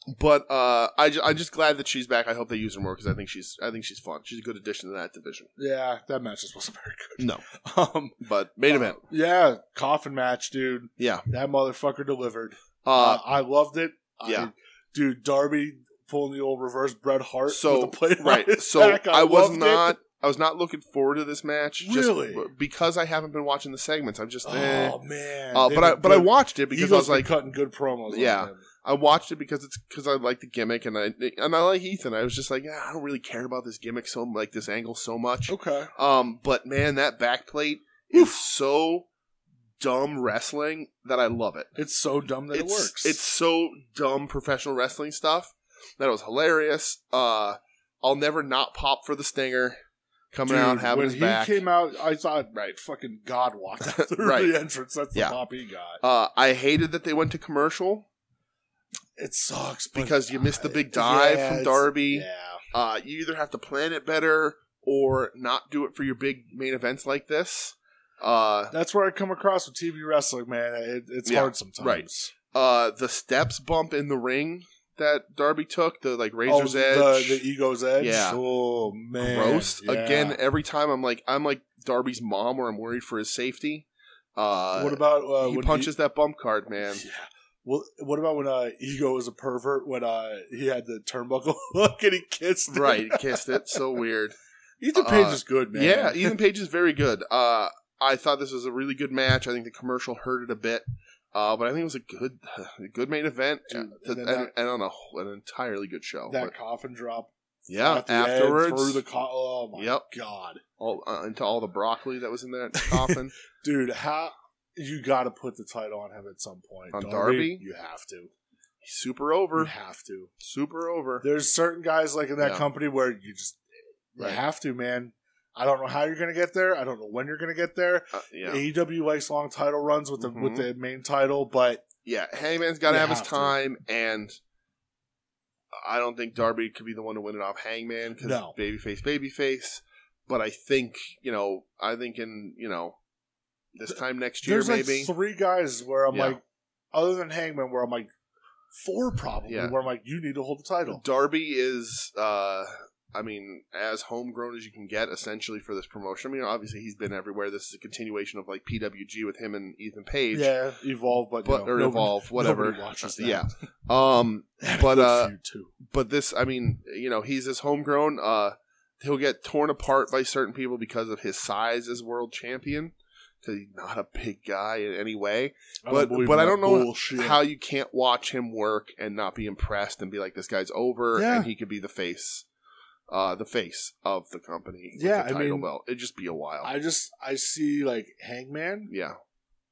Speaker 2: her.
Speaker 1: but uh, I ju- I'm just glad that she's back. I hope they use her more because I think she's I think she's fun. She's a good addition to that division.
Speaker 2: Yeah, that match just wasn't very good. [LAUGHS]
Speaker 1: No,
Speaker 2: Um,
Speaker 1: but main event.
Speaker 2: yeah, coffin match, dude.
Speaker 1: Yeah.
Speaker 2: that motherfucker delivered.
Speaker 1: Uh,
Speaker 2: Uh, I loved it.
Speaker 1: yeah.
Speaker 2: I, dude, Darby pulling the old reverse Bret Hart.
Speaker 1: So,
Speaker 2: with the plate on
Speaker 1: right.
Speaker 2: [LAUGHS] his
Speaker 1: So
Speaker 2: back.
Speaker 1: I, was
Speaker 2: Uh, loved it.
Speaker 1: not. I was not looking forward to this match. just
Speaker 2: Really?
Speaker 1: b- because I haven't been watching the segments. I'm just. eh.
Speaker 2: Oh man,
Speaker 1: Uh,
Speaker 2: They
Speaker 1: but I
Speaker 2: were
Speaker 1: but I
Speaker 2: good.
Speaker 1: watched it because
Speaker 2: Eagles
Speaker 1: I was
Speaker 2: were
Speaker 1: like
Speaker 2: cutting good promos.
Speaker 1: Yeah.
Speaker 2: on him.
Speaker 1: I watched it because it's because I like the gimmick and I and I like Ethan. I was just like "Ah, I don't really care about this gimmick so like this angle so much.
Speaker 2: okay.
Speaker 1: Um, but man, that backplate is so dumb wrestling that I love it.
Speaker 2: It's so dumb that
Speaker 1: it's,
Speaker 2: it works.
Speaker 1: It's so dumb professional wrestling stuff that it was hilarious. Uh, I'll never not pop for the stinger coming out
Speaker 2: Dude,
Speaker 1: having
Speaker 2: when
Speaker 1: his
Speaker 2: he
Speaker 1: back.
Speaker 2: came out, I thought, right, fucking
Speaker 1: [LAUGHS]
Speaker 2: God walked out through
Speaker 1: Right.
Speaker 2: the entrance. That's
Speaker 1: Yeah.
Speaker 2: the pop he got.
Speaker 1: uh, I hated that they went to commercial
Speaker 2: It sucks but-
Speaker 1: because you missed the big dive
Speaker 2: Yeah,
Speaker 1: from
Speaker 2: it's-
Speaker 1: Darby.
Speaker 2: Yeah,
Speaker 1: Uh, you either have to plan it better or not do it for your big main events like this. Uh,
Speaker 2: that's where I come across with TV wrestling, man. It, it's
Speaker 1: Yeah,
Speaker 2: hard sometimes.
Speaker 1: right. uh, the steps bump in the ring that Darby took, the like
Speaker 2: Oh,
Speaker 1: razor's edge.
Speaker 2: the, the ego's edge.
Speaker 1: Yeah.
Speaker 2: Oh man,
Speaker 1: gross.
Speaker 2: Yeah.
Speaker 1: Again, every time I'm like, I'm like Darby's mom, where I'm worried for his safety. Uh,
Speaker 2: what about uh,
Speaker 1: he
Speaker 2: when
Speaker 1: punches that bump card,
Speaker 2: [LAUGHS]
Speaker 1: man.
Speaker 2: Yeah. Well, what about when uh, Ego was a pervert when uh, he had the turnbuckle [LAUGHS] look and he kissed? him?
Speaker 1: right, he kissed it. So weird.
Speaker 2: Ethan Page
Speaker 1: Uh,
Speaker 2: is good, man.
Speaker 1: [LAUGHS] Yeah, Ethan Page is very good. Uh, I thought this was a really good match. I think the commercial hurt it a bit, uh, but I think it was a good, [SIGHS] a good main event,
Speaker 2: Dude,
Speaker 1: uh,
Speaker 2: and
Speaker 1: and,
Speaker 2: then that-
Speaker 1: and on a, wh- an entirely good show.
Speaker 2: that
Speaker 1: But,
Speaker 2: coffin drop.
Speaker 1: yeah,
Speaker 2: at the end
Speaker 1: afterwards,
Speaker 2: through the co- oh my
Speaker 1: Yep.
Speaker 2: god,
Speaker 1: all, uh, into all the broccoli that was in
Speaker 2: [LAUGHS]
Speaker 1: that coffin.
Speaker 2: dude, how you got to put the title on him at some point?
Speaker 1: On Darby?
Speaker 2: you have to,
Speaker 1: super
Speaker 2: you
Speaker 1: over,
Speaker 2: have to.
Speaker 1: super over.
Speaker 2: There's certain guys like in that
Speaker 1: Yeah.
Speaker 2: company where you just you
Speaker 1: Right.
Speaker 2: have to, man. I don't know how you're gonna get there. I don't know when you're gonna get there.
Speaker 1: Uh, yeah,
Speaker 2: AEW likes long title runs with the
Speaker 1: Mhm.
Speaker 2: with the main title, but
Speaker 1: yeah, Hangman's got to
Speaker 2: You
Speaker 1: have his
Speaker 2: have to.
Speaker 1: time, and I don't think Darby could be the one to win it off Hangman because
Speaker 2: No.
Speaker 1: babyface, babyface. But I think you know, I think in you know, this time next year
Speaker 2: there's like
Speaker 1: maybe.
Speaker 2: three guys where I'm
Speaker 1: Yeah.
Speaker 2: like, other than Hangman, where I'm like, four probably
Speaker 1: Yeah.
Speaker 2: where I'm like, you need to hold the title.
Speaker 1: Darby is uh I mean, as homegrown as you can get, essentially for this promotion. I mean, obviously he's been everywhere. This is a continuation of like PWG with him and Ethan Page,
Speaker 2: Yeah, evolve, but,
Speaker 1: but
Speaker 2: no,
Speaker 1: or
Speaker 2: nobody-
Speaker 1: evolve, whatever. Uh,
Speaker 2: nobody watches that.
Speaker 1: yeah. Um, but
Speaker 2: Good
Speaker 1: uh,
Speaker 2: for you too.
Speaker 1: but this, I mean, you know, he's this homegrown. Uh, he'll get torn apart by certain people because of his size as world champion. Because he's not a big guy in any way.
Speaker 2: I
Speaker 1: but-
Speaker 2: don't believe
Speaker 1: but I
Speaker 2: that
Speaker 1: don't know
Speaker 2: bullshit.
Speaker 1: How you can't watch him work and not be impressed and be like, this guy's over,
Speaker 2: Yeah.
Speaker 1: and he could be the face, uh, the face of the company. with
Speaker 2: Yeah,
Speaker 1: the
Speaker 2: I
Speaker 1: title
Speaker 2: mean-
Speaker 1: belt. It'd just be a while.
Speaker 2: I just I see like Hangman,
Speaker 1: yeah.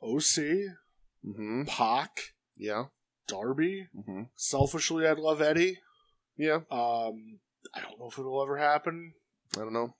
Speaker 2: OC,
Speaker 1: Mm-hmm.
Speaker 2: Pac,
Speaker 1: Yeah.
Speaker 2: Darby.
Speaker 1: Mm-hmm.
Speaker 2: Selfishly, I'd love Eddie.
Speaker 1: Yeah.
Speaker 2: Um, I don't know if it'll ever happen.
Speaker 1: I don't know.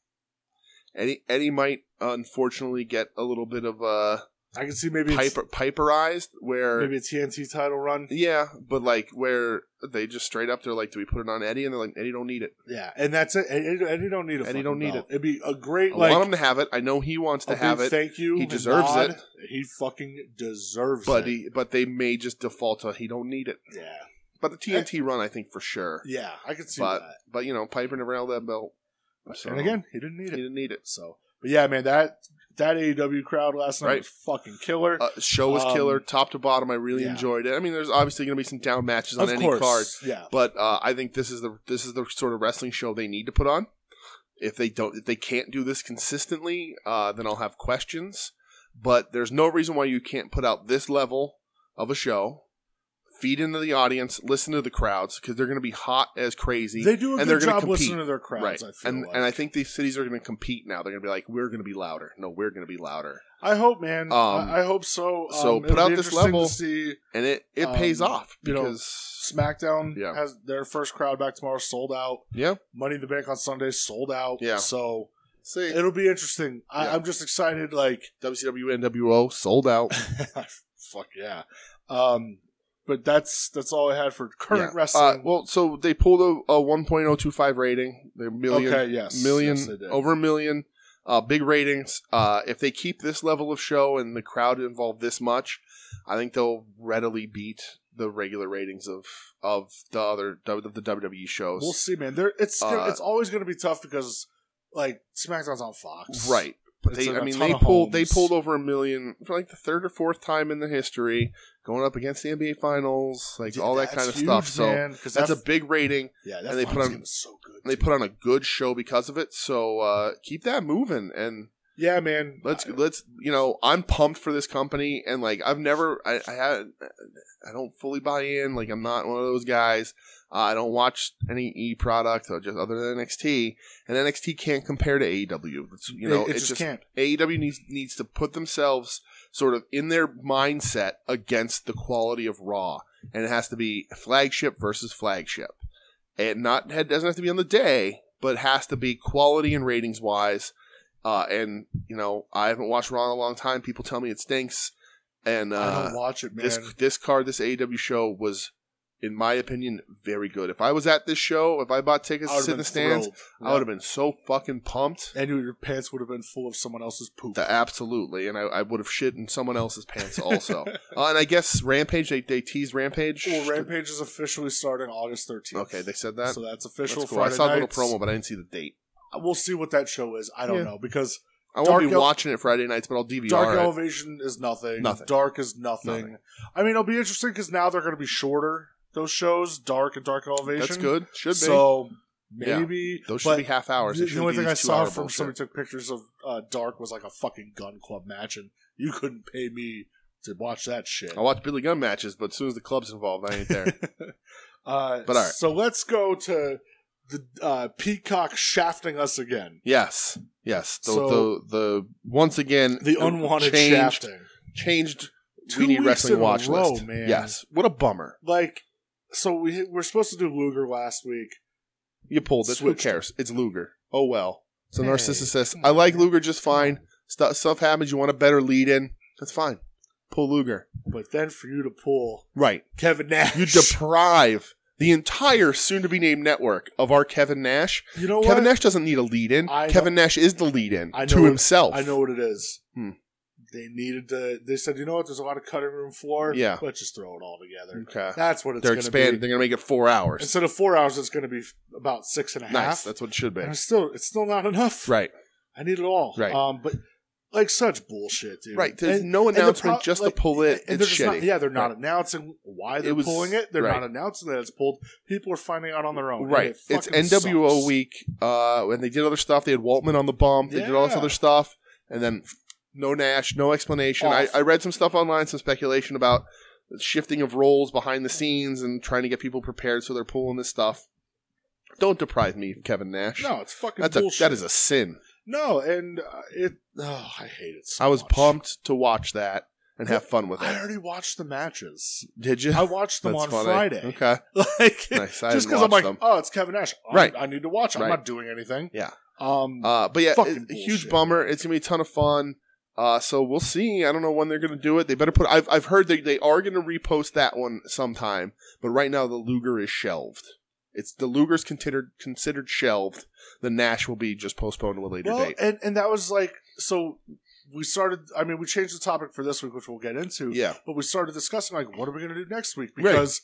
Speaker 1: Eddie Eddie might unfortunately get a little bit of uh
Speaker 2: I can see maybe it's,
Speaker 1: piper, piperized where
Speaker 2: maybe a TNT title run.
Speaker 1: Yeah, but like where they just straight up, they're like, "Do we put it on Eddie?" And they're like, "Eddie don't need it.
Speaker 2: Yeah, and that's it. Eddie, Eddie don't need a.
Speaker 1: Eddie
Speaker 2: fucking
Speaker 1: don't need
Speaker 2: belt. It'd be a great
Speaker 1: I
Speaker 2: like
Speaker 1: want him to have it. I know he wants
Speaker 2: a
Speaker 1: to have
Speaker 2: big
Speaker 1: it,
Speaker 2: Thank you.
Speaker 1: He
Speaker 2: and
Speaker 1: deserves
Speaker 2: nod.
Speaker 1: it.
Speaker 2: He fucking deserves
Speaker 1: but
Speaker 2: it.
Speaker 1: he, but they may just default to he don't need it."
Speaker 2: yeah,
Speaker 1: But the TNT run, I think for sure.
Speaker 2: yeah, I can see
Speaker 1: But
Speaker 2: that.
Speaker 1: but you know, Piper never held that belt, so
Speaker 2: and again, he didn't
Speaker 1: he
Speaker 2: need it.
Speaker 1: didn't need it.
Speaker 2: So, but yeah, man, that that AEW crowd last night
Speaker 1: Right.
Speaker 2: was fucking killer.
Speaker 1: Uh, show was
Speaker 2: Um,
Speaker 1: killer, top to bottom. I really
Speaker 2: yeah.
Speaker 1: enjoyed it. I mean, there's obviously going to be some down matches on
Speaker 2: of
Speaker 1: any
Speaker 2: course,
Speaker 1: card,
Speaker 2: yeah.
Speaker 1: but uh, I think this is the this is the sort of wrestling show they need to put on. If they don't, if they can't do this consistently, uh, then I'll have questions. But there's no reason why you can't put out this level of a show, feed into the audience, listen to the crowds because they're going to be hot as crazy,
Speaker 2: They do a
Speaker 1: and they're
Speaker 2: good
Speaker 1: gonna
Speaker 2: job
Speaker 1: compete.
Speaker 2: listening to their crowds.
Speaker 1: right?
Speaker 2: I feel
Speaker 1: and
Speaker 2: like.
Speaker 1: and I think these cities are going to compete now. They're going to be like, we're going to be louder. No, we're going to be louder,
Speaker 2: I hope, man.
Speaker 1: Um,
Speaker 2: I, I hope so. Um,
Speaker 1: so put
Speaker 2: it'll
Speaker 1: out
Speaker 2: be
Speaker 1: this
Speaker 2: interesting
Speaker 1: level.
Speaker 2: To see
Speaker 1: and it it pays
Speaker 2: Um,
Speaker 1: off
Speaker 2: you know,
Speaker 1: because
Speaker 2: SmackDown
Speaker 1: Yeah.
Speaker 2: has their first crowd back tomorrow, sold out.
Speaker 1: yeah,
Speaker 2: Money in the Bank on Sunday, sold out.
Speaker 1: Yeah.
Speaker 2: So
Speaker 1: see
Speaker 2: it'll be interesting. I,
Speaker 1: Yeah.
Speaker 2: I'm just excited. Like, [LAUGHS]
Speaker 1: WCW NWO sold out.
Speaker 2: fuck yeah. Um, but that's that's all I had for current
Speaker 1: Yeah. Uh,
Speaker 2: wrestling.
Speaker 1: well, so they pulled a, a 1.025 rating. They're million,
Speaker 2: okay, yes,
Speaker 1: million
Speaker 2: yes, they did.
Speaker 1: over a million. Uh, big ratings. Uh, if they keep this level of show and the crowd involved this much, I think they'll readily beat the regular ratings of of the other of the WWE shows.
Speaker 2: We'll see, man. There, it's
Speaker 1: Uh,
Speaker 2: gonna it's always going to be tough because like SmackDown's on Fox,
Speaker 1: Right. But
Speaker 2: It's
Speaker 1: they,
Speaker 2: in a
Speaker 1: I mean,
Speaker 2: ton
Speaker 1: they
Speaker 2: of
Speaker 1: pulled they
Speaker 2: homes.
Speaker 1: pulled over a million for like the third or fourth time in the history, going up against the NBA Finals, like all that kind of stuff. So
Speaker 2: because
Speaker 1: that's a big rating.
Speaker 2: yeah, that
Speaker 1: and they put
Speaker 2: Fox
Speaker 1: on-
Speaker 2: game is so good.
Speaker 1: They
Speaker 2: dude.
Speaker 1: put on a good show because of it. So uh, keep that moving, and
Speaker 2: yeah, man.
Speaker 1: let's
Speaker 2: I-
Speaker 1: let's you know, I'm pumped for this company, and like I've never I I, had, I don't fully buy in. Like I'm not one of those guys. Uh, I don't watch any e product or just other than NXT, and NXT can't compare to AEW. It's, you know,
Speaker 2: it, it
Speaker 1: it's
Speaker 2: just,
Speaker 1: just
Speaker 2: can't.
Speaker 1: AEW E needs needs to put themselves sort of in their mindset against the quality of Raw, and it has to be flagship versus flagship, and not it doesn't have to be on the day, but it has to be quality and ratings wise. Uh, and you know, I haven't watched Raw in a long time. People tell me it stinks, and
Speaker 2: I
Speaker 1: uh,
Speaker 2: don't watch it, man.
Speaker 1: this this card, this AEW show was, in my opinion, very good. If I was at this show, if I bought tickets
Speaker 2: I
Speaker 1: to
Speaker 2: would've
Speaker 1: sit in
Speaker 2: been
Speaker 1: the stands,
Speaker 2: thrilled.
Speaker 1: I would have been so fucking pumped.
Speaker 2: And your pants would have been full of someone else's poop.
Speaker 1: The- absolutely, and I, I would have shit in someone else's pants
Speaker 2: [LAUGHS]
Speaker 1: also. uh, and I guess Rampage, they, they teased Rampage.
Speaker 2: well, Rampage is officially starting August 13th.
Speaker 1: Okay, they said that.
Speaker 2: so
Speaker 1: That's
Speaker 2: that's official.
Speaker 1: cool.
Speaker 2: Friday
Speaker 1: I saw
Speaker 2: nights. Uh,
Speaker 1: the little promo, but I didn't see the date.
Speaker 2: We'll see what that show is. I don't
Speaker 1: Yeah.
Speaker 2: know because
Speaker 1: I won't be
Speaker 2: Dark El-
Speaker 1: watching it Friday nights, but I'll DVR
Speaker 2: Dark
Speaker 1: it.
Speaker 2: Elevation is nothing.
Speaker 1: Nothing.
Speaker 2: Dark is nothing.
Speaker 1: Nothing.
Speaker 2: I mean, it'll be interesting because now they're going to be shorter. Those shows, Dark and Dark Elevation.
Speaker 1: That's good. Should be.
Speaker 2: So
Speaker 1: Yeah.
Speaker 2: maybe
Speaker 1: Those should
Speaker 2: but
Speaker 1: be half hours.
Speaker 2: The,
Speaker 1: It
Speaker 2: the
Speaker 1: shouldn't
Speaker 2: only
Speaker 1: be
Speaker 2: thing I
Speaker 1: these
Speaker 2: saw
Speaker 1: two-hour
Speaker 2: from
Speaker 1: bullshit.
Speaker 2: somebody took pictures of uh, Dark was like a fucking gun club match, and you couldn't pay me to watch that shit.
Speaker 1: I watch Billy Gunn matches, but as soon as the club's involved, I ain't there.
Speaker 2: [LAUGHS] uh,
Speaker 1: But all right.
Speaker 2: So let's go to the uh, Peacock shafting us again.
Speaker 1: yes, yes. The,
Speaker 2: So-
Speaker 1: the the once again
Speaker 2: The unwanted
Speaker 1: changed,
Speaker 2: shafting.
Speaker 1: changed.
Speaker 2: Two
Speaker 1: we need
Speaker 2: weeks
Speaker 1: wrestling
Speaker 2: in a
Speaker 1: watch
Speaker 2: row,
Speaker 1: list.
Speaker 2: man.
Speaker 1: Yes, what a bummer.
Speaker 2: Like, so we we're supposed to do Luger last week.
Speaker 1: You pulled it. Who
Speaker 2: Switched.
Speaker 1: cares? It's Luger. Oh well. It's a
Speaker 2: Hey,
Speaker 1: narcissist.
Speaker 2: come
Speaker 1: I like
Speaker 2: on.
Speaker 1: Luger just fine. Stuff stuff happens. You want a better lead in? That's fine. Pull Luger.
Speaker 2: But then for you to pull
Speaker 1: Right.
Speaker 2: Kevin Nash,
Speaker 1: You deprive the entire soon to be named network of our Kevin Nash.
Speaker 2: [LAUGHS] You know
Speaker 1: Kevin
Speaker 2: what?
Speaker 1: Nash doesn't need a lead in.
Speaker 2: I know-
Speaker 1: Kevin Nash is the lead in
Speaker 2: I know
Speaker 1: to
Speaker 2: it-
Speaker 1: himself.
Speaker 2: I know what it is.
Speaker 1: Hmm.
Speaker 2: they needed to. They said, you know what? There's a lot of cutting room floor.
Speaker 1: Yeah.
Speaker 2: let's just throw it all together.
Speaker 1: Okay.
Speaker 2: That's what it's
Speaker 1: They're
Speaker 2: going to be.
Speaker 1: expanding. They're going to make it four hours.
Speaker 2: Instead of four hours, it's going to be about six and a half.
Speaker 1: Nice. That's what it should be.
Speaker 2: and it's still it's still not enough.
Speaker 1: Right.
Speaker 2: I need it all.
Speaker 1: Right.
Speaker 2: Um, but like such bullshit, dude.
Speaker 1: Right. There's
Speaker 2: And-
Speaker 1: no
Speaker 2: and the
Speaker 1: announcement
Speaker 2: pro-
Speaker 1: just
Speaker 2: like,
Speaker 1: to pull it.
Speaker 2: and
Speaker 1: it's
Speaker 2: they're just not-
Speaker 1: shitty.
Speaker 2: yeah, they're not announcing why they're
Speaker 1: was-
Speaker 2: pulling it. They're
Speaker 1: right.
Speaker 2: not announcing that it's pulled. People are finding out on their own. and
Speaker 1: Right.
Speaker 2: it
Speaker 1: It's
Speaker 2: Oh, fucking
Speaker 1: NWO
Speaker 2: sucks.
Speaker 1: week, uh, and they did other stuff. They had Waltman on the bump. They did all this
Speaker 2: Yeah.
Speaker 1: other stuff, and then no Nash, no explanation. I,
Speaker 2: Off.
Speaker 1: I read some stuff online, some speculation about the shifting of roles behind the scenes and trying to get people prepared, so they're pulling this stuff. Don't deprive me of Kevin Nash.
Speaker 2: No, it's fucking
Speaker 1: That's a
Speaker 2: bullshit.
Speaker 1: that is a sin.
Speaker 2: no, and uh, it. Oh, I hate it. So
Speaker 1: I was
Speaker 2: much.
Speaker 1: pumped to watch that and have fun with
Speaker 2: I
Speaker 1: it.
Speaker 2: already watched
Speaker 1: [LAUGHS]
Speaker 2: the matches.
Speaker 1: Did you?
Speaker 2: I watched them
Speaker 1: That's
Speaker 2: on
Speaker 1: funny.
Speaker 2: Friday.
Speaker 1: Okay.
Speaker 2: [LAUGHS] Like
Speaker 1: Nice. I didn't
Speaker 2: just because I'm
Speaker 1: watch
Speaker 2: like,
Speaker 1: them.
Speaker 2: oh, it's Kevin Nash. I'm-
Speaker 1: Right.
Speaker 2: I need to watch. I'm
Speaker 1: Right.
Speaker 2: not doing anything.
Speaker 1: Yeah.
Speaker 2: Um.
Speaker 1: Uh, but yeah,
Speaker 2: Fucking
Speaker 1: it- huge
Speaker 2: bullshit.
Speaker 1: bummer. It's gonna be a ton of fun. Uh, so we'll see. I don't know when they're gonna do it. They better put. I've I've heard they they are gonna repost that one sometime. But right now the Luger is shelved. It's the Luger's considered considered shelved. The Nash will be just postponed to a later
Speaker 2: well,
Speaker 1: date.
Speaker 2: and and that was like so. We started. I mean, we changed the topic for this week, which we'll get into.
Speaker 1: Yeah,
Speaker 2: But we started discussing like, what are we going to do next week?
Speaker 1: Right.
Speaker 2: Because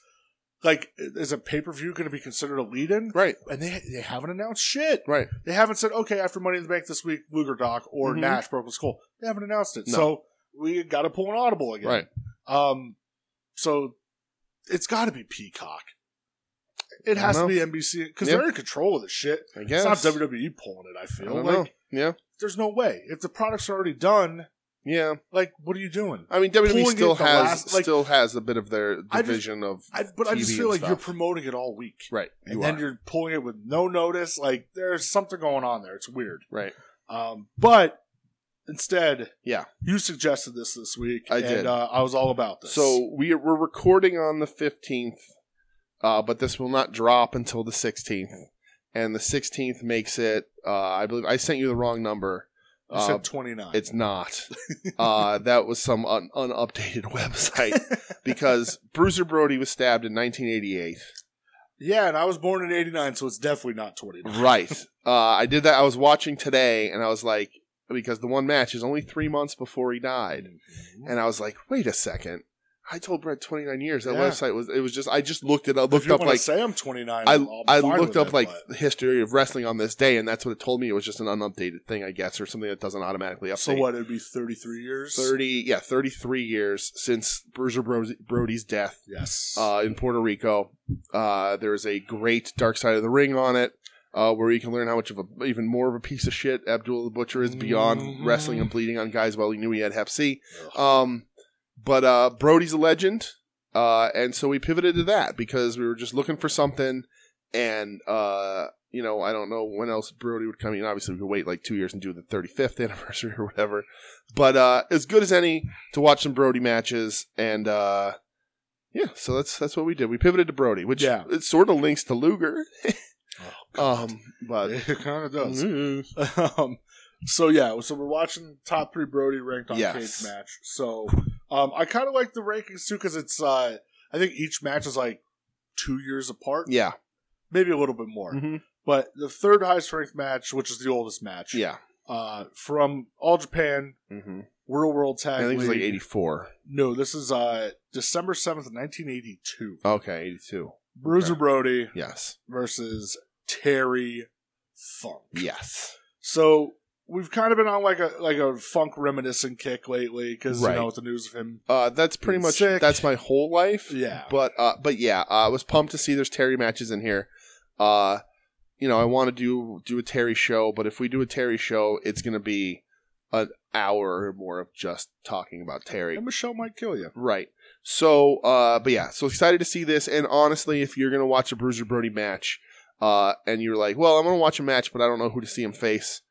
Speaker 2: like, is a pay per view going to be considered a lead in?
Speaker 1: right,
Speaker 2: And they they haven't announced shit.
Speaker 1: right.
Speaker 2: They haven't said okay after Money in the Bank this week, Luger Doc or
Speaker 1: Mhm.
Speaker 2: Nash broke his skull. They haven't announced it.
Speaker 1: No.
Speaker 2: So we got to pull an audible again.
Speaker 1: Right.
Speaker 2: Um. So it's got to be Peacock. It
Speaker 1: I
Speaker 2: has to
Speaker 1: don't
Speaker 2: be NBC because
Speaker 1: Yeah.
Speaker 2: they're in control of this shit.
Speaker 1: I guess
Speaker 2: It's not WWE pulling it. I
Speaker 1: I
Speaker 2: feel
Speaker 1: don't
Speaker 2: like
Speaker 1: know. Yeah,
Speaker 2: there's no way. If the products are already done,
Speaker 1: yeah.
Speaker 2: like what are you doing?
Speaker 1: I mean WWE
Speaker 2: Pulling
Speaker 1: still
Speaker 2: it the
Speaker 1: has
Speaker 2: last- like-
Speaker 1: still has a bit of their
Speaker 2: I just-
Speaker 1: division of
Speaker 2: I, but I just
Speaker 1: TV
Speaker 2: feel
Speaker 1: and
Speaker 2: like you're
Speaker 1: stuff.
Speaker 2: promoting it all week,
Speaker 1: right.
Speaker 2: and
Speaker 1: You
Speaker 2: then
Speaker 1: are
Speaker 2: you're pulling it with no notice. Like there's something going on there. It's weird.
Speaker 1: right.
Speaker 2: Um, but instead,
Speaker 1: Yeah.
Speaker 2: you suggested this this week.
Speaker 1: I
Speaker 2: and,
Speaker 1: did.
Speaker 2: Uh, I was all about this.
Speaker 1: So we are, we're recording on the 15th, uh, but this will not drop until the 16th. And the 16th makes it, uh, I believe, I sent you the wrong number.
Speaker 2: you said
Speaker 1: Uh,
Speaker 2: 29.
Speaker 1: It's
Speaker 2: [LAUGHS]
Speaker 1: not. uh, that was some un- unupdated [LAUGHS] website
Speaker 2: [LAUGHS]
Speaker 1: because Bruiser Brody was stabbed in 1988.
Speaker 2: yeah, and I was born in '89, so it's definitely not 29.
Speaker 1: Right. Uh, I did that. I was watching today and I was like, because the one match is only three months before he died. And I was like, wait a second. I told Brett 29 years. That
Speaker 2: Yeah.
Speaker 1: website was, it was just, I just looked it up,
Speaker 2: If
Speaker 1: looked
Speaker 2: you
Speaker 1: up
Speaker 2: wanna
Speaker 1: like
Speaker 2: say I'm 29.
Speaker 1: I,
Speaker 2: I'm
Speaker 1: I
Speaker 2: fine
Speaker 1: looked up
Speaker 2: with it,
Speaker 1: like
Speaker 2: but-
Speaker 1: the history of wrestling on this day, and that's what it told me. It was just an unupdated thing, I guess, or something that doesn't automatically update.
Speaker 2: so what? It'd be 33 years.
Speaker 1: Thirty, yeah, thirty-three years since Bruiser Brody, Brody's death
Speaker 2: Yes.
Speaker 1: uh, in Puerto Rico. Uh, there is a great Dark Side of the Ring on it, uh, where you can learn how much of a even more of a piece of shit Abdul the Butcher is beyond
Speaker 2: Mhm.
Speaker 1: wrestling and bleeding on guys while he knew he had Hep C.
Speaker 2: Ugh.
Speaker 1: Um, but uh, Brody's a legend, uh, and so we pivoted to that because we were just looking for something, and uh, you know, I don't know when else Brody would come in. Obviously, we could wait like two years and do the 35th [LAUGHS] anniversary or whatever. But uh, as good as any to watch some Brody matches, and uh, yeah, so that's that's what we did. We pivoted to Brody, which
Speaker 2: Yeah. Oh,
Speaker 1: it sort of links to Luger. [LAUGHS]
Speaker 2: God.
Speaker 1: um, but
Speaker 2: [LAUGHS] it kind of does.
Speaker 1: Mm.
Speaker 2: [LAUGHS] um, so yeah, so we're watching top three Brody ranked on
Speaker 1: Yes.
Speaker 2: cage match. So um, I kind of like the rankings too because it's uh, I think each match is like two years apart,
Speaker 1: yeah,
Speaker 2: maybe a little bit more.
Speaker 1: hmm
Speaker 2: But the third highest ranked match, which is the oldest match,
Speaker 1: yeah,
Speaker 2: uh, from All Japan
Speaker 1: hmm
Speaker 2: Real World
Speaker 1: I
Speaker 2: Tag
Speaker 1: think it was like
Speaker 2: League.
Speaker 1: '84.
Speaker 2: No, this is uh, December seventh, nineteen eighty two.
Speaker 1: Okay, '82.
Speaker 2: Bruiser Brody
Speaker 1: Yes.
Speaker 2: versus Terry Funk.
Speaker 1: Mm. Yes.
Speaker 2: So we've kind of been on like a like a funk reminiscent kick lately because
Speaker 1: Right.
Speaker 2: you know with the news of him.
Speaker 1: Uh, that's pretty
Speaker 2: Being
Speaker 1: much
Speaker 2: sick.
Speaker 1: that's my whole life.
Speaker 2: Yeah.
Speaker 1: But uh, but yeah, uh, I was pumped to see there's Terry matches in here. Uh, you know, I want to do do a Terry show, but if we do a Terry show, it's gonna be an hour or more of just talking about Terry.
Speaker 2: And Michelle might kill you.
Speaker 1: Right. So, uh, but yeah, so excited to see this. And honestly, if you're gonna watch a Bruiser Brody match, uh, and you're like, well, I'm gonna watch a match, but I don't know who to see him face,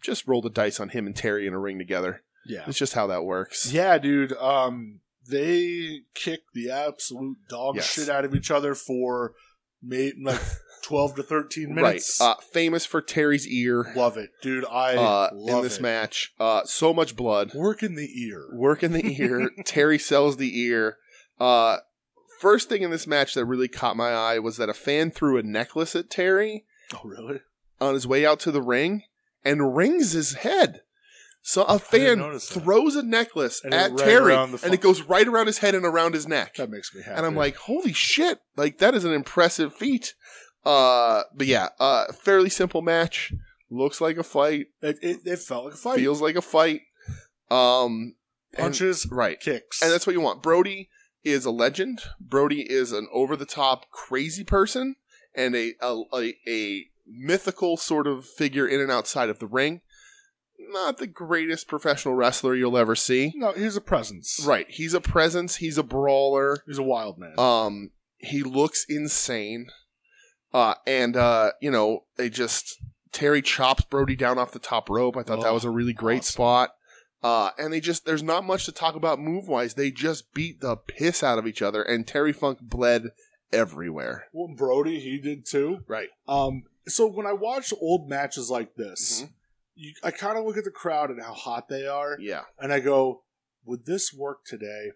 Speaker 1: just roll the dice on him and Terry in a ring together.
Speaker 2: Yeah.
Speaker 1: It's just how that works.
Speaker 2: Yeah, dude. Um, they kick the absolute dog
Speaker 1: Yes.
Speaker 2: shit out of each other for mate like twelve to thirteen minutes.
Speaker 1: Right. Uh, famous for Terry's ear
Speaker 2: love it, dude. I
Speaker 1: uh,
Speaker 2: love
Speaker 1: in this
Speaker 2: it.
Speaker 1: match. Uh, so much blood.
Speaker 2: Work in the ear.
Speaker 1: Work in
Speaker 2: [LAUGHS]
Speaker 1: the ear. Terry sells the ear. Uh, first thing in this match that really caught my eye was that a fan threw a necklace at Terry
Speaker 2: Oh, really?
Speaker 1: on his way out to the ring and rings his head. So a fan
Speaker 2: notice that.
Speaker 1: throws a necklace
Speaker 2: And it
Speaker 1: at
Speaker 2: right
Speaker 1: Terry,
Speaker 2: around the fu-
Speaker 1: and it goes right around his head and around his neck.
Speaker 2: That makes me happy.
Speaker 1: and I'm like, holy shit! Like that is an impressive feat. Uh, but yeah, uh, fairly simple match. Looks like a fight.
Speaker 2: it, it, it felt like a fight.
Speaker 1: Feels like a fight. Um, and-
Speaker 2: Punches,
Speaker 1: right.
Speaker 2: kicks,
Speaker 1: And that's what you want. Brody is a legend. Brody is an over the top crazy person and a, a, a, a mythical sort of figure in and outside of the ring. Not the greatest professional wrestler you'll ever see.
Speaker 2: no. He's a presence.
Speaker 1: Right. He's a presence, he's a brawler.
Speaker 2: He's a wild man.
Speaker 1: Um, he looks insane. Uh, and, uh, you know, they just, Terry chops Brody down off the top rope. I thought that
Speaker 2: Oh,
Speaker 1: was a really great
Speaker 2: awesome.
Speaker 1: spot. Uh, and they just, there's not much to talk about move wise. They just beat the piss out of each other, and Terry Funk bled everywhere.
Speaker 2: well, Brody, he did too.
Speaker 1: Right.
Speaker 2: Um, so when I watch old matches like this,
Speaker 1: Mhm.
Speaker 2: you, I kind of look at the crowd and how hot they are,
Speaker 1: Yeah.
Speaker 2: and I go, "Would this work today?"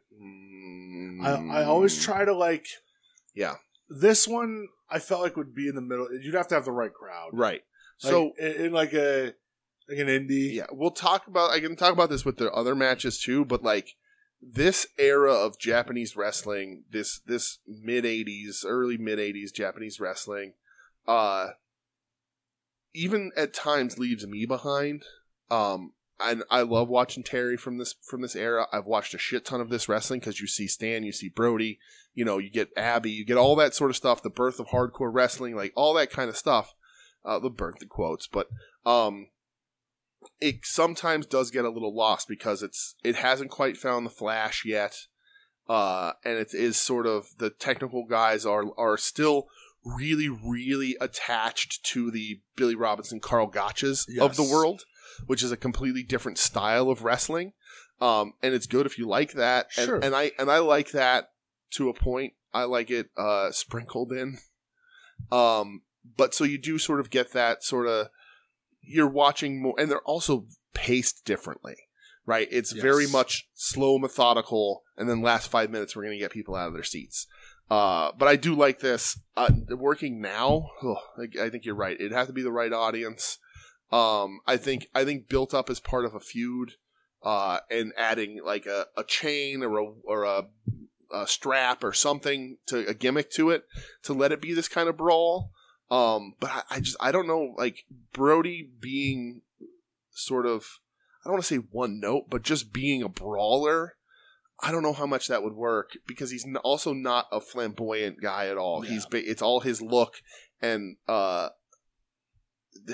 Speaker 2: I, I always try to like.
Speaker 1: Mm. Yeah.
Speaker 2: This one I felt like would be in the middle. You'd have to have the right crowd.
Speaker 1: Right.
Speaker 2: Like,
Speaker 1: So,
Speaker 2: in, in like a like an indie.
Speaker 1: Yeah, we'll talk about. I can talk about this with the other matches too, but like this era of Japanese wrestling, this this mid '80s, early mid '80s Japanese wrestling, uh, even at times leaves me behind. Um, and I love watching Terry from this from this era. I've watched a shit ton of this wrestling because you see Stan, you see Brody, you know, you get Abby, you get all that sort of stuff. The birth of hardcore wrestling, like all that kind of stuff. Uh, the birth, the quotes, but um, it sometimes does get a little lost because it's it hasn't quite found the flash yet, uh, and it is sort of the technical guys are are still really really attached to the Billy Robinson Carl Gotches of the
Speaker 2: Yes.
Speaker 1: world, which is a completely different style of wrestling, um, and it's good if you like that, and,
Speaker 2: Sure.
Speaker 1: and I and I like that to a point. I like it uh, sprinkled in, um, but so you do sort of get that sort of you're watching more and they're also paced differently right it's
Speaker 2: Yes.
Speaker 1: very much slow methodical and then last five minutes we're going to get people out of their seats uh, but i do like this uh, working now ugh, I, I think you're right it'd have to be the right audience um, i think i think built up as part of a feud uh, and adding like a, a chain or a, or a, a strap or something to a gimmick to it to let it be this kind of brawl um, but I, I just I don't know like Brody being sort of I don't want to say one note, but just being a brawler. I don't know how much that would work because he's n- also not a flamboyant guy at all.
Speaker 2: Yeah.
Speaker 1: He's ba- it's all his look and uh,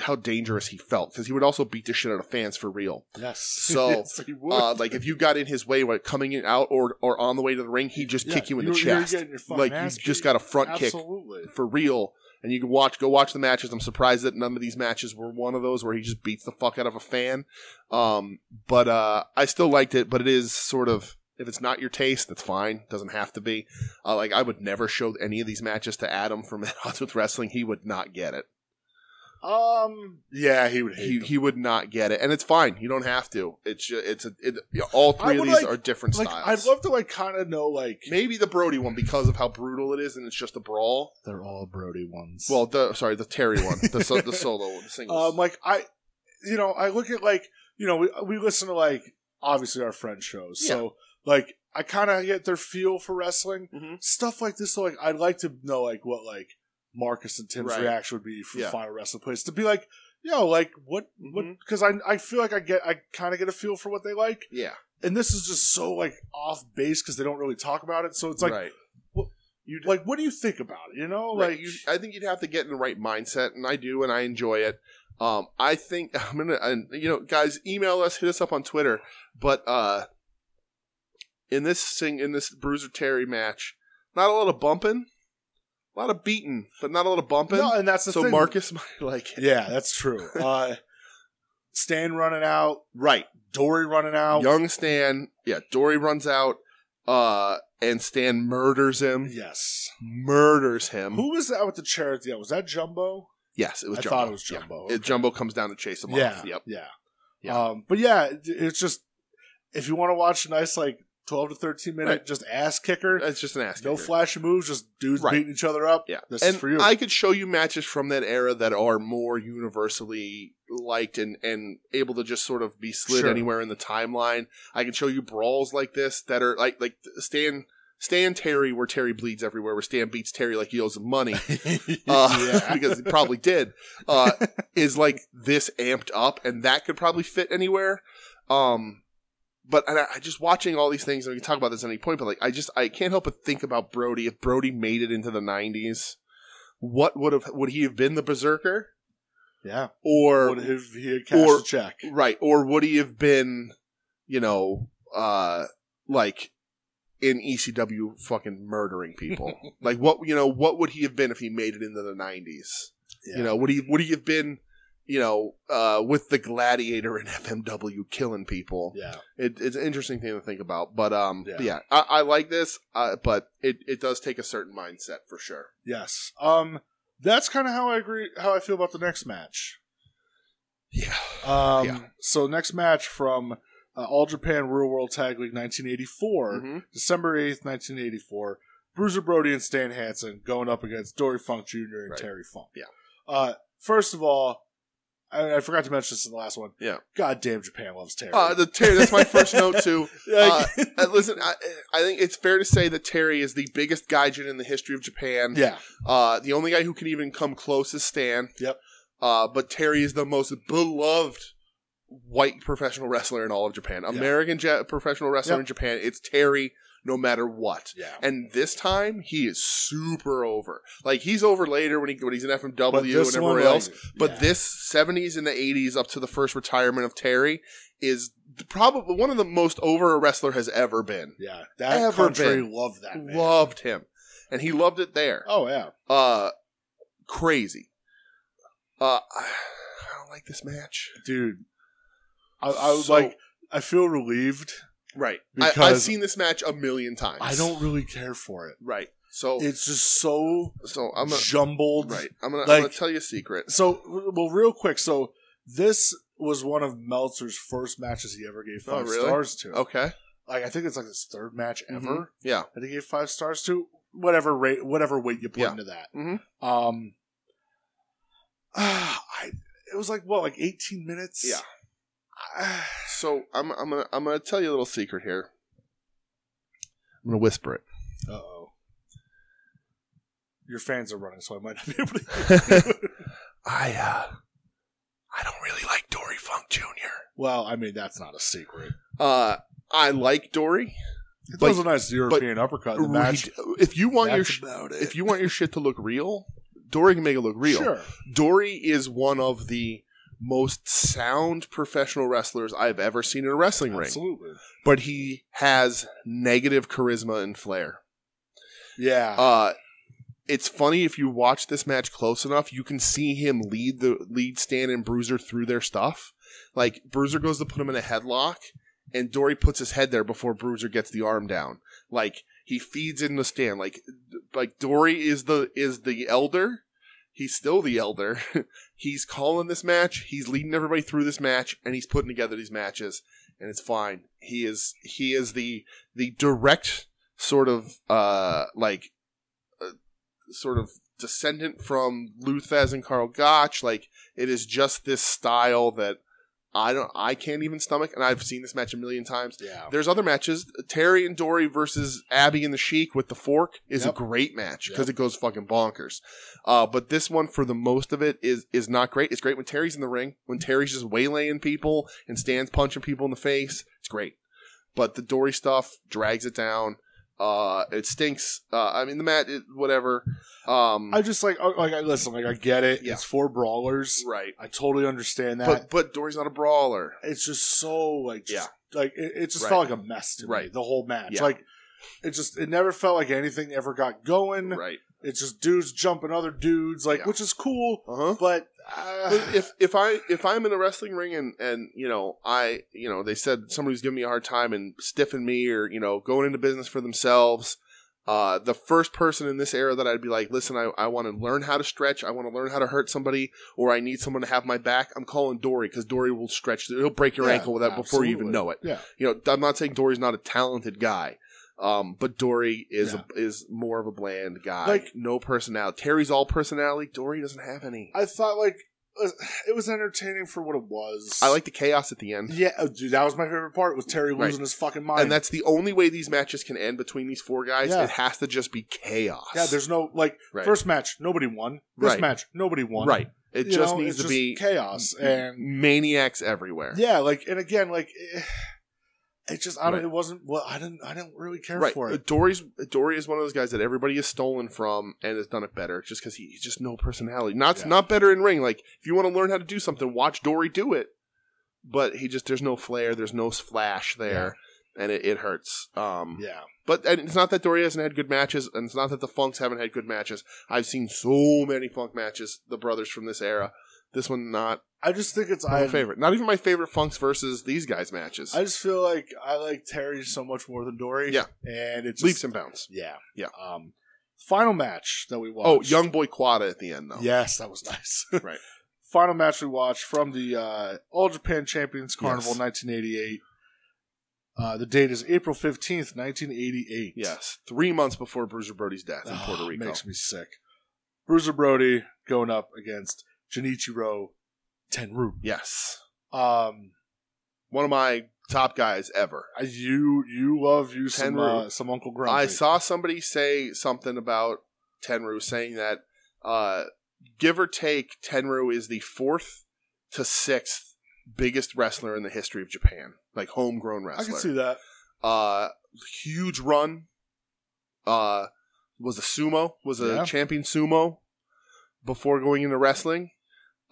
Speaker 1: how dangerous he felt because he would also beat the shit out of fans for real.
Speaker 2: Yes.
Speaker 1: So,
Speaker 2: [LAUGHS] Yes, he would.
Speaker 1: Uh, like if you got in his way, like coming in out or or on the way to the ring, he'd just
Speaker 2: Yeah,
Speaker 1: kick you in the
Speaker 2: you're- you're
Speaker 1: chest.
Speaker 2: getting your fucking
Speaker 1: like you
Speaker 2: ass
Speaker 1: just
Speaker 2: kicked.
Speaker 1: got a front kick
Speaker 2: Absolutely.
Speaker 1: for real. And you can watch, go watch the matches. I'm surprised that none of these matches were one of those where he just beats the fuck out of a fan. Um, but uh, I still liked it. But it is sort of if it's not your taste, that's fine. Doesn't have to be. Uh, like I would never show any of these matches to Adam from [LAUGHS] At Odds with Wrestling. He would not get it.
Speaker 2: Um. Yeah, he would hate.
Speaker 1: He,
Speaker 2: them.
Speaker 1: he would not get it, and it's fine. You don't have to. It's ju- it's a, it, all
Speaker 2: I
Speaker 1: three of
Speaker 2: would
Speaker 1: these
Speaker 2: like-
Speaker 1: are different
Speaker 2: like
Speaker 1: styles.
Speaker 2: I'd love to like kind of know like
Speaker 1: Maybe the Brody one because of how brutal it is, and it's just a brawl.
Speaker 2: they're all Brody ones.
Speaker 1: Well, the sorry, the Terry one, the so, the solo,
Speaker 2: [LAUGHS]
Speaker 1: one, the singles.
Speaker 2: um, like I, you know, I look at like you know we we listen to like obviously our friend shows, so like I kind of get their feel for wrestling
Speaker 1: Mhm.
Speaker 2: stuff like this. So like I'd like to know like what like Marcus and Tim's
Speaker 1: Right.
Speaker 2: reaction would be for
Speaker 1: Yeah.
Speaker 2: Final Wrestling Place to be like. Yo, like what? What?
Speaker 1: Mhm.
Speaker 2: Because I, I feel like I get, I kind of get a feel for what they like,
Speaker 1: Yeah,
Speaker 2: and this is just so like off base because they don't really talk about it. So it's
Speaker 1: it's
Speaker 2: like,
Speaker 1: like
Speaker 2: you like what do you think about it you know
Speaker 1: right,
Speaker 2: like
Speaker 1: you, I think you'd have to get in the right mindset, and I do, and I enjoy it. Um, I think [LAUGHS] I'm gonna, and you know, guys, email us, hit us up on Twitter. But uh, in this thing, in this Bruiser Terry match, not a lot of bumping, a lot of beating, but not a lot of bumping.
Speaker 2: no and that's the
Speaker 1: so
Speaker 2: thing
Speaker 1: Marcus [LAUGHS] might like it.
Speaker 2: yeah
Speaker 1: [LAUGHS]
Speaker 2: that's true uh stan running out
Speaker 1: Right,
Speaker 2: dory running out
Speaker 1: young Stan. Yeah, Dory runs out, uh, and Stan murders him.
Speaker 2: yes
Speaker 1: Murders him.
Speaker 2: who was that with the chair at the end was that jumbo
Speaker 1: Yes, it was.
Speaker 2: i
Speaker 1: Jumbo.
Speaker 2: thought it was
Speaker 1: Yeah.
Speaker 2: jumbo
Speaker 1: It- Jumbo comes down to chase him
Speaker 2: yeah
Speaker 1: off. Yep.
Speaker 2: yeah
Speaker 1: Yeah.
Speaker 2: um but yeah it- it's just if you want to watch a nice like 12 to 13 minute
Speaker 1: Right.
Speaker 2: just ass kicker.
Speaker 1: It's just an ass.
Speaker 2: no
Speaker 1: kicker.
Speaker 2: flashy moves, just dudes
Speaker 1: Right.
Speaker 2: beating each
Speaker 1: [LAUGHS]
Speaker 2: other up.
Speaker 1: Yeah,
Speaker 2: This
Speaker 1: and
Speaker 2: is for you.
Speaker 1: I could show you matches from that era that are more universally liked and and able to just sort of be slid
Speaker 2: Sure.
Speaker 1: anywhere in the timeline. I can show you brawls like this that are like like Stan Stan Terry where Terry bleeds everywhere, where Stan beats Terry like he owes him money uh,
Speaker 2: [LAUGHS]
Speaker 1: [LAUGHS]
Speaker 2: yeah.
Speaker 1: because he probably did.
Speaker 2: [LAUGHS]
Speaker 1: Uh, is like this amped up, and that could probably fit anywhere. Um, but and I, I just watching all these things, and we can talk about this at any point. But like, I just I can't help but think about Brody. If Brody made it into the '90s, what would have would he have been the berserker,
Speaker 2: yeah.
Speaker 1: or
Speaker 2: Would have he had cashed
Speaker 1: or-
Speaker 2: a check?
Speaker 1: right, or would he have been, you know, uh, like in ECW fucking murdering
Speaker 2: [LAUGHS]
Speaker 1: people? like what you know, what would he have been if he made it into the '90s? You
Speaker 2: Yeah.
Speaker 1: know, would he would he have been, you know, uh, with the gladiator in FMW killing people?
Speaker 2: Yeah.
Speaker 1: It, it's an interesting thing to think about, but um,
Speaker 2: Yeah.
Speaker 1: but yeah, I, I like this, uh, but it, it does take a certain mindset for sure.
Speaker 2: Yes. Um. That's kind of how I agree. How I feel about the next match.
Speaker 1: Yeah,
Speaker 2: Um.
Speaker 1: Yeah.
Speaker 2: So next match from uh, All Japan Real World Tag League 1984,
Speaker 1: Mm-hmm.
Speaker 2: December 8th, 1984. Bruiser Brody and Stan Hansen going up against Dory Funk Jr. and
Speaker 1: Right.
Speaker 2: Terry Funk.
Speaker 1: Yeah.
Speaker 2: Uh. First of all. I I forgot to mention this in the last one.
Speaker 1: Yeah.
Speaker 2: Goddamn, Japan loves Terry.
Speaker 1: uh,
Speaker 2: [LAUGHS]
Speaker 1: the Terry. That's my first note too.
Speaker 2: Like- [LAUGHS]
Speaker 1: Uh, listen, I, I think it's fair to say that Terry is the biggest gaijin in the history of Japan.
Speaker 2: yeah.
Speaker 1: Uh, the only guy who can even come close is Stan.
Speaker 2: Yep.
Speaker 1: Uh, but Terry is the most beloved white professional wrestler in all of Japan. American ja- professional wrestler
Speaker 2: Yep.
Speaker 1: in Japan. It's Terry no matter what.
Speaker 2: Yeah.
Speaker 1: And this time he is super over. Like he's over later when he when he's in FMW
Speaker 2: But
Speaker 1: and
Speaker 2: this
Speaker 1: everywhere
Speaker 2: one,
Speaker 1: else.
Speaker 2: like,
Speaker 1: But
Speaker 2: yeah.
Speaker 1: this 70s and the 80s up to the first retirement of Terry is th- probably one of the most over a wrestler has ever been.
Speaker 2: Yeah, that
Speaker 1: Ever
Speaker 2: country
Speaker 1: been.
Speaker 2: loved that man.
Speaker 1: Loved him. And he loved it there.
Speaker 2: oh yeah,
Speaker 1: Uh crazy. Uh [SIGHS] I don't like this match.
Speaker 2: dude. I, I was
Speaker 1: So-
Speaker 2: like, I feel relieved.
Speaker 1: Right. I, I've
Speaker 2: Because-
Speaker 1: seen this match a million times.
Speaker 2: I don't really care for it.
Speaker 1: Right. So
Speaker 2: It's just so
Speaker 1: so Oh. I'm gonna
Speaker 2: jumbled.
Speaker 1: right. I'm gonna I'm
Speaker 2: like-
Speaker 1: gonna tell you a secret.
Speaker 2: So, well, real quick. So this was one of Meltzer's first matches he ever gave
Speaker 1: Oh,
Speaker 2: five
Speaker 1: really?
Speaker 2: stars to.
Speaker 1: Okay.
Speaker 2: Like I think it's like his third match ever
Speaker 1: Mhm. Yeah.
Speaker 2: that he gave five stars to. Whatever rate, whatever weight you put
Speaker 1: Yeah.
Speaker 2: into that.
Speaker 1: Mhm.
Speaker 2: Um, [SIGHS] I it was like what, like eighteen minutes.
Speaker 1: Yeah. [SIGHS] So I'm I'm gonna I'm gonna tell you a little secret here. I'm gonna whisper it.
Speaker 2: Uh oh. Your fans are running, so I might not be able to.
Speaker 1: [LAUGHS] I uh I don't really like Dory Funk Jr.
Speaker 2: Well, I mean, that's not a secret.
Speaker 1: Uh I like Dory.
Speaker 2: It
Speaker 1: But-
Speaker 2: was a nice European uppercut in the match.
Speaker 1: If you want your
Speaker 2: That's
Speaker 1: sh-
Speaker 2: about it.
Speaker 1: if you want your shit to look real, Dory can make it look real.
Speaker 2: Sure.
Speaker 1: Dory is one of the most sound professional wrestlers I've ever seen in a wrestling ring,
Speaker 2: Absolutely.
Speaker 1: but he has negative charisma and flair.
Speaker 2: Yeah.
Speaker 1: Uh, it's funny if you watch this match close enough, you can see him lead the lead Stan and Bruiser through their stuff. Like Bruiser goes to put him in a headlock, and Dory puts his head there before Bruiser gets the arm down. Like he feeds in the Stan. Like like Dory is the is the elder. He's still the elder. [LAUGHS] he's calling this match. He's leading everybody through this match, and he's putting together these matches, and it's fine. He is he is the the direct sort of uh like sort of descendant from Luthez and Carl Gotch. Like it is just this style that I don't, I can't even stomach. And I've seen this match a million times.
Speaker 2: yeah.
Speaker 1: There's other matches. Terry and Dory versus Abby and the Sheik with the fork is
Speaker 2: Yep.
Speaker 1: a great match because it goes fucking bonkers. Uh, but this one for the most of it is is not great. It's great when Terry's in the ring, when Terry's just waylaying people and stands punching people in the face. It's great. But the Dory stuff drags it down. Uh, it stinks. Uh, I mean the mat, it, whatever. Um,
Speaker 2: I just like, oh, like, I listen, like, I get it.
Speaker 1: Yeah.
Speaker 2: It's four brawlers.
Speaker 1: right.
Speaker 2: I totally understand that.
Speaker 1: But but Dory's not a brawler.
Speaker 2: it's just so like just, like it, it just
Speaker 1: Right.
Speaker 2: felt like a mess to me
Speaker 1: Right.
Speaker 2: the whole match
Speaker 1: Yeah.
Speaker 2: like it just it never felt like anything ever got going
Speaker 1: Right.
Speaker 2: it's just dudes jumping other dudes like
Speaker 1: Yeah.
Speaker 2: which is cool
Speaker 1: Uh huh.
Speaker 2: but uh,
Speaker 1: But if if I if I'm in a wrestling ring and and you know I you know they said somebody's giving me a hard time and stiffing me or you know going into business for themselves, Uh, the first person in this era that I'd be like, listen, I, I want to learn how to stretch. I want to learn how to hurt somebody, or I need someone to have my back. I'm calling Dory because Dory will stretch. He'll break your
Speaker 2: [LAUGHS] Yeah,
Speaker 1: ankle without before you even
Speaker 2: absolutely.
Speaker 1: know it.
Speaker 2: Yeah.
Speaker 1: You know, I'm not saying Dory's not a talented guy, um, but Dory is a, is more of a bland guy.
Speaker 2: Like-
Speaker 1: no personality. Terry's all personality. Dory doesn't have any.
Speaker 2: I thought like uh, it was entertaining for what it was.
Speaker 1: I like the chaos at the end.
Speaker 2: Yeah, oh, dude, that was my favorite part was Terry
Speaker 1: Right.
Speaker 2: losing his fucking mind.
Speaker 1: And that's the only way these matches can end between these four guys.
Speaker 2: Yeah.
Speaker 1: It has to just be chaos.
Speaker 2: yeah, there's no like
Speaker 1: Right.
Speaker 2: first match nobody won. This
Speaker 1: Right.
Speaker 2: match nobody won.
Speaker 1: right. It
Speaker 2: You
Speaker 1: just
Speaker 2: know,
Speaker 1: needs
Speaker 2: it's
Speaker 1: to be Mm-hmm.
Speaker 2: chaos and
Speaker 1: maniacs everywhere.
Speaker 2: yeah, like and again like [SIGHS] eh, it just I don't
Speaker 1: Right.
Speaker 2: it wasn't well I didn't I didn't really care
Speaker 1: Right,
Speaker 2: for it.
Speaker 1: Dory's Dory is one of those guys that everybody has stolen from and has done it better, just because he, he's just no personality. Not
Speaker 2: Yeah.
Speaker 1: not better in ring. Like if you want to learn how to do something, watch Dory do it. But he just there's no flair, there's no flash there, and it, it hurts. Um,
Speaker 2: Yeah.
Speaker 1: But and it's not that Dory hasn't had good matches, and it's not that the Funks haven't had good matches. I've seen so many Funk matches, the brothers from this era. This one not
Speaker 2: I just think it's
Speaker 1: my
Speaker 2: I
Speaker 1: favorite. Not even my favorite Funks versus these guys matches.
Speaker 2: I just feel like I like Terry so much more than Dory.
Speaker 1: Yeah.
Speaker 2: And it just
Speaker 1: Leaps and bounds.
Speaker 2: Yeah.
Speaker 1: Yeah.
Speaker 2: Um final match that we watched.
Speaker 1: Oh, Young Boy Quada at the end though.
Speaker 2: Yes, that was nice. [LAUGHS]
Speaker 1: Right.
Speaker 2: Final match we watched from the uh, All Japan Champions Carnival
Speaker 1: Yes.
Speaker 2: 1988. Uh, the date is April 15th, 1988.
Speaker 1: Yes, three months before Bruiser Brody's death in
Speaker 2: Ah,
Speaker 1: Puerto Rico.
Speaker 2: Makes me sick. Bruiser Brody going up against Junichiro Tenru.
Speaker 1: Yes,
Speaker 2: Um,
Speaker 1: one of my top guys ever.
Speaker 2: I- you you love you some,
Speaker 1: Tenru.
Speaker 2: uh, some Uncle Grumpy.
Speaker 1: I saw somebody say something about Tenru, saying that uh, give or take, Tenru is the fourth to sixth biggest wrestler in the history of Japan, like homegrown
Speaker 2: I
Speaker 1: wrestler.
Speaker 2: can see that.
Speaker 1: Uh, huge run. Uh, was a sumo, was a
Speaker 2: Yeah.
Speaker 1: champion sumo before going into wrestling.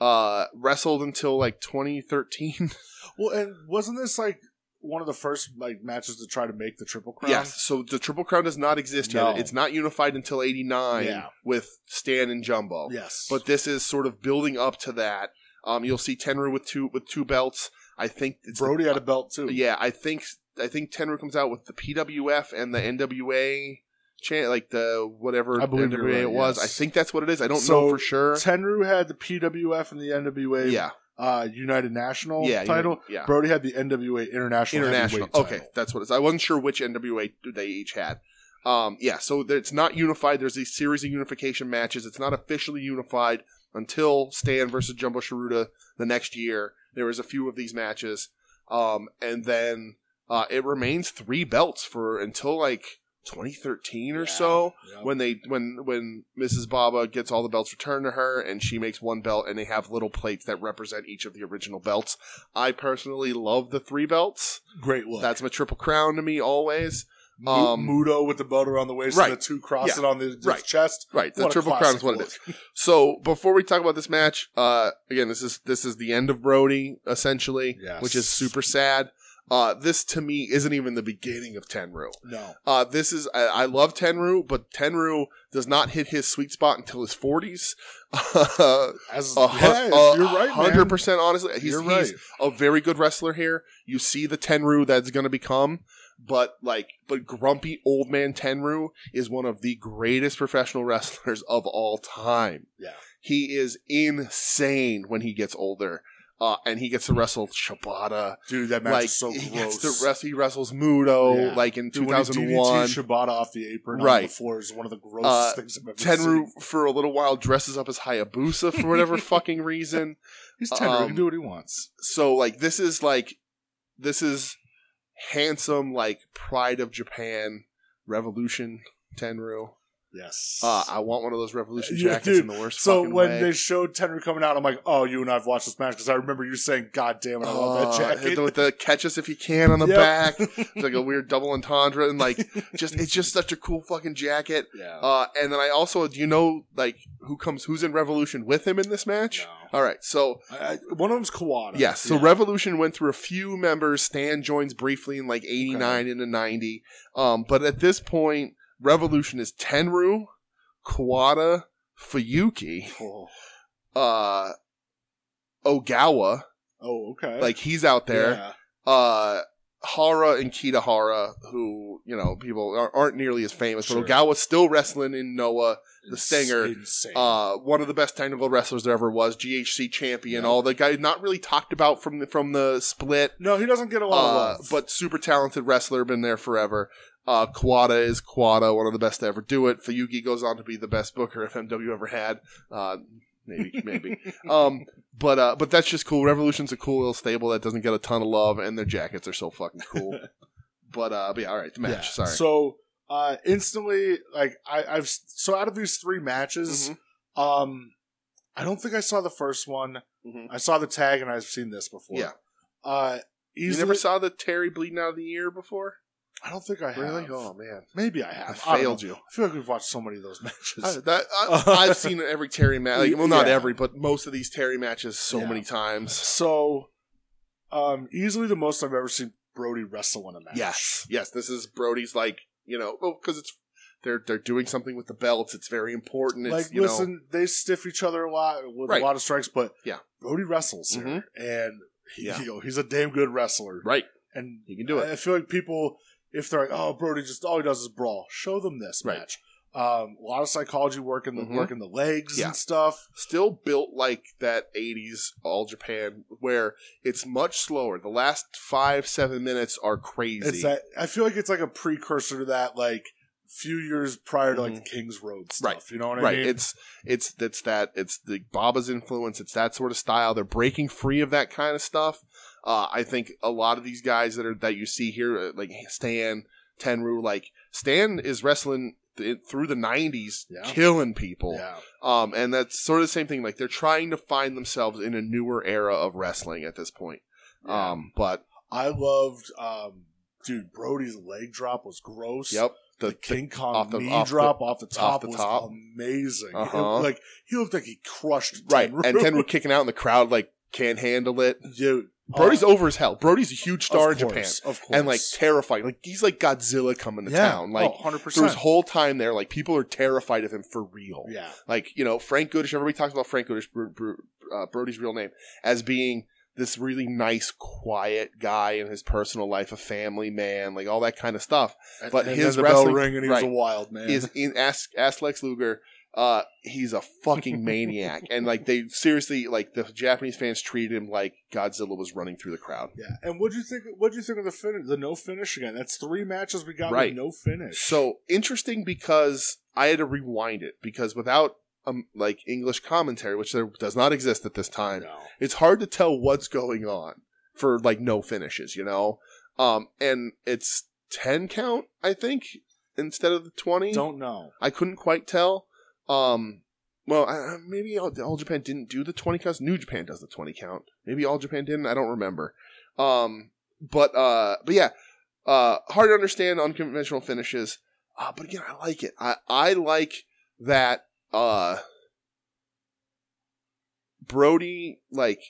Speaker 1: Uh, wrestled until like 2013. [LAUGHS]
Speaker 2: Well, and wasn't this like one of the first like matches to try to make the Triple Crown?
Speaker 1: Yes. So the Triple Crown does not exist
Speaker 2: No.
Speaker 1: yet. It's not unified until 89
Speaker 2: Yeah.
Speaker 1: with Stan and Jumbo.
Speaker 2: Yes.
Speaker 1: But this is sort of building up to that. Um, you'll see Tenru with two with two belts. I think it's the-
Speaker 2: Brody had a belt too.
Speaker 1: yeah, I think I think Tenru comes out with the PWF and the NWA chant, like the whatever
Speaker 2: I believe you're
Speaker 1: NWA it
Speaker 2: right,
Speaker 1: was.
Speaker 2: yes.
Speaker 1: I think that's what it is. I don't
Speaker 2: So,
Speaker 1: know for sure.
Speaker 2: Tenru had the PWF and the NWA
Speaker 1: yeah,
Speaker 2: uh, United National
Speaker 1: yeah,
Speaker 2: title.
Speaker 1: yeah.
Speaker 2: Brody had the NWA International
Speaker 1: international.
Speaker 2: Heavyweight
Speaker 1: Okay,
Speaker 2: title.
Speaker 1: that's what it is. I wasn't sure which NWA they each had. Um, yeah, so there- it's not unified. There's these series of unification matches. It's not officially unified until Stan versus Jumbo Sharuda the next year. There was a few of these matches, um, and then uh, it remains three belts for until like 2013 or
Speaker 2: Yeah.
Speaker 1: so
Speaker 2: Yep.
Speaker 1: when they when when Mrs. Baba gets all the belts returned to her and she makes one belt and they have little plates that represent each of the original belts. I personally love the three belts.
Speaker 2: Great look.
Speaker 1: That's my triple crown to me always.
Speaker 2: Mu-
Speaker 1: um,
Speaker 2: Muto with the belt around the waist
Speaker 1: Right.
Speaker 2: and the two crossing on the, his
Speaker 1: Right.
Speaker 2: chest.
Speaker 1: Right, the
Speaker 2: What a
Speaker 1: triple crown is
Speaker 2: classic
Speaker 1: what it
Speaker 2: look.
Speaker 1: is. So before we talk about this match, uh, again, this is this is the end of Brody essentially,
Speaker 2: Yes.
Speaker 1: which is super sad. Uh, this to me isn't even the beginning of Tenru.
Speaker 2: No.
Speaker 1: Uh, this is I, I love Tenru, but Tenru does not hit his sweet spot until his forties. [LAUGHS] Uh,
Speaker 2: As,
Speaker 1: A hun-
Speaker 2: yes,
Speaker 1: a
Speaker 2: you're right,
Speaker 1: Hundred
Speaker 2: man.
Speaker 1: percent. Honestly, he's,
Speaker 2: you're
Speaker 1: he's
Speaker 2: right.
Speaker 1: a very good wrestler here. You see the Tenru that's going to become, but like, but grumpy old man Tenru is one of the greatest professional [LAUGHS] wrestlers of all time.
Speaker 2: Yeah.
Speaker 1: he is insane when he gets older. Uh, and he gets to wrestle Shibata.
Speaker 2: Dude, that match
Speaker 1: Like
Speaker 2: is so
Speaker 1: he
Speaker 2: gross.
Speaker 1: gets to wrestle. He wrestles Muto.
Speaker 2: Yeah.
Speaker 1: Like in
Speaker 2: Dude,
Speaker 1: two
Speaker 2: when he
Speaker 1: thousand
Speaker 2: DDT
Speaker 1: one,
Speaker 2: Shibata off the apron on the
Speaker 1: Right.
Speaker 2: floor is one of the grossest
Speaker 1: Uh,
Speaker 2: things I've ever
Speaker 1: Tenru
Speaker 2: seen.
Speaker 1: for a little while dresses up as Hayabusa for
Speaker 2: [LAUGHS]
Speaker 1: whatever fucking reason.
Speaker 2: He's Tenru. he
Speaker 1: um,
Speaker 2: can do what he wants.
Speaker 1: So like this is like this is handsome like pride of Japan revolution Tenru.
Speaker 2: Yes.
Speaker 1: Uh, I want one of those revolution
Speaker 2: Yeah,
Speaker 1: jackets
Speaker 2: dude.
Speaker 1: in the worst.
Speaker 2: So
Speaker 1: fucking
Speaker 2: when
Speaker 1: way.
Speaker 2: they [LAUGHS] showed Tenru coming out, I'm like, oh, you and I've watched this match because I remember you saying, God damn it, I love
Speaker 1: Uh,
Speaker 2: that jacket.
Speaker 1: with the catch us if you can on the
Speaker 2: Yep.
Speaker 1: back, it's like
Speaker 2: [LAUGHS]
Speaker 1: a weird double entendre, and like just it's just such a cool fucking jacket.
Speaker 2: yeah.
Speaker 1: Uh, and then I also, do you know like who comes who's in Revolution with him in this match?
Speaker 2: No.
Speaker 1: All right, so
Speaker 2: I, I- one of them's Kawada.
Speaker 1: Yes. So
Speaker 2: Yeah.
Speaker 1: Revolution went through a few members. Stan joins briefly in like 89 into 90. Um, but at this point, Revolution is Tenru, Kawada, Fuyuki,
Speaker 2: oh,
Speaker 1: uh, Ogawa.
Speaker 2: oh, okay.
Speaker 1: Like he's out there.
Speaker 2: Yeah.
Speaker 1: Uh, Hara and Kitahara, who you know people are, aren't nearly as famous,
Speaker 2: Sure.
Speaker 1: but Ogawa's still wrestling in Noah. The singer,
Speaker 2: Insane.
Speaker 1: Uh, one of the best technical wrestlers there ever was, GHC champion, all the guy not really talked about from the from the split,
Speaker 2: no, he doesn't get a lot
Speaker 1: uh,
Speaker 2: of love.
Speaker 1: but super talented wrestler, been there forever. Uh, Quada is Quada, one of the best to ever do it. Fuyuki goes on to be the best booker FMW ever had. Uh, maybe, maybe.
Speaker 2: [LAUGHS]
Speaker 1: um, but uh, but that's just cool. Revolution's a cool little stable that doesn't get a ton of love, and their jackets are so fucking
Speaker 2: [LAUGHS]
Speaker 1: cool. but uh, but yeah, all right, the match.
Speaker 2: Yeah.
Speaker 1: Sorry.
Speaker 2: So uh, instantly, like I, I've so out of these three matches,
Speaker 1: Mhm.
Speaker 2: um, I don't think I saw the first one.
Speaker 1: Mhm.
Speaker 2: I saw the tag, and I've seen this before.
Speaker 1: Yeah.
Speaker 2: Uh,
Speaker 1: you
Speaker 2: easily,
Speaker 1: never saw the Terry bleeding out of the ear before?
Speaker 2: I don't think I have.
Speaker 1: Really? Oh man,
Speaker 2: Maybe I
Speaker 1: I
Speaker 2: have. I, failed.
Speaker 1: failed you.
Speaker 2: I feel like we've watched so many of those [LAUGHS]
Speaker 1: I,
Speaker 2: matches.
Speaker 1: that,
Speaker 2: [LAUGHS]
Speaker 1: I, I've seen every Terry match. Like, well, not
Speaker 2: Yeah.
Speaker 1: every, but most of these Terry matches so
Speaker 2: Yeah.
Speaker 1: many times.
Speaker 2: so, um, easily the most I've ever seen Brody wrestle in a match.
Speaker 1: Yes, yes. This is Brody's like you know because it's they're they're doing something with the belts. It's very important. It's,
Speaker 2: like
Speaker 1: you know,
Speaker 2: listen, they stiff each other a lot with
Speaker 1: Right.
Speaker 2: a lot of strikes, but
Speaker 1: Yeah.
Speaker 2: Brody wrestles here,
Speaker 1: Mhm.
Speaker 2: and he,
Speaker 1: Yeah.
Speaker 2: you know, he's a damn good wrestler.
Speaker 1: right?
Speaker 2: And
Speaker 1: You can do it.
Speaker 2: I feel like people, if they're like, "Oh, Brody just all he does is brawl," show them this
Speaker 1: Right.
Speaker 2: match. Um, a lot of psychology work in the
Speaker 1: Mhm.
Speaker 2: work in the legs
Speaker 1: Yeah.
Speaker 2: and stuff.
Speaker 1: Still built like that '80s All Japan where it's much slower. The last five seven minutes are crazy.
Speaker 2: It's that I feel like it's like a precursor to that, like few years prior to like the King's Road stuff.
Speaker 1: Mm-hmm. Right.
Speaker 2: You know what I
Speaker 1: right.
Speaker 2: mean?
Speaker 1: It's it's it's that it's the Baba's influence. It's that sort of style. They're breaking free of that kind of stuff. Uh, I think a lot of these guys that are that you see here, uh, like Stan Tenru, like Stan is wrestling th- through the '90s,
Speaker 2: Yeah.
Speaker 1: killing people.
Speaker 2: yeah.
Speaker 1: Um, and that's sort of the same thing. Like they're trying to find themselves in a newer era of wrestling at this point.
Speaker 2: Yeah.
Speaker 1: Um, but
Speaker 2: I loved, um, dude. Brody's leg drop was gross.
Speaker 1: yep, the,
Speaker 2: the King Kong
Speaker 1: off the-
Speaker 2: knee
Speaker 1: off the-
Speaker 2: drop off the top
Speaker 1: off the
Speaker 2: was
Speaker 1: top.
Speaker 2: amazing. It-
Speaker 1: Uh-huh.
Speaker 2: like he looked like he crushed
Speaker 1: right,
Speaker 2: Tenru.
Speaker 1: and
Speaker 2: [LAUGHS]
Speaker 1: Tenru kicking out in the crowd like can't handle it.
Speaker 2: Dude,
Speaker 1: Brody's
Speaker 2: uh,
Speaker 1: over as hell. Brody's a huge star
Speaker 2: of
Speaker 1: in Japan.
Speaker 2: course, of course, Oh,
Speaker 1: and like terrified. Like he's like Godzilla coming to town. Like
Speaker 2: hundred
Speaker 1: through his
Speaker 2: percent.
Speaker 1: whole time there, like people are terrified of him for real.
Speaker 2: Yeah,
Speaker 1: Like you know Frank Goodish. Everybody talks about Frank Goodish, Bro- Bro- uh, Brody's real name, as being this really nice, quiet guy in his personal life, a family man, like all that kind of stuff. But
Speaker 2: And
Speaker 1: his
Speaker 2: then the bell
Speaker 1: wrestling-
Speaker 2: ring and he was
Speaker 1: right.
Speaker 2: a wild man.
Speaker 1: Is in ask ask Lex Luger. Uh, he's a
Speaker 2: [LAUGHS]
Speaker 1: fucking maniac, and like they seriously like the Japanese fans treated him like Godzilla was running through the crowd.
Speaker 2: yeah, and what do you think? What do you think of the finish? The no finish again. That's three matches we got
Speaker 1: Right.
Speaker 2: with no finish.
Speaker 1: So interesting because I had to rewind it because without um, like English commentary, which there does not exist at this time,
Speaker 2: No.
Speaker 1: it's hard to tell what's going on for like no finishes, you know. Um, and it's ten count, I think, instead of the twenty.
Speaker 2: don't know.
Speaker 1: I couldn't quite tell. Um, well, I, I- maybe all, all Japan didn't do the twenty counts. New Japan does the twenty count. Maybe all Japan didn't. I don't remember. Um, but uh, but yeah, uh, hard to understand unconventional finishes. Uh, but again, I like it. I I like that. Uh, Brody like.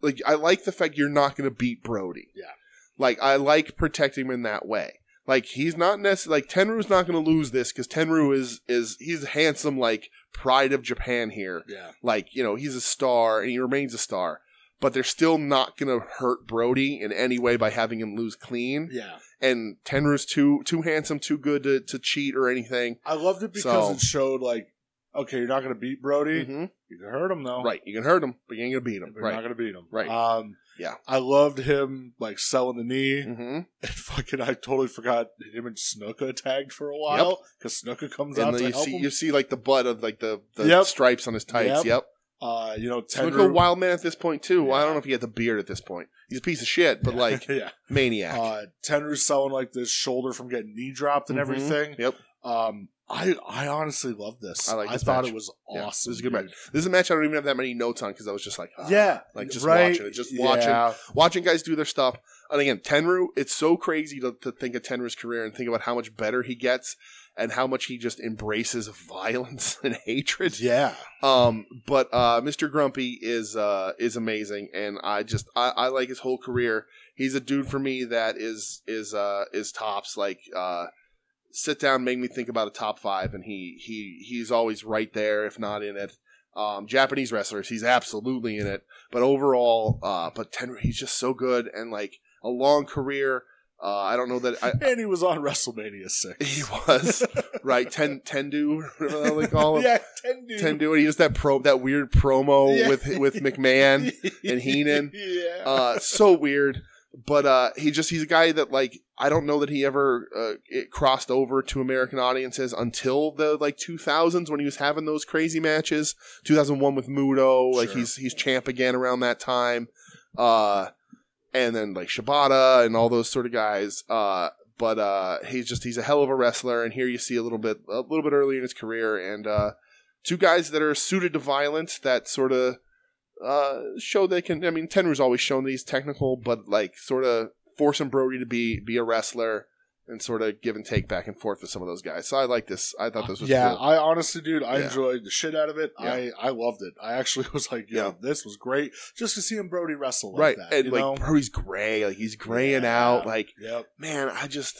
Speaker 1: Like I like the fact you're not going to beat Brody.
Speaker 2: Yeah.
Speaker 1: Like I like protecting him in that way. Like he's not necessarily like Tenru's not going to lose this because Tenru is is he's handsome like pride of Japan here.
Speaker 2: Yeah,
Speaker 1: Like you know he's a star and he remains a star, but they're still not going to hurt Brody in any way by having him lose clean.
Speaker 2: yeah.
Speaker 1: And Tenru's too too handsome, too good to, to cheat or anything.
Speaker 2: I loved it because
Speaker 1: So- Mm-hmm.
Speaker 2: it showed like, okay, you're not going to beat Brody. You can hurt him though.
Speaker 1: Right, you can hurt him, but you ain't going to beat him.
Speaker 2: But You're Oh. not
Speaker 1: Right.
Speaker 2: going to beat him.
Speaker 1: Right.
Speaker 2: Um,
Speaker 1: Yeah.
Speaker 2: I loved him like selling the knee.
Speaker 1: Mm-hmm.
Speaker 2: [LAUGHS] And fucking, I totally forgot him and Snuka tagged for a while because Snuka comes out
Speaker 1: And then
Speaker 2: to
Speaker 1: you
Speaker 2: help
Speaker 1: see
Speaker 2: him.
Speaker 1: you see like the butt of like the, the
Speaker 2: Yep.
Speaker 1: stripes on his tights.
Speaker 2: Yep.
Speaker 1: Yep.
Speaker 2: uh, you know,
Speaker 1: So Look at
Speaker 2: Tenru.
Speaker 1: Wild Man at this point too. Well, I
Speaker 2: Yeah.
Speaker 1: don't know if he had the beard at this point. He's a piece of shit, but like
Speaker 2: [LAUGHS] yeah,
Speaker 1: maniac.
Speaker 2: uh, Tenru's selling like this shoulder from getting knee dropped and
Speaker 1: Mhm.
Speaker 2: everything.
Speaker 1: Yep.
Speaker 2: Um, I I honestly love this.
Speaker 1: I like this
Speaker 2: thought
Speaker 1: match.
Speaker 2: it was awesome.
Speaker 1: Yeah, this is a good
Speaker 2: dude.
Speaker 1: This is a match I don't even have that many notes on because I was just like, ah.
Speaker 2: yeah,
Speaker 1: like, just
Speaker 2: right?
Speaker 1: watching it, just watching.
Speaker 2: Yeah.
Speaker 1: watching guys do their stuff. And again, Tenru, it's so crazy to, to think of Tenru's career and think about how much better he gets and how much he just embraces [LAUGHS] violence and hatred.
Speaker 2: Yeah.
Speaker 1: Um, but uh, Mr. Grumpy is uh, is amazing, and I just I, I like his whole career. He's a dude for me that is is uh, is tops. Like uh, sit down, make me think about a top five, and he he he's always right there, if not in it. um, Japanese wrestlers. He's absolutely in it. But overall, uh, but Tenru, he's just so good and like a long career. Uh, I don't know that I,
Speaker 2: [LAUGHS]
Speaker 1: [LAUGHS]
Speaker 2: and he was on WrestleMania six.
Speaker 1: he was right. Ten Tendu, whatever the hell they call him.
Speaker 2: yeah, ten dude.
Speaker 1: Tendu, and he does that pro that weird promo
Speaker 2: [LAUGHS] Yeah.
Speaker 1: with with
Speaker 2: [LAUGHS]
Speaker 1: McMahon. and Heenan.
Speaker 2: yeah.
Speaker 1: uh, so weird. But uh, he just he's a guy that like I don't know that he ever uh, it crossed over to American audiences until the like 2000s when he was having those crazy matches. 2001 with Muto, like
Speaker 2: Sure.
Speaker 1: he's he's champ again around that time. Uh, and then like Shibata and all those sort of guys. Uh, but uh, he's just he's a hell of a wrestler, and here you see a little bit a little bit early in his career, and uh, two guys that are suited to violence that sort of uh, show they can. I mean, Tenru's always shown that he's technical, but like sort of forcing Brody to be be a wrestler and sort of give and take back and forth with some of those guys. So I like this. I thought this was
Speaker 2: yeah,
Speaker 1: cool.
Speaker 2: I honestly, dude, I
Speaker 1: Yeah.
Speaker 2: enjoyed the shit out of it.
Speaker 1: Yeah.
Speaker 2: I, I loved it. I actually [LAUGHS] was like, yo,
Speaker 1: Yeah.
Speaker 2: this was great. Just to see him Brody wrestle like
Speaker 1: right,
Speaker 2: that,
Speaker 1: and
Speaker 2: you
Speaker 1: like
Speaker 2: know?
Speaker 1: Brody's gray, like he's graying
Speaker 2: Yeah.
Speaker 1: out, like
Speaker 2: Yep.
Speaker 1: man, I just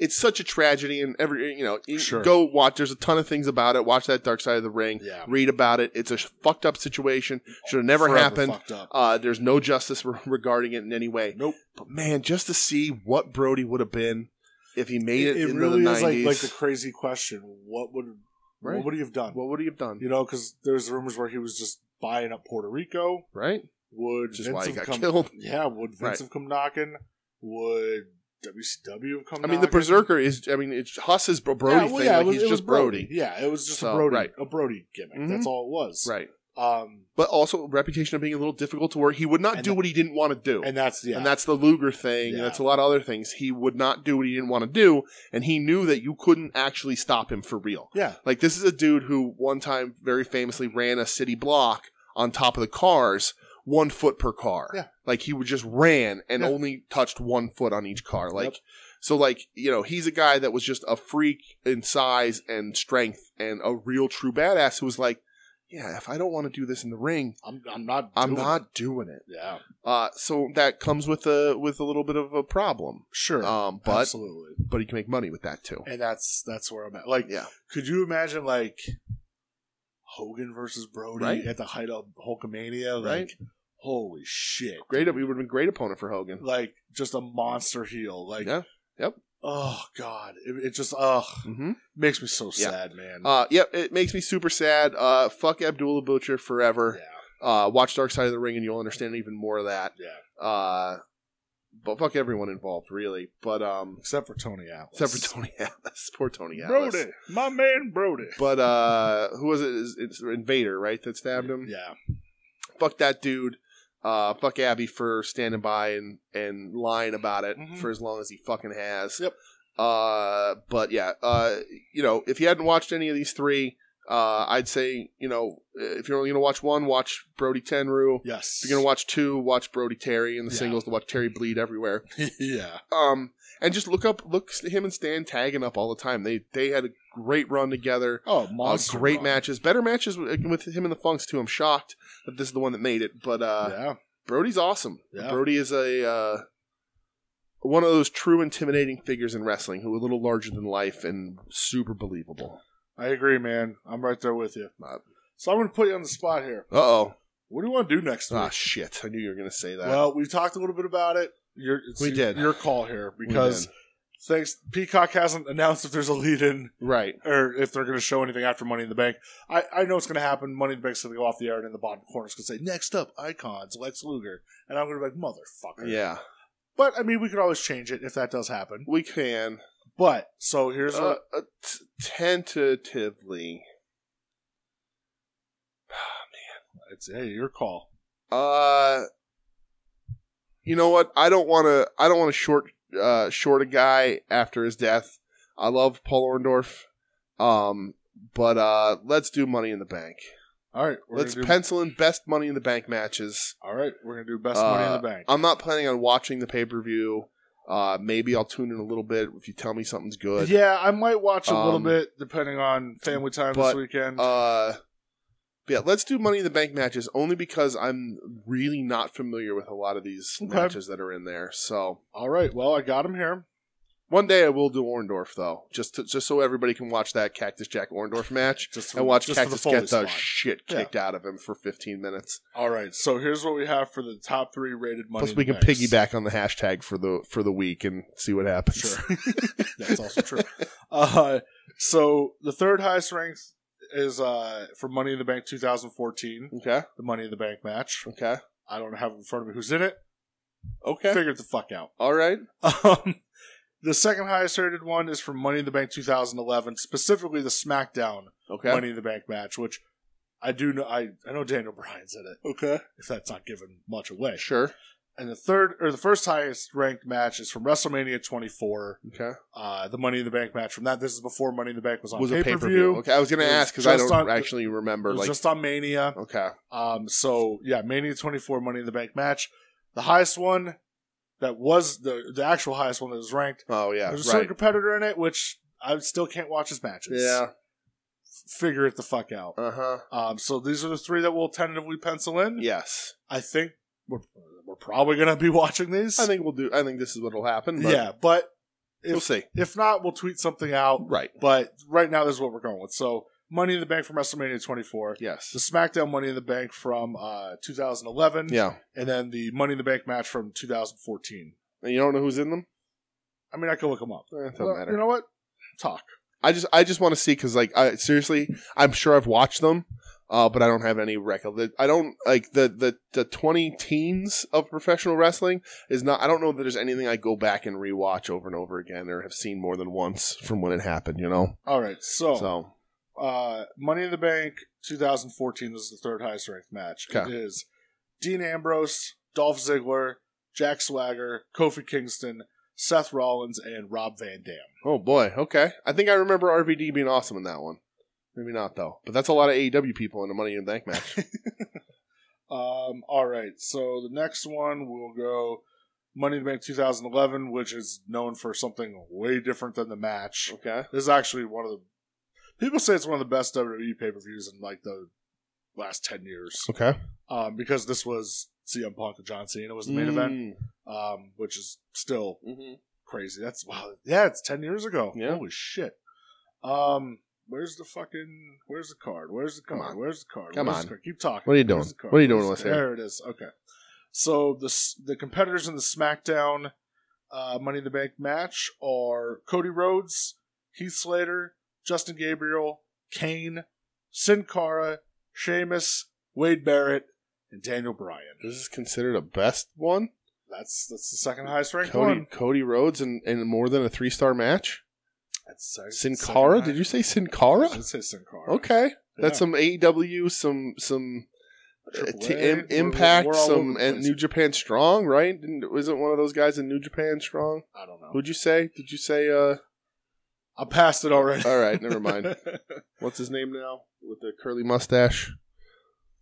Speaker 1: it's such a tragedy, and every you know, you
Speaker 2: Sure.
Speaker 1: go watch. There's a ton of things about it. Watch that Dark Side of the Ring.
Speaker 2: Yeah.
Speaker 1: Read about it. It's a sh- fucked up situation. Should have never
Speaker 2: Forever
Speaker 1: happened.
Speaker 2: Fucked up.
Speaker 1: Uh, there's no justice [LAUGHS] re- regarding it in any way.
Speaker 2: Nope.
Speaker 1: But man, just to see what Brody would have been if he made it,
Speaker 2: It, it
Speaker 1: into
Speaker 2: really
Speaker 1: the 90s.
Speaker 2: is like, like the crazy question. What would
Speaker 1: right?
Speaker 2: what would he have done?
Speaker 1: What would he have done?
Speaker 2: you know, because there's rumors where he was just buying up Puerto Rico.
Speaker 1: Right?
Speaker 2: Would
Speaker 1: Which is
Speaker 2: Vince
Speaker 1: why he got
Speaker 2: have come,
Speaker 1: killed.
Speaker 2: [LAUGHS] Yeah, would Vince
Speaker 1: Right.
Speaker 2: have come knocking? Would WCW have come?
Speaker 1: I mean, the
Speaker 2: knocking?
Speaker 1: Berserker is. I mean, it's Huss is Bro- Brody
Speaker 2: yeah, well,
Speaker 1: thing.
Speaker 2: yeah, it
Speaker 1: like,
Speaker 2: was-
Speaker 1: he's
Speaker 2: it was
Speaker 1: just Brody.
Speaker 2: Yeah, it was just
Speaker 1: So,
Speaker 2: a Brody,
Speaker 1: right.
Speaker 2: a Brody gimmick.
Speaker 1: Mhm.
Speaker 2: That's all it was.
Speaker 1: Right.
Speaker 2: Um,
Speaker 1: But also, reputation of being a little difficult to work. He would not
Speaker 2: And
Speaker 1: do
Speaker 2: the-
Speaker 1: what he didn't want to do.
Speaker 2: and that's yeah,
Speaker 1: And that's the Luger thing,
Speaker 2: Yeah.
Speaker 1: and that's a lot of other things. He would not do what he didn't want to do, and he knew that you couldn't actually stop him for real.
Speaker 2: yeah,
Speaker 1: Like, this is a dude who one time very famously ran a city block on top of the cars, one foot per car.
Speaker 2: Yeah.
Speaker 1: Like, he would just ran and
Speaker 2: Yeah.
Speaker 1: only touched one foot on each car. Like,
Speaker 2: Yep.
Speaker 1: so, like, you know, he's a guy that was just a freak in size and strength and a real true badass who was like, yeah, if I don't want to do this in the ring,
Speaker 2: I'm, I'm not.
Speaker 1: I'm
Speaker 2: doing it.
Speaker 1: not doing it.
Speaker 2: Yeah,
Speaker 1: Uh, so that comes with a with a little bit of a problem.
Speaker 2: sure,
Speaker 1: Um, but
Speaker 2: absolutely.
Speaker 1: but he can make money with that too.
Speaker 2: And that's that's where I'm at. Like,
Speaker 1: Yeah,
Speaker 2: could you imagine like Hogan versus Brody
Speaker 1: Right.
Speaker 2: at the height of Hulkamania? Like,
Speaker 1: Right.
Speaker 2: holy shit!
Speaker 1: great. He would have been a great opponent for Hogan.
Speaker 2: Like, just a monster heel. Like,
Speaker 1: Yeah. Yep.
Speaker 2: Oh god, it, it just ugh
Speaker 1: Mm-hmm.
Speaker 2: makes me so
Speaker 1: Yeah.
Speaker 2: sad, man.
Speaker 1: Uh, yep. It makes me super sad. Uh, fuck Abdullah Butcher forever.
Speaker 2: yeah,
Speaker 1: Uh, watch Dark Side of the Ring, and you'll understand even more of that.
Speaker 2: yeah.
Speaker 1: Uh, but fuck everyone involved, really. But um,
Speaker 2: Except for Tony Atlas.
Speaker 1: except for Tony Atlas, [LAUGHS] poor Tony Atlas.
Speaker 2: Brody, my man Brody.
Speaker 1: But uh, who was it? It's- It's Invader, right? That stabbed him.
Speaker 2: Yeah.
Speaker 1: fuck that dude. Uh, fuck Abby for standing by and, and lying about it
Speaker 2: Mhm.
Speaker 1: for as long as he fucking has.
Speaker 2: Yep.
Speaker 1: Uh, but yeah, uh, you know, if you hadn't watched any of these three, uh, I'd say, you know, if you're only going to watch one, watch Brody Tenru.
Speaker 2: Yes.
Speaker 1: If you're going
Speaker 2: [LAUGHS]
Speaker 1: to watch two, watch Brody Terry and the
Speaker 2: Yeah.
Speaker 1: singles to watch Terry bleed everywhere.
Speaker 2: yeah.
Speaker 1: Um, and just look up, look him and Stan tagging up all the time. They, they had a great run together.
Speaker 2: Oh,
Speaker 1: Uh,
Speaker 2: monster.
Speaker 1: great
Speaker 2: run.
Speaker 1: matches, better matches with, with him and the Funks too. I'm shocked that this is the one that made it, but uh,
Speaker 2: yeah.
Speaker 1: Brody's awesome.
Speaker 2: Yeah.
Speaker 1: Brody is a uh, one of those true intimidating figures in wrestling who are a little larger than life and super believable.
Speaker 2: I agree, man. I'm right there with you.
Speaker 1: Uh
Speaker 2: So I'm going to put you on the spot here.
Speaker 1: oh.
Speaker 2: What do you want to do next
Speaker 1: Ah
Speaker 2: week?
Speaker 1: shit! I knew you were gonna say that.
Speaker 2: well, we talked a little bit about it. Your, it's
Speaker 1: We did.
Speaker 2: Your call here
Speaker 1: We
Speaker 2: because
Speaker 1: did.
Speaker 2: thanks. Peacock hasn't announced if there's a lead in
Speaker 1: right,
Speaker 2: or if they're going to show anything after Money in the Bank. I, I know it's going to happen. Money in the Bank's going to go off the air and in the bottom corner it's going to say, next up, Icons, Lex Luger. And I'm going to be like, motherfucker.
Speaker 1: yeah,
Speaker 2: But, I mean, we could always change it if that does happen.
Speaker 1: we can
Speaker 2: But, so here's
Speaker 1: uh,
Speaker 2: what.
Speaker 1: uh, t- tentatively.
Speaker 2: It's, hey, your call.
Speaker 1: Uh, you know what? I don't want to. I don't want to short uh, short a guy after his death. I love Paul Orndorff, um, but uh, let's do Money in the Bank.
Speaker 2: All right. We're
Speaker 1: Let's
Speaker 2: gonna do,
Speaker 1: pencil in best Money in the Bank matches.
Speaker 2: All right. We're going to do Best Money in
Speaker 1: Uh,
Speaker 2: the Bank.
Speaker 1: I'm not planning on watching the pay per view. Uh, maybe I'll tune in a little bit if you tell me something's good.
Speaker 2: Yeah, I might watch a little
Speaker 1: Um,
Speaker 2: bit depending on family time
Speaker 1: but,
Speaker 2: this weekend.
Speaker 1: Uh, yeah, let's do Money in the Bank matches only because I'm really not familiar with a lot of these
Speaker 2: Okay.
Speaker 1: matches that are in there. So
Speaker 2: All right. Well, I got him here.
Speaker 1: One day I will do Orndorff though, just to, just so everybody can watch that Cactus Jack Orndorff match
Speaker 2: Just for-
Speaker 1: and watch
Speaker 2: just for the
Speaker 1: Cactus
Speaker 2: Foley
Speaker 1: get the
Speaker 2: spot.
Speaker 1: shit kicked out of him for 15 minutes.
Speaker 2: All right, so here's what we have for the top three rated money.
Speaker 1: Plus,
Speaker 2: in
Speaker 1: we
Speaker 2: the
Speaker 1: can
Speaker 2: Banks.
Speaker 1: piggyback on the hashtag for the for the week and see what happens. [LAUGHS]
Speaker 2: Sure. That's also true. Uh, so the third highest ranked is uh, for Money in the Bank 2014,
Speaker 1: Okay.
Speaker 2: the Money in the Bank match.
Speaker 1: Okay.
Speaker 2: I don't have in front of me who's in it.
Speaker 1: Okay.
Speaker 2: Figure it the fuck out. [LAUGHS]
Speaker 1: All right.
Speaker 2: Um, the second highest rated one is from Money in the Bank 2011, specifically the SmackDown
Speaker 1: Okay.
Speaker 2: Money in the Bank match, which I do know. I, I know Daniel Bryan's in it.
Speaker 1: Okay.
Speaker 2: If that's not giving much away.
Speaker 1: Sure.
Speaker 2: And the third or the first highest ranked match is from WrestleMania 24,
Speaker 1: Okay.
Speaker 2: uh, the Money in the Bank match from that. This is before Money in the Bank was on
Speaker 1: was
Speaker 2: pay
Speaker 1: a
Speaker 2: per
Speaker 1: pay
Speaker 2: view.
Speaker 1: Okay. I was gonna
Speaker 2: It was
Speaker 1: ask because I
Speaker 2: just
Speaker 1: don't
Speaker 2: on-
Speaker 1: actually
Speaker 2: It
Speaker 1: remember.
Speaker 2: was
Speaker 1: Like.
Speaker 2: just on Mania.
Speaker 1: okay.
Speaker 2: Um, so yeah, Mania 24 Money in the Bank match. The highest one that was the the actual highest one that was ranked.
Speaker 1: Oh yeah.
Speaker 2: There's a certain
Speaker 1: Right.
Speaker 2: competitor in it, which I still can't watch his matches.
Speaker 1: Yeah.
Speaker 2: Figure it the fuck out.
Speaker 1: Uh huh.
Speaker 2: Um, so these are the three that we'll tentatively pencil in.
Speaker 1: Yes.
Speaker 2: I think we're, we're probably going to be [LAUGHS] watching these.
Speaker 1: I think we'll do. I think this is what'll happen. But
Speaker 2: yeah, but
Speaker 1: We'll
Speaker 2: if,
Speaker 1: see.
Speaker 2: if not, we'll tweet something out.
Speaker 1: Right.
Speaker 2: But right now, this is what we're going with. So, Money in the Bank from WrestleMania 24, the
Speaker 1: Yes.
Speaker 2: SmackDown Money in the Bank from uh, 2011,
Speaker 1: Yeah.
Speaker 2: and then the Money in the Bank match from 2014.
Speaker 1: And you don't know who's in them.
Speaker 2: I mean, I could look them up.
Speaker 1: Eh, it doesn't
Speaker 2: Well,
Speaker 1: matter.
Speaker 2: You know what? Talk.
Speaker 1: I just I just want to see because like I seriously I'm sure I've watched them, uh, but I don't have any record. The- I don't like the the the twenty teens of professional wrestling is not. I don't know that there's anything I go back and rewatch over and over again or have seen more than once from when it happened. You know,
Speaker 2: All right. So,
Speaker 1: so
Speaker 2: Uh, Money in the Bank 2014 was the third highest ranked match.
Speaker 1: Okay.
Speaker 2: It is Dean Ambrose, Dolph Ziggler, Jack Swagger, Kofi Kingston, Seth Rollins, and Rob Van Dam.
Speaker 1: oh boy, okay. I think I remember RVD being awesome in that one. Maybe not though, but that's a lot of AEW people in a Money in the Bank
Speaker 2: [LAUGHS]
Speaker 1: match.
Speaker 2: Um, all right, so the next one we'll go Money in the Bank 2011, which is known for something way different than the match.
Speaker 1: okay,
Speaker 2: This is actually one of the people say it's one of the best WWE pay per views in like the last 10 years
Speaker 1: okay.
Speaker 2: um, because this was CM Punk and John Cena was the
Speaker 1: Mm.
Speaker 2: main event. um, which is still
Speaker 1: Mm-hmm.
Speaker 2: crazy. That's wow. Yeah, it's ten years ago.
Speaker 1: Yeah.
Speaker 2: Holy shit. Um, where's the fucking? Where's the card? Where's the
Speaker 1: Come
Speaker 2: card?
Speaker 1: on.
Speaker 2: Where's the card?
Speaker 1: Come
Speaker 2: where's
Speaker 1: on.
Speaker 2: The card? Keep talking.
Speaker 1: What are you
Speaker 2: Where's
Speaker 1: doing?
Speaker 2: the card?
Speaker 1: What are you doing
Speaker 2: Where's
Speaker 1: with
Speaker 2: the-
Speaker 1: here?
Speaker 2: There it is. Okay. So the s- the competitors in the SmackDown uh, Money in the Bank match are Cody Rhodes, Heath Slater, Justin Gabriel, Kane, Sin Cara, Sheamus, Wade Barrett, and Daniel Bryan.
Speaker 1: This is considered a best one.
Speaker 2: That's that's the second highest ranked one.
Speaker 1: Cody, Cody Rhodes and, and more than a three star match.
Speaker 2: That's so-
Speaker 1: Sin
Speaker 2: so
Speaker 1: Cara?
Speaker 2: nice.
Speaker 1: Did you say Sin
Speaker 2: I
Speaker 1: Cara?
Speaker 2: did say Sin Cara.
Speaker 1: Okay, that's
Speaker 2: Yeah.
Speaker 1: some AEW, some some uh,
Speaker 2: Triple
Speaker 1: t-
Speaker 2: A.
Speaker 1: im-
Speaker 2: We're-
Speaker 1: Impact,
Speaker 2: we're all over
Speaker 1: some
Speaker 2: the
Speaker 1: and
Speaker 2: place.
Speaker 1: New Japan Strong, right? Didn't, isn't one of those guys in New Japan Strong?
Speaker 2: I don't know.
Speaker 1: Would you say? Did you say? uh
Speaker 2: I passed it already.
Speaker 1: All right, never
Speaker 2: [LAUGHS]
Speaker 1: mind. What's his name now with the curly mustache?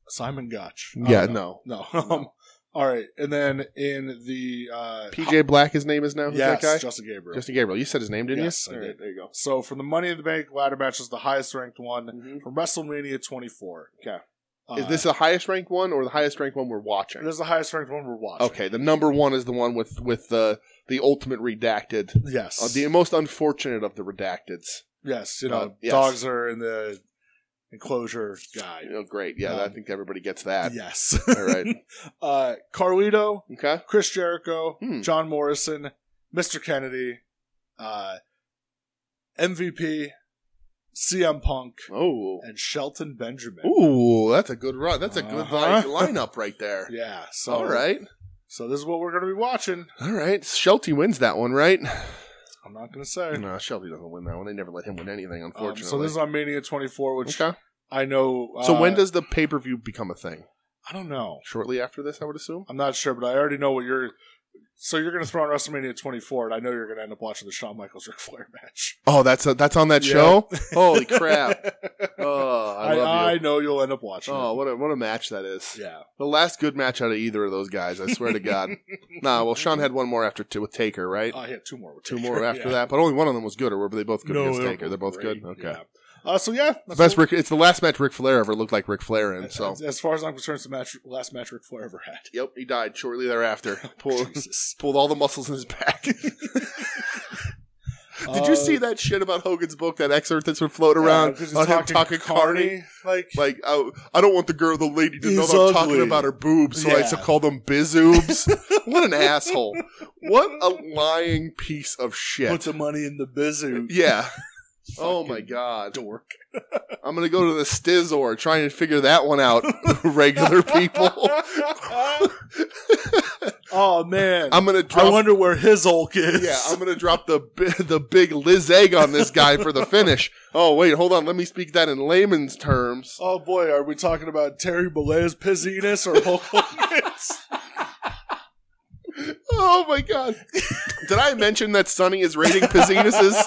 Speaker 2: Simon Gotch. I
Speaker 1: Yeah,
Speaker 2: don't know.
Speaker 1: no.
Speaker 2: Oh, No. [LAUGHS] Um, all right. And then in the. Uh,
Speaker 1: PJ Black, his name is now. Who's
Speaker 2: yes,
Speaker 1: that guy?
Speaker 2: Justin Gabriel.
Speaker 1: Justin Gabriel. You said his name, didn't
Speaker 2: Yes,
Speaker 1: you?
Speaker 2: I
Speaker 1: All
Speaker 2: did.
Speaker 1: right, there you go.
Speaker 2: so for the Money in the Bank ladder match is the highest ranked one
Speaker 1: Mhm.
Speaker 2: from WrestleMania 24.
Speaker 1: Okay.
Speaker 2: Uh,
Speaker 1: Is this the highest ranked one or the highest ranked one we're watching?
Speaker 2: this is the highest ranked one we're watching.
Speaker 1: Okay, the number one is the one with with the the ultimate redacted
Speaker 2: Yes.
Speaker 1: Uh, the most unfortunate of the redacteds.
Speaker 2: yes. You know,
Speaker 1: Uh, yes.
Speaker 2: dogs are in the enclosure guy.
Speaker 1: Oh, great. Yeah, I
Speaker 2: Um,
Speaker 1: think everybody gets that.
Speaker 2: Yes.
Speaker 1: All [LAUGHS] right.
Speaker 2: [LAUGHS] uh, Carlito,
Speaker 1: Okay.
Speaker 2: Chris Jericho,
Speaker 1: Hmm.
Speaker 2: John Morrison, Mr. Kennedy, uh, MVP, CM Punk,
Speaker 1: Oh.
Speaker 2: and Shelton Benjamin.
Speaker 1: Ooh, that's a good run. That's a good
Speaker 2: Uh-huh.
Speaker 1: line, lineup right [LAUGHS] there.
Speaker 2: Yeah. So
Speaker 1: All right.
Speaker 2: So this is what we're gonna be watching.
Speaker 1: All right. Shelty wins that one, [LAUGHS] right?
Speaker 2: I'm not gonna say. Um,
Speaker 1: No, Shelty doesn't win that one. They never let him win anything, unfortunately.
Speaker 2: so this is on Mania 24, which
Speaker 1: okay.
Speaker 2: I know. Uh,
Speaker 1: So when does the pay per view become a thing?
Speaker 2: I don't know?
Speaker 1: Shortly after this, I would assume.
Speaker 2: I'm not sure, but I already know what you're. So you're gonna throw on WrestleMania 24, and I know you're gonna end up watching the Shawn Michaels Ric Flair match.
Speaker 1: Oh, that's a, that's on that [LAUGHS]
Speaker 2: Yeah.
Speaker 1: show. Holy [LAUGHS] crap!
Speaker 2: [LAUGHS]
Speaker 1: Oh, I
Speaker 2: I,
Speaker 1: love
Speaker 2: I
Speaker 1: you.
Speaker 2: know you'll end up watching.
Speaker 1: Oh, what a what a match that is.
Speaker 2: it. yeah.
Speaker 1: The last good match out of either of those guys, I [LAUGHS] swear to God. Nah, well, Sean had one more after two with Taker, right?
Speaker 2: I had Oh, two more. with
Speaker 1: two
Speaker 2: Uh, Taker,
Speaker 1: more after
Speaker 2: yeah.
Speaker 1: that, but only one of them was good, or were they both good against
Speaker 2: they're
Speaker 1: Taker? They're both
Speaker 2: great,
Speaker 1: good. Okay.
Speaker 2: yeah. Uh, so yeah,
Speaker 1: That's
Speaker 2: that's
Speaker 1: Best
Speaker 2: what-
Speaker 1: Rick, it's the last match Ric Flair ever looked like Ric Flair in. So.
Speaker 2: as, as far as I'm concerned, it's the match, last match Ric Flair ever had. [LAUGHS]
Speaker 1: Yep, he died shortly thereafter. Pulled,
Speaker 2: Jesus.
Speaker 1: [LAUGHS] pulled all the muscles in his back. [LAUGHS] Did you see that shit about Hogan's book, that excerpt that's been floating around
Speaker 2: Uh, because
Speaker 1: on him talking Carney?
Speaker 2: Like,
Speaker 1: Like, I, I don't want the girl, the lady, to know
Speaker 2: He's
Speaker 1: that I'm
Speaker 2: ugly.
Speaker 1: talking about her boobs, so I used to
Speaker 2: Yeah.
Speaker 1: call them bizoobs.
Speaker 2: [LAUGHS]
Speaker 1: what an asshole! What a lying piece of shit!
Speaker 2: put the money in the
Speaker 1: [LAUGHS]
Speaker 2: bizu. [LAUGHS]
Speaker 1: yeah. Oh my god.
Speaker 2: dork.
Speaker 1: I'm gonna go to the Stiz or try and figure that one out. [LAUGHS] regular people.
Speaker 2: [LAUGHS]
Speaker 1: [LAUGHS]
Speaker 2: oh man,
Speaker 1: I'm gonna
Speaker 2: I
Speaker 1: drop.
Speaker 2: wonder where his ulk is.
Speaker 1: [LAUGHS] yeah, I'm gonna drop the bi- the big Liz egg on this guy for the
Speaker 2: [LAUGHS]
Speaker 1: finish. Oh wait, hold on. Let me speak that in layman's terms.
Speaker 2: [LAUGHS] Oh boy, are we talking about Terry Bollea's pizziness or
Speaker 1: [LAUGHS]
Speaker 2: Hulk Hogan's?
Speaker 1: Oh my god! Did I mention that Sonny is rating
Speaker 2: [LAUGHS]
Speaker 1: pizzinuses?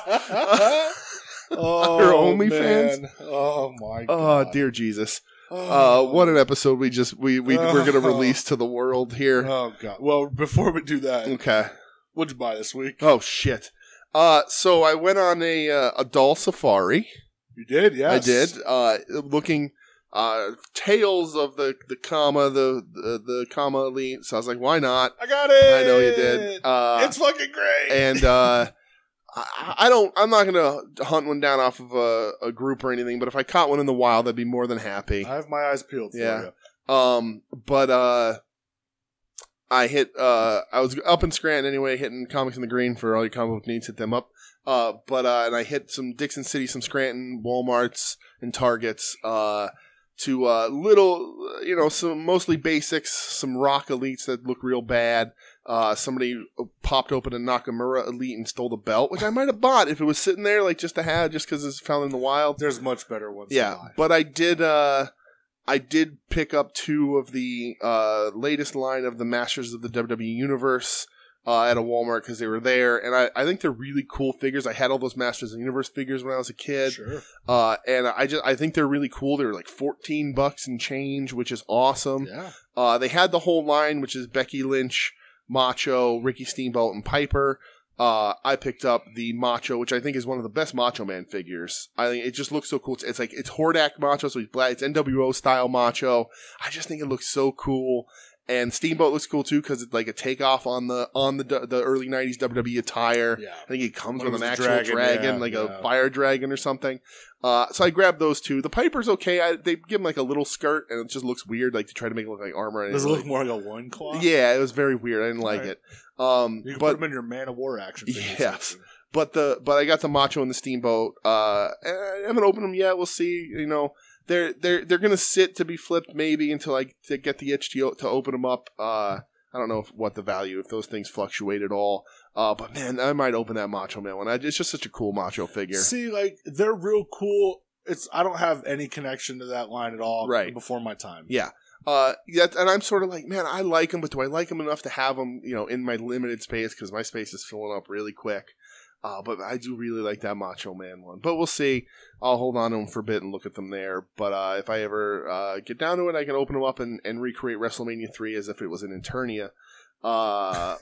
Speaker 2: oh,
Speaker 1: Her OnlyFans?
Speaker 2: man. Oh my
Speaker 1: Oh
Speaker 2: god.
Speaker 1: dear Jesus! Uh,
Speaker 2: Oh.
Speaker 1: what an episode we just we we we're gonna release to the world here.
Speaker 2: Oh god. Well, before we do that,
Speaker 1: Okay.
Speaker 2: what'd you buy this week?
Speaker 1: Oh shit. Uh, so I went on a uh, a doll safari.
Speaker 2: You did, yes.
Speaker 1: I did. Uh, looking uh, tales of the the comma the the, the comma elite. So I was like, why not?
Speaker 2: I got it.
Speaker 1: I know you did. Uh,
Speaker 2: it's fucking great.
Speaker 1: and uh, I, I don't. I'm not gonna hunt one down off of a, a group or anything. But if I caught one in the wild, I'd be more than happy.
Speaker 2: I have my eyes peeled for
Speaker 1: Yeah.
Speaker 2: you.
Speaker 1: Um, but uh, I hit. Uh, I was up in Scranton anyway, hitting comics in the green for all your comic book needs. Hit them up. Uh, but uh, and I hit some Dixon City, some Scranton WalMarts and Targets. Uh, to uh, little, uh, you know, some mostly basics, some rock elites that look real bad. Uh, somebody popped open a Nakamura elite and stole the belt, which I might have bought if it was sitting there, like just to have, just because it's found in the wild.
Speaker 2: There's much better ones. to
Speaker 1: Yeah,
Speaker 2: buy.
Speaker 1: but I did. Uh, I did pick up two of the uh, latest line of the Masters of the WWE Universe uh, at a Walmart because they were there, and I, I think they're really cool figures. I had all those Masters of the Universe figures when I was a kid,
Speaker 2: Sure.
Speaker 1: uh, and I just I think they're really cool. They were like fourteen bucks and change, which is awesome.
Speaker 2: Yeah.
Speaker 1: Uh, they had the whole line, which is Becky Lynch, Macho, Ricky Steamboat, and Piper. Uh, I picked up the Macho, which I think is one of the best Macho Man figures. I think it just looks so cool. It's, it's like it's Hordak Macho, so he's black. It's NWO style Macho. I just think it looks so cool. And Steamboat looks cool too because it's like a takeoff on the on the the early '90s WWE E attire.
Speaker 2: Yeah.
Speaker 1: I think it comes
Speaker 2: One
Speaker 1: with
Speaker 2: was
Speaker 1: an
Speaker 2: a
Speaker 1: actual
Speaker 2: dragon,
Speaker 1: dragon,
Speaker 2: yeah,
Speaker 1: like
Speaker 2: yeah.
Speaker 1: a fire dragon or something. Uh, so I grabbed those two. The Piper's okay. I, they give him like a little skirt, and it just looks weird, like to try to make it look like armor. and
Speaker 2: Does it
Speaker 1: really-
Speaker 2: look more like a loincloth?
Speaker 1: Yeah, it was very weird. I didn't like
Speaker 2: Alright.
Speaker 1: it. Um,
Speaker 2: You can put
Speaker 1: but
Speaker 2: them in your Man of War action. figure
Speaker 1: Yes.
Speaker 2: section.
Speaker 1: but the but I got the Macho and the Steamboat. Uh, and I haven't opened them yet. We'll see. You know, they're they're they're gonna sit to be flipped maybe until I to get the itch to to open them up. Uh, I don't know if, what the value if those things fluctuate at all. Uh, but man, I might open that Macho Man one. I, it's just such a cool Macho figure.
Speaker 2: See, like they're real cool. It's I don't have any connection to that line at all.
Speaker 1: Right.
Speaker 2: before my time.
Speaker 1: Yeah. Uh, yeah, and I'm sort of like, man, I like him, but do I like him enough to have him, you know, in my limited space because my space is filling up really quick. Uh, but I do really like that Macho Man one. But we'll see. I'll hold on to them for a bit and look at them there. But uh, if I ever uh, get down to it, I can open them up and, and recreate WrestleMania 3 as if it was an Internia. Uh,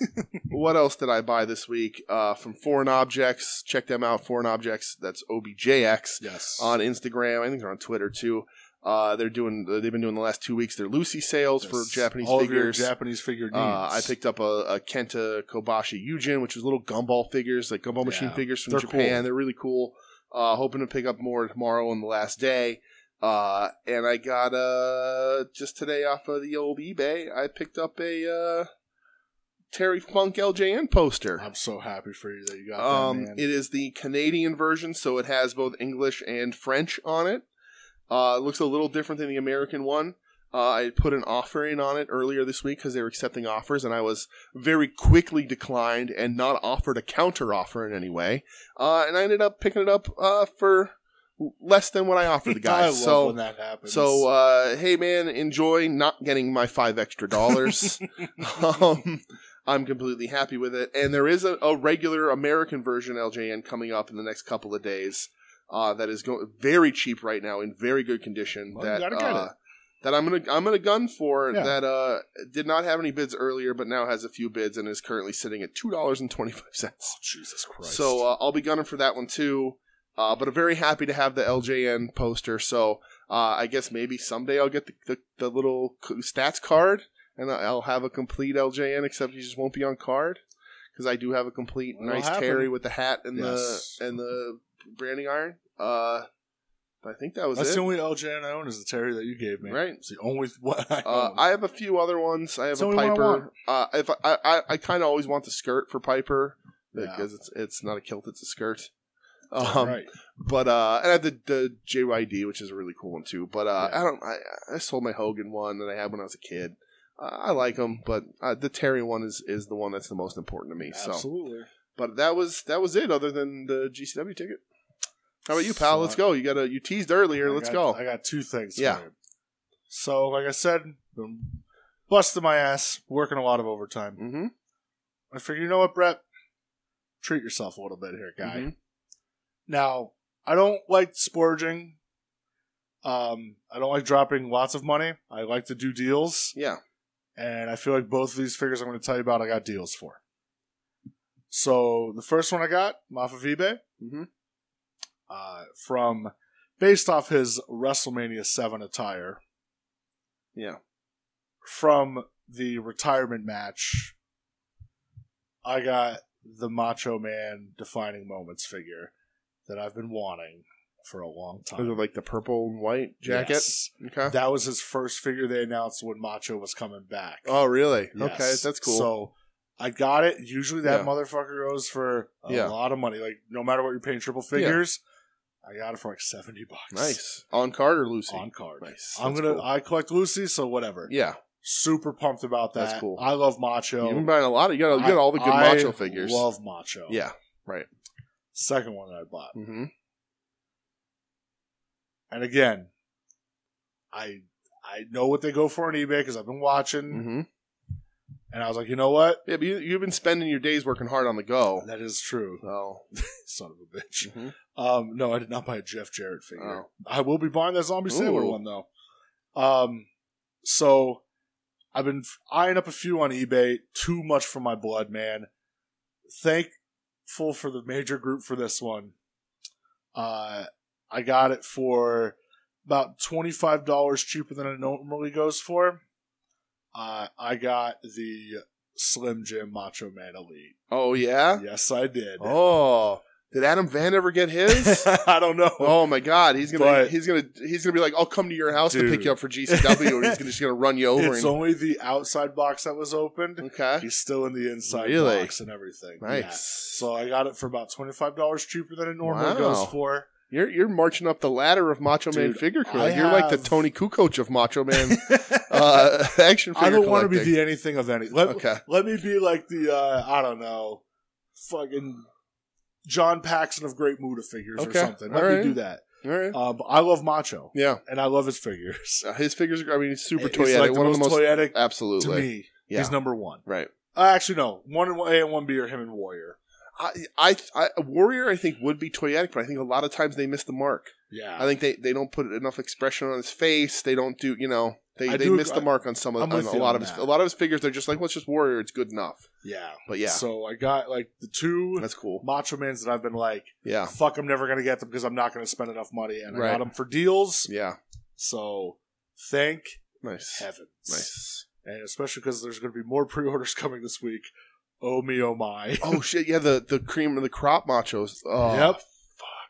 Speaker 1: what else did I buy this week? Uh, from Foreign Objects. Check them out. Foreign Objects. That's OBJX
Speaker 2: Yes.
Speaker 1: on Instagram. I think they're on Twitter too. Uh, they're doing. They've been doing the last two weeks. Their Lucy sales
Speaker 2: Yes.
Speaker 1: for Japanese
Speaker 2: All of your
Speaker 1: figures.
Speaker 2: Japanese figure needs.
Speaker 1: uh, I picked up a, a Kenta Kobashi Yujin, which was little gumball figures, like gumball machine
Speaker 2: Yeah.
Speaker 1: figures from
Speaker 2: They're
Speaker 1: Japan.
Speaker 2: cool.
Speaker 1: They're really cool. Uh, hoping to pick up more tomorrow on the last day. Uh, and I got uh just today off of the old eBay. I picked up a uh, Terry Funk LJN poster.
Speaker 2: I'm so happy for you that you got
Speaker 1: Um,
Speaker 2: that man.
Speaker 1: it is the Canadian version, so it has both English and French on it. Uh, it looks a little different than the American one. Uh, I put an offer in on it earlier this week because they were accepting offers, and I was very quickly declined and not offered a counter offer in any way. Uh, and I ended up picking it up uh, for less than what I
Speaker 2: [LAUGHS]
Speaker 1: offered the guy.
Speaker 2: I love
Speaker 1: so
Speaker 2: when that happens.
Speaker 1: so, uh, hey man, enjoy not getting my five extra
Speaker 2: [LAUGHS]
Speaker 1: dollars. um, I'm completely happy with it. And there is a, a regular American version LJN coming up in the next couple of days. Uh, that is go- very cheap right now in very good condition.
Speaker 2: Well, you
Speaker 1: that
Speaker 2: gotta get
Speaker 1: uh,
Speaker 2: it.
Speaker 1: that I'm gonna I'm gonna gun for.
Speaker 2: Yeah.
Speaker 1: That uh, did not have any bids earlier, but now has a few bids and is currently sitting at two dollars and twenty five cents.
Speaker 2: Oh, Jesus Christ.
Speaker 1: So uh, I'll be gunning for that one too. Uh, but I'm very happy to have the LJN poster. So uh, I guess maybe someday I'll get the, the, the little c- stats card and I- I'll have a complete LJN, except you just won't be on card. because I do have a complete
Speaker 2: It'll
Speaker 1: nice
Speaker 2: happen.
Speaker 1: Terry with the hat and
Speaker 2: Yes.
Speaker 1: the and the branding iron. Uh, but I think that was
Speaker 2: That's
Speaker 1: it.
Speaker 2: the only LJN I own is the Terry that you gave me.
Speaker 1: Right.
Speaker 2: It's the only [LAUGHS] th- what I
Speaker 1: Uh,
Speaker 2: own.
Speaker 1: I have a few other ones. I have
Speaker 2: It's
Speaker 1: a
Speaker 2: only one I
Speaker 1: Piper. Uh, if I I, I, I kind of always want the skirt for Piper
Speaker 2: Yeah.
Speaker 1: because it's it's not a kilt, it's a skirt.
Speaker 2: That's
Speaker 1: Um,
Speaker 2: right.
Speaker 1: But uh, and I have the, the JYD, which is a really cool one too. But uh, I don't. I, I sold my Hogan one that I had when I was a kid. Uh, I like them, but uh, the Terry one is is the one that's the most important to me. So,
Speaker 2: Absolutely.
Speaker 1: but that was that was it. Other than the GCW ticket. How about you, pal?
Speaker 2: So
Speaker 1: Let's
Speaker 2: I-
Speaker 1: go. You got to you teased earlier.
Speaker 2: I
Speaker 1: Let's
Speaker 2: got-
Speaker 1: go.
Speaker 2: I got two things.
Speaker 1: Yeah.
Speaker 2: for you. So, like I said, been busting my ass, working a lot of overtime.
Speaker 1: mm-hmm.
Speaker 2: I figure, you know what, Brett? Treat yourself a little bit here, guy.
Speaker 1: Mhm.
Speaker 2: Now, I don't like splurging. Um, I don't like dropping lots of money. I like to do deals,
Speaker 1: Yeah.
Speaker 2: and I feel like both of these figures I'm going to tell you about, I got deals for. So the first one I got I'm off of eBay
Speaker 1: Mhm.
Speaker 2: uh, from based off his WrestleMania Seven attire
Speaker 1: Yeah.
Speaker 2: from the retirement match, I got the Macho Man defining moments figure that I've been wanting for a long
Speaker 1: Those are
Speaker 2: time.
Speaker 1: like the purple and white jacket.
Speaker 2: Yes.
Speaker 1: Okay.
Speaker 2: That was his first figure they announced when Macho was coming back.
Speaker 1: Oh, really?
Speaker 2: Yes.
Speaker 1: Okay, that's cool.
Speaker 2: So I got it. Usually that
Speaker 1: Yeah.
Speaker 2: motherfucker goes for a
Speaker 1: Yeah.
Speaker 2: lot of money. Like no matter what you're paying triple figures, I got it for like seventy bucks.
Speaker 1: nice on card or Lucy?
Speaker 2: On card.
Speaker 1: Nice.
Speaker 2: I'm
Speaker 1: That's
Speaker 2: gonna
Speaker 1: cool.
Speaker 2: I collect Lucy, so whatever.
Speaker 1: yeah,
Speaker 2: Super pumped about that.
Speaker 1: That's cool.
Speaker 2: I love Macho.
Speaker 1: you've been buying a lot. Of, you got you got all the good
Speaker 2: I-
Speaker 1: macho figures.
Speaker 2: I love Macho.
Speaker 1: yeah.
Speaker 2: Second one that I bought.
Speaker 1: Mm-hmm.
Speaker 2: And again, I I know what they go for on eBay because I've been watching.
Speaker 1: Mm-hmm.
Speaker 2: And I was like, you know what?
Speaker 1: Yeah, but you, you've been spending your days working hard on the go.
Speaker 2: That is true.
Speaker 1: Oh,
Speaker 2: Son of a bitch.
Speaker 1: Mhm.
Speaker 2: Um, no, I did not buy a Jeff Jarrett figure.
Speaker 1: Oh.
Speaker 2: I will be buying that Zombie Sailor
Speaker 1: Ooh.
Speaker 2: one though. Um, so I've been f- eyeing up a few on eBay. Too much for my blood, man. Thankful for the major group for this one. Uh, I got it for about twenty five dollars cheaper than it normally goes for. Uh, I got the Slim Jim Macho Man Elite.
Speaker 1: oh yeah.
Speaker 2: Yes, I did.
Speaker 1: Oh, did Adam Van ever get [LAUGHS] his?
Speaker 2: [LAUGHS] I don't know.
Speaker 1: oh my God, he's gonna
Speaker 2: But-
Speaker 1: he's gonna he's gonna be like, I'll come to your house to pick
Speaker 2: Dude.
Speaker 1: you up for GCW,
Speaker 2: [LAUGHS]
Speaker 1: and he's gonna, just gonna run you over.
Speaker 2: It's
Speaker 1: and,
Speaker 2: only the outside box that was opened.
Speaker 1: okay,
Speaker 2: He's still in the inside
Speaker 1: Really?
Speaker 2: box and everything.
Speaker 1: nice.
Speaker 2: Yeah. So I got it for about twenty five dollars cheaper than it normally
Speaker 1: Wow.
Speaker 2: goes for.
Speaker 1: You're you're marching up the ladder of Macho Man
Speaker 2: Dude,
Speaker 1: figure.
Speaker 2: I
Speaker 1: Like, you're like the
Speaker 2: have-
Speaker 1: Tony Kukoc of Macho Man [LAUGHS] uh, [LAUGHS] action figure.
Speaker 2: I don't want to be
Speaker 1: collecting.
Speaker 2: the anything of any. Let,
Speaker 1: okay.
Speaker 2: let me be like the uh, I don't know, fucking John Paxson of Great Muda figures
Speaker 1: Okay.
Speaker 2: or something. Let
Speaker 1: All
Speaker 2: me
Speaker 1: right.
Speaker 2: do that.
Speaker 1: All right.
Speaker 2: Uh, but I love Macho
Speaker 1: yeah.
Speaker 2: and I love his [LAUGHS] figures.
Speaker 1: Uh, His figures are. I mean, he's super
Speaker 2: It's
Speaker 1: toyetic.
Speaker 2: like
Speaker 1: one of the most.
Speaker 2: toyetic to
Speaker 1: absolutely.
Speaker 2: me.
Speaker 1: yeah.
Speaker 2: He's number one.
Speaker 1: right.
Speaker 2: Uh, actually, no. One and A and one B are him and Warrior.
Speaker 1: I, I, I, Warrior, I think would be toyetic, but I think a lot of times they miss the mark.
Speaker 2: Yeah.
Speaker 1: I think they, they don't put enough expression on his face. They don't do, you know, they,
Speaker 2: I
Speaker 1: they
Speaker 2: do
Speaker 1: miss
Speaker 2: ag-
Speaker 1: the mark on some of
Speaker 2: I'm
Speaker 1: on
Speaker 2: with
Speaker 1: a
Speaker 2: you
Speaker 1: lot
Speaker 2: on
Speaker 1: of his,
Speaker 2: that.
Speaker 1: a lot of his figures. They're just like, well, it's just Warrior. It's good enough.
Speaker 2: Yeah.
Speaker 1: But yeah,
Speaker 2: So I got like the two
Speaker 1: that's cool.
Speaker 2: Macho Mans that I've been like,
Speaker 1: Yeah,
Speaker 2: fuck, I'm never gonna get them because I'm not gonna spend enough money, and I
Speaker 1: Right.
Speaker 2: got them for deals.
Speaker 1: yeah,
Speaker 2: So thank
Speaker 1: nice,
Speaker 2: heavens,
Speaker 1: nice.
Speaker 2: and especially because there's gonna be more pre-orders [LAUGHS] coming this week. Oh me, oh my.
Speaker 1: Oh shit, yeah, the the cream and the crop machos. Oh,
Speaker 2: [LAUGHS] yep.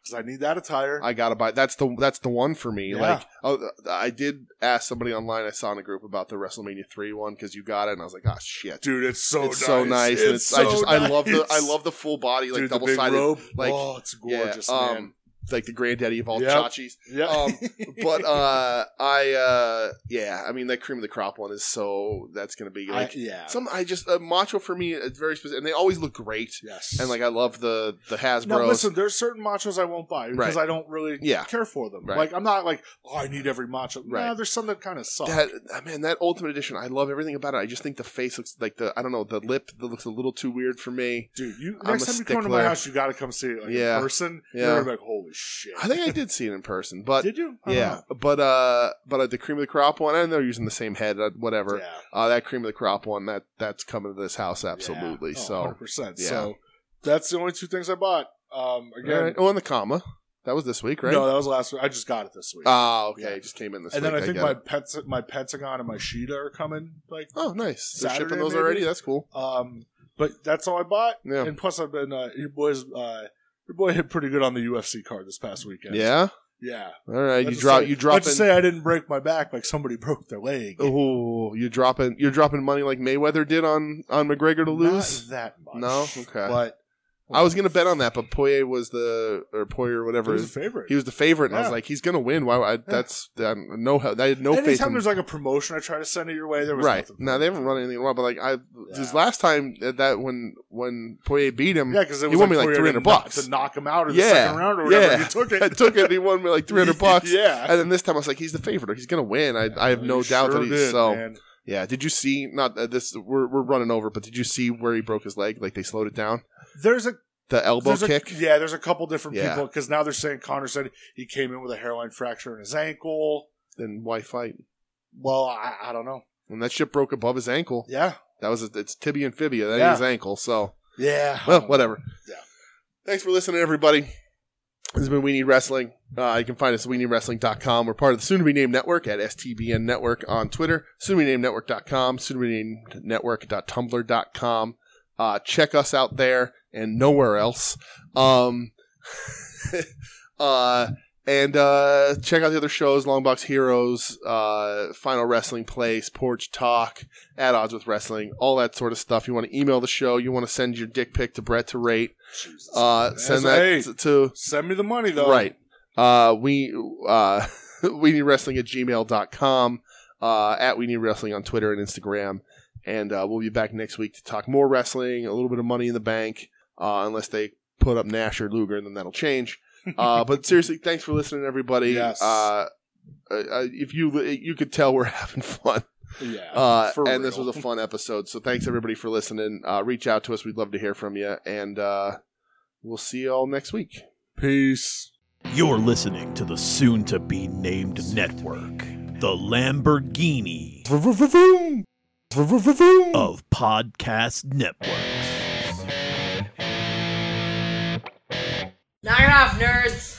Speaker 2: Because I need that attire.
Speaker 1: I gotta buy. That's the that's the one for me.
Speaker 2: Yeah.
Speaker 1: Like, oh, I did ask somebody online. I saw in a group about the WrestleMania three one because you got it, and I was like, ah, shit.
Speaker 2: Dude, it's so
Speaker 1: it's
Speaker 2: nice.
Speaker 1: so nice. and it's, I
Speaker 2: so
Speaker 1: just I love the I
Speaker 2: nice.
Speaker 1: love the full body like
Speaker 2: Dude, the
Speaker 1: double
Speaker 2: big
Speaker 1: sided
Speaker 2: robe.
Speaker 1: like,
Speaker 2: oh, it's gorgeous,
Speaker 1: yeah, um,
Speaker 2: man.
Speaker 1: like the granddaddy of all
Speaker 2: Yep. [LAUGHS]
Speaker 1: chachis.
Speaker 2: Yeah.
Speaker 1: um, But uh I uh yeah, I mean that cream of the crop one is so that's gonna be
Speaker 2: I,
Speaker 1: like
Speaker 2: yeah.
Speaker 1: some I just uh, macho for me it's very specific and they always look great.
Speaker 2: yes.
Speaker 1: And like I love the the Hasbros.
Speaker 2: Now listen, there's certain machos I won't buy because
Speaker 1: Right.
Speaker 2: I don't really
Speaker 1: Yeah.
Speaker 2: care for them.
Speaker 1: Right.
Speaker 2: Like I'm not like, oh, I need every macho. Nah,
Speaker 1: Right.
Speaker 2: there's some that kind of suck.
Speaker 1: that ah, man, that ultimate edition, I love everything about it. I just think the face looks like the I don't know, the lip that looks a little too weird for me.
Speaker 2: Dude, you
Speaker 1: I'm
Speaker 2: next
Speaker 1: a
Speaker 2: time you come to my
Speaker 1: stickler.
Speaker 2: house, you got to come see it like,
Speaker 1: Yeah.
Speaker 2: in person.
Speaker 1: Yeah.
Speaker 2: You're gonna be like, holy shit.
Speaker 1: I think I did see it in person, but
Speaker 2: did you? I don't
Speaker 1: yeah, but uh, but uh, the cream of the crop one, I know they're using the same head, uh,
Speaker 2: know.
Speaker 1: whatever.
Speaker 2: Yeah.
Speaker 1: Uh, that cream of the crop one, that that's coming to this house absolutely.
Speaker 2: Yeah. Oh,
Speaker 1: So
Speaker 2: 100%.
Speaker 1: yeah.
Speaker 2: So that's the only two things I bought. Um, again,
Speaker 1: All right. oh, and the comma that was this week, right?
Speaker 2: no, that was last week. I just got it this week.
Speaker 1: Ah, okay,
Speaker 2: Yeah.
Speaker 1: it just came in this
Speaker 2: and
Speaker 1: week.
Speaker 2: then I think
Speaker 1: get
Speaker 2: my
Speaker 1: it.
Speaker 2: pets, my Pentagon and my Sheeta are coming. Like,
Speaker 1: oh, nice. They're
Speaker 2: Saturday,
Speaker 1: shipping those
Speaker 2: maybe?
Speaker 1: already. That's cool.
Speaker 2: um, But that's all I bought.
Speaker 1: Yeah.
Speaker 2: And plus, I've been uh, your boys. Uh, your boy hit pretty good on the UFC card this past weekend.
Speaker 1: Yeah.
Speaker 2: yeah.
Speaker 1: All right. You
Speaker 2: Let's
Speaker 1: drop.
Speaker 2: say-
Speaker 1: You drop.
Speaker 2: Let's just say I didn't break my back like somebody broke their leg.
Speaker 1: Oh, you dropping you're dropping money like Mayweather did on on McGregor to lose.
Speaker 2: Not that much.
Speaker 1: No, okay.
Speaker 2: But
Speaker 1: I was gonna bet on that, but Poirier was the or Poirier
Speaker 2: he
Speaker 1: whatever
Speaker 2: was a favorite.
Speaker 1: he was the favorite, and I was
Speaker 2: Yeah.
Speaker 1: like, he's gonna win. Why? I, that's I don't- no. I had no faith.
Speaker 2: Anytime
Speaker 1: In,
Speaker 2: there's like a promotion, I try to send it your way. There was
Speaker 1: right?
Speaker 2: nothing.
Speaker 1: No, they haven't run anything wrong. But like I, this last time that, that when when Poirier beat him,
Speaker 2: Yeah, because it
Speaker 1: He
Speaker 2: was
Speaker 1: won me,
Speaker 2: like
Speaker 1: like, 300
Speaker 2: 300
Speaker 1: bucks.
Speaker 2: to knock him out in
Speaker 1: Yeah.
Speaker 2: the second round or whatever.
Speaker 1: Yeah.
Speaker 2: You took
Speaker 1: I
Speaker 2: it.
Speaker 1: took [LAUGHS] it. and He won me like [LAUGHS] three
Speaker 2: [LAUGHS]
Speaker 1: hundred bucks.
Speaker 2: yeah.
Speaker 1: And then this time I was like, he's the favorite. or He's gonna win. I, I have no
Speaker 2: You
Speaker 1: doubt
Speaker 2: sure
Speaker 1: that he's
Speaker 2: did,
Speaker 1: so.
Speaker 2: man.
Speaker 1: Yeah. Did you see? Not uh, this. We're we're running over, but did you see where he broke his leg? Like they slowed it down.
Speaker 2: There's a
Speaker 1: The elbow
Speaker 2: there's a-
Speaker 1: kick.
Speaker 2: yeah, there's a couple different
Speaker 1: Yeah.
Speaker 2: people because now they're saying Connor said he came in with a hairline fracture in his ankle.
Speaker 1: then why fight?
Speaker 2: Well, I, I don't know.
Speaker 1: And that shit broke above his ankle.
Speaker 2: Yeah,
Speaker 1: That was it's tibia and fibia. That ain't
Speaker 2: Yeah.
Speaker 1: his ankle. So
Speaker 2: yeah.
Speaker 1: [LAUGHS] well, whatever.
Speaker 2: Yeah.
Speaker 1: Thanks for listening, everybody. This has been We Need Wrestling. Uh, you can find us at WeNeedWrestling.com. We're part of the Soon to Be Named Network at STBN Network on Twitter, Soon to Be Named Network.com, Soon to Be Named Network.tumblr.com. Uh, check us out there and nowhere else. Um, [LAUGHS] uh, and uh, check out the other shows Longbox Heroes, uh, Final Wrestling Place, Porch Talk, At Odds with Wrestling, all that sort of stuff. You want to email the show, you want to send your dick pic to Brett to rate.
Speaker 2: Jesus.
Speaker 1: Uh,
Speaker 2: As
Speaker 1: send
Speaker 2: a-
Speaker 1: that t- to
Speaker 2: Send me the money though.
Speaker 1: right. Uh, we uh, [LAUGHS] we need wrestling at gmail.com, uh, at we need wrestling on Twitter and Instagram, and uh, we'll be back next week to talk more wrestling, a little bit of money in the bank, uh, unless they put up Nash or Luger, and then that'll change. Uh, but seriously, thanks for listening, everybody.
Speaker 2: Yes.
Speaker 1: Uh, uh, uh, if you you could tell we're [LAUGHS] having fun
Speaker 2: Yeah.
Speaker 1: uh,
Speaker 2: for
Speaker 1: and this
Speaker 2: real.
Speaker 1: was a fun episode. So thanks everybody for listening. Uh, reach out to us; we'd love to hear from you, and uh, we'll see you all next week.
Speaker 2: peace.
Speaker 3: You're listening to the soon to be named network, the Lamborghini of podcast networks.
Speaker 4: Knock it off, nerds!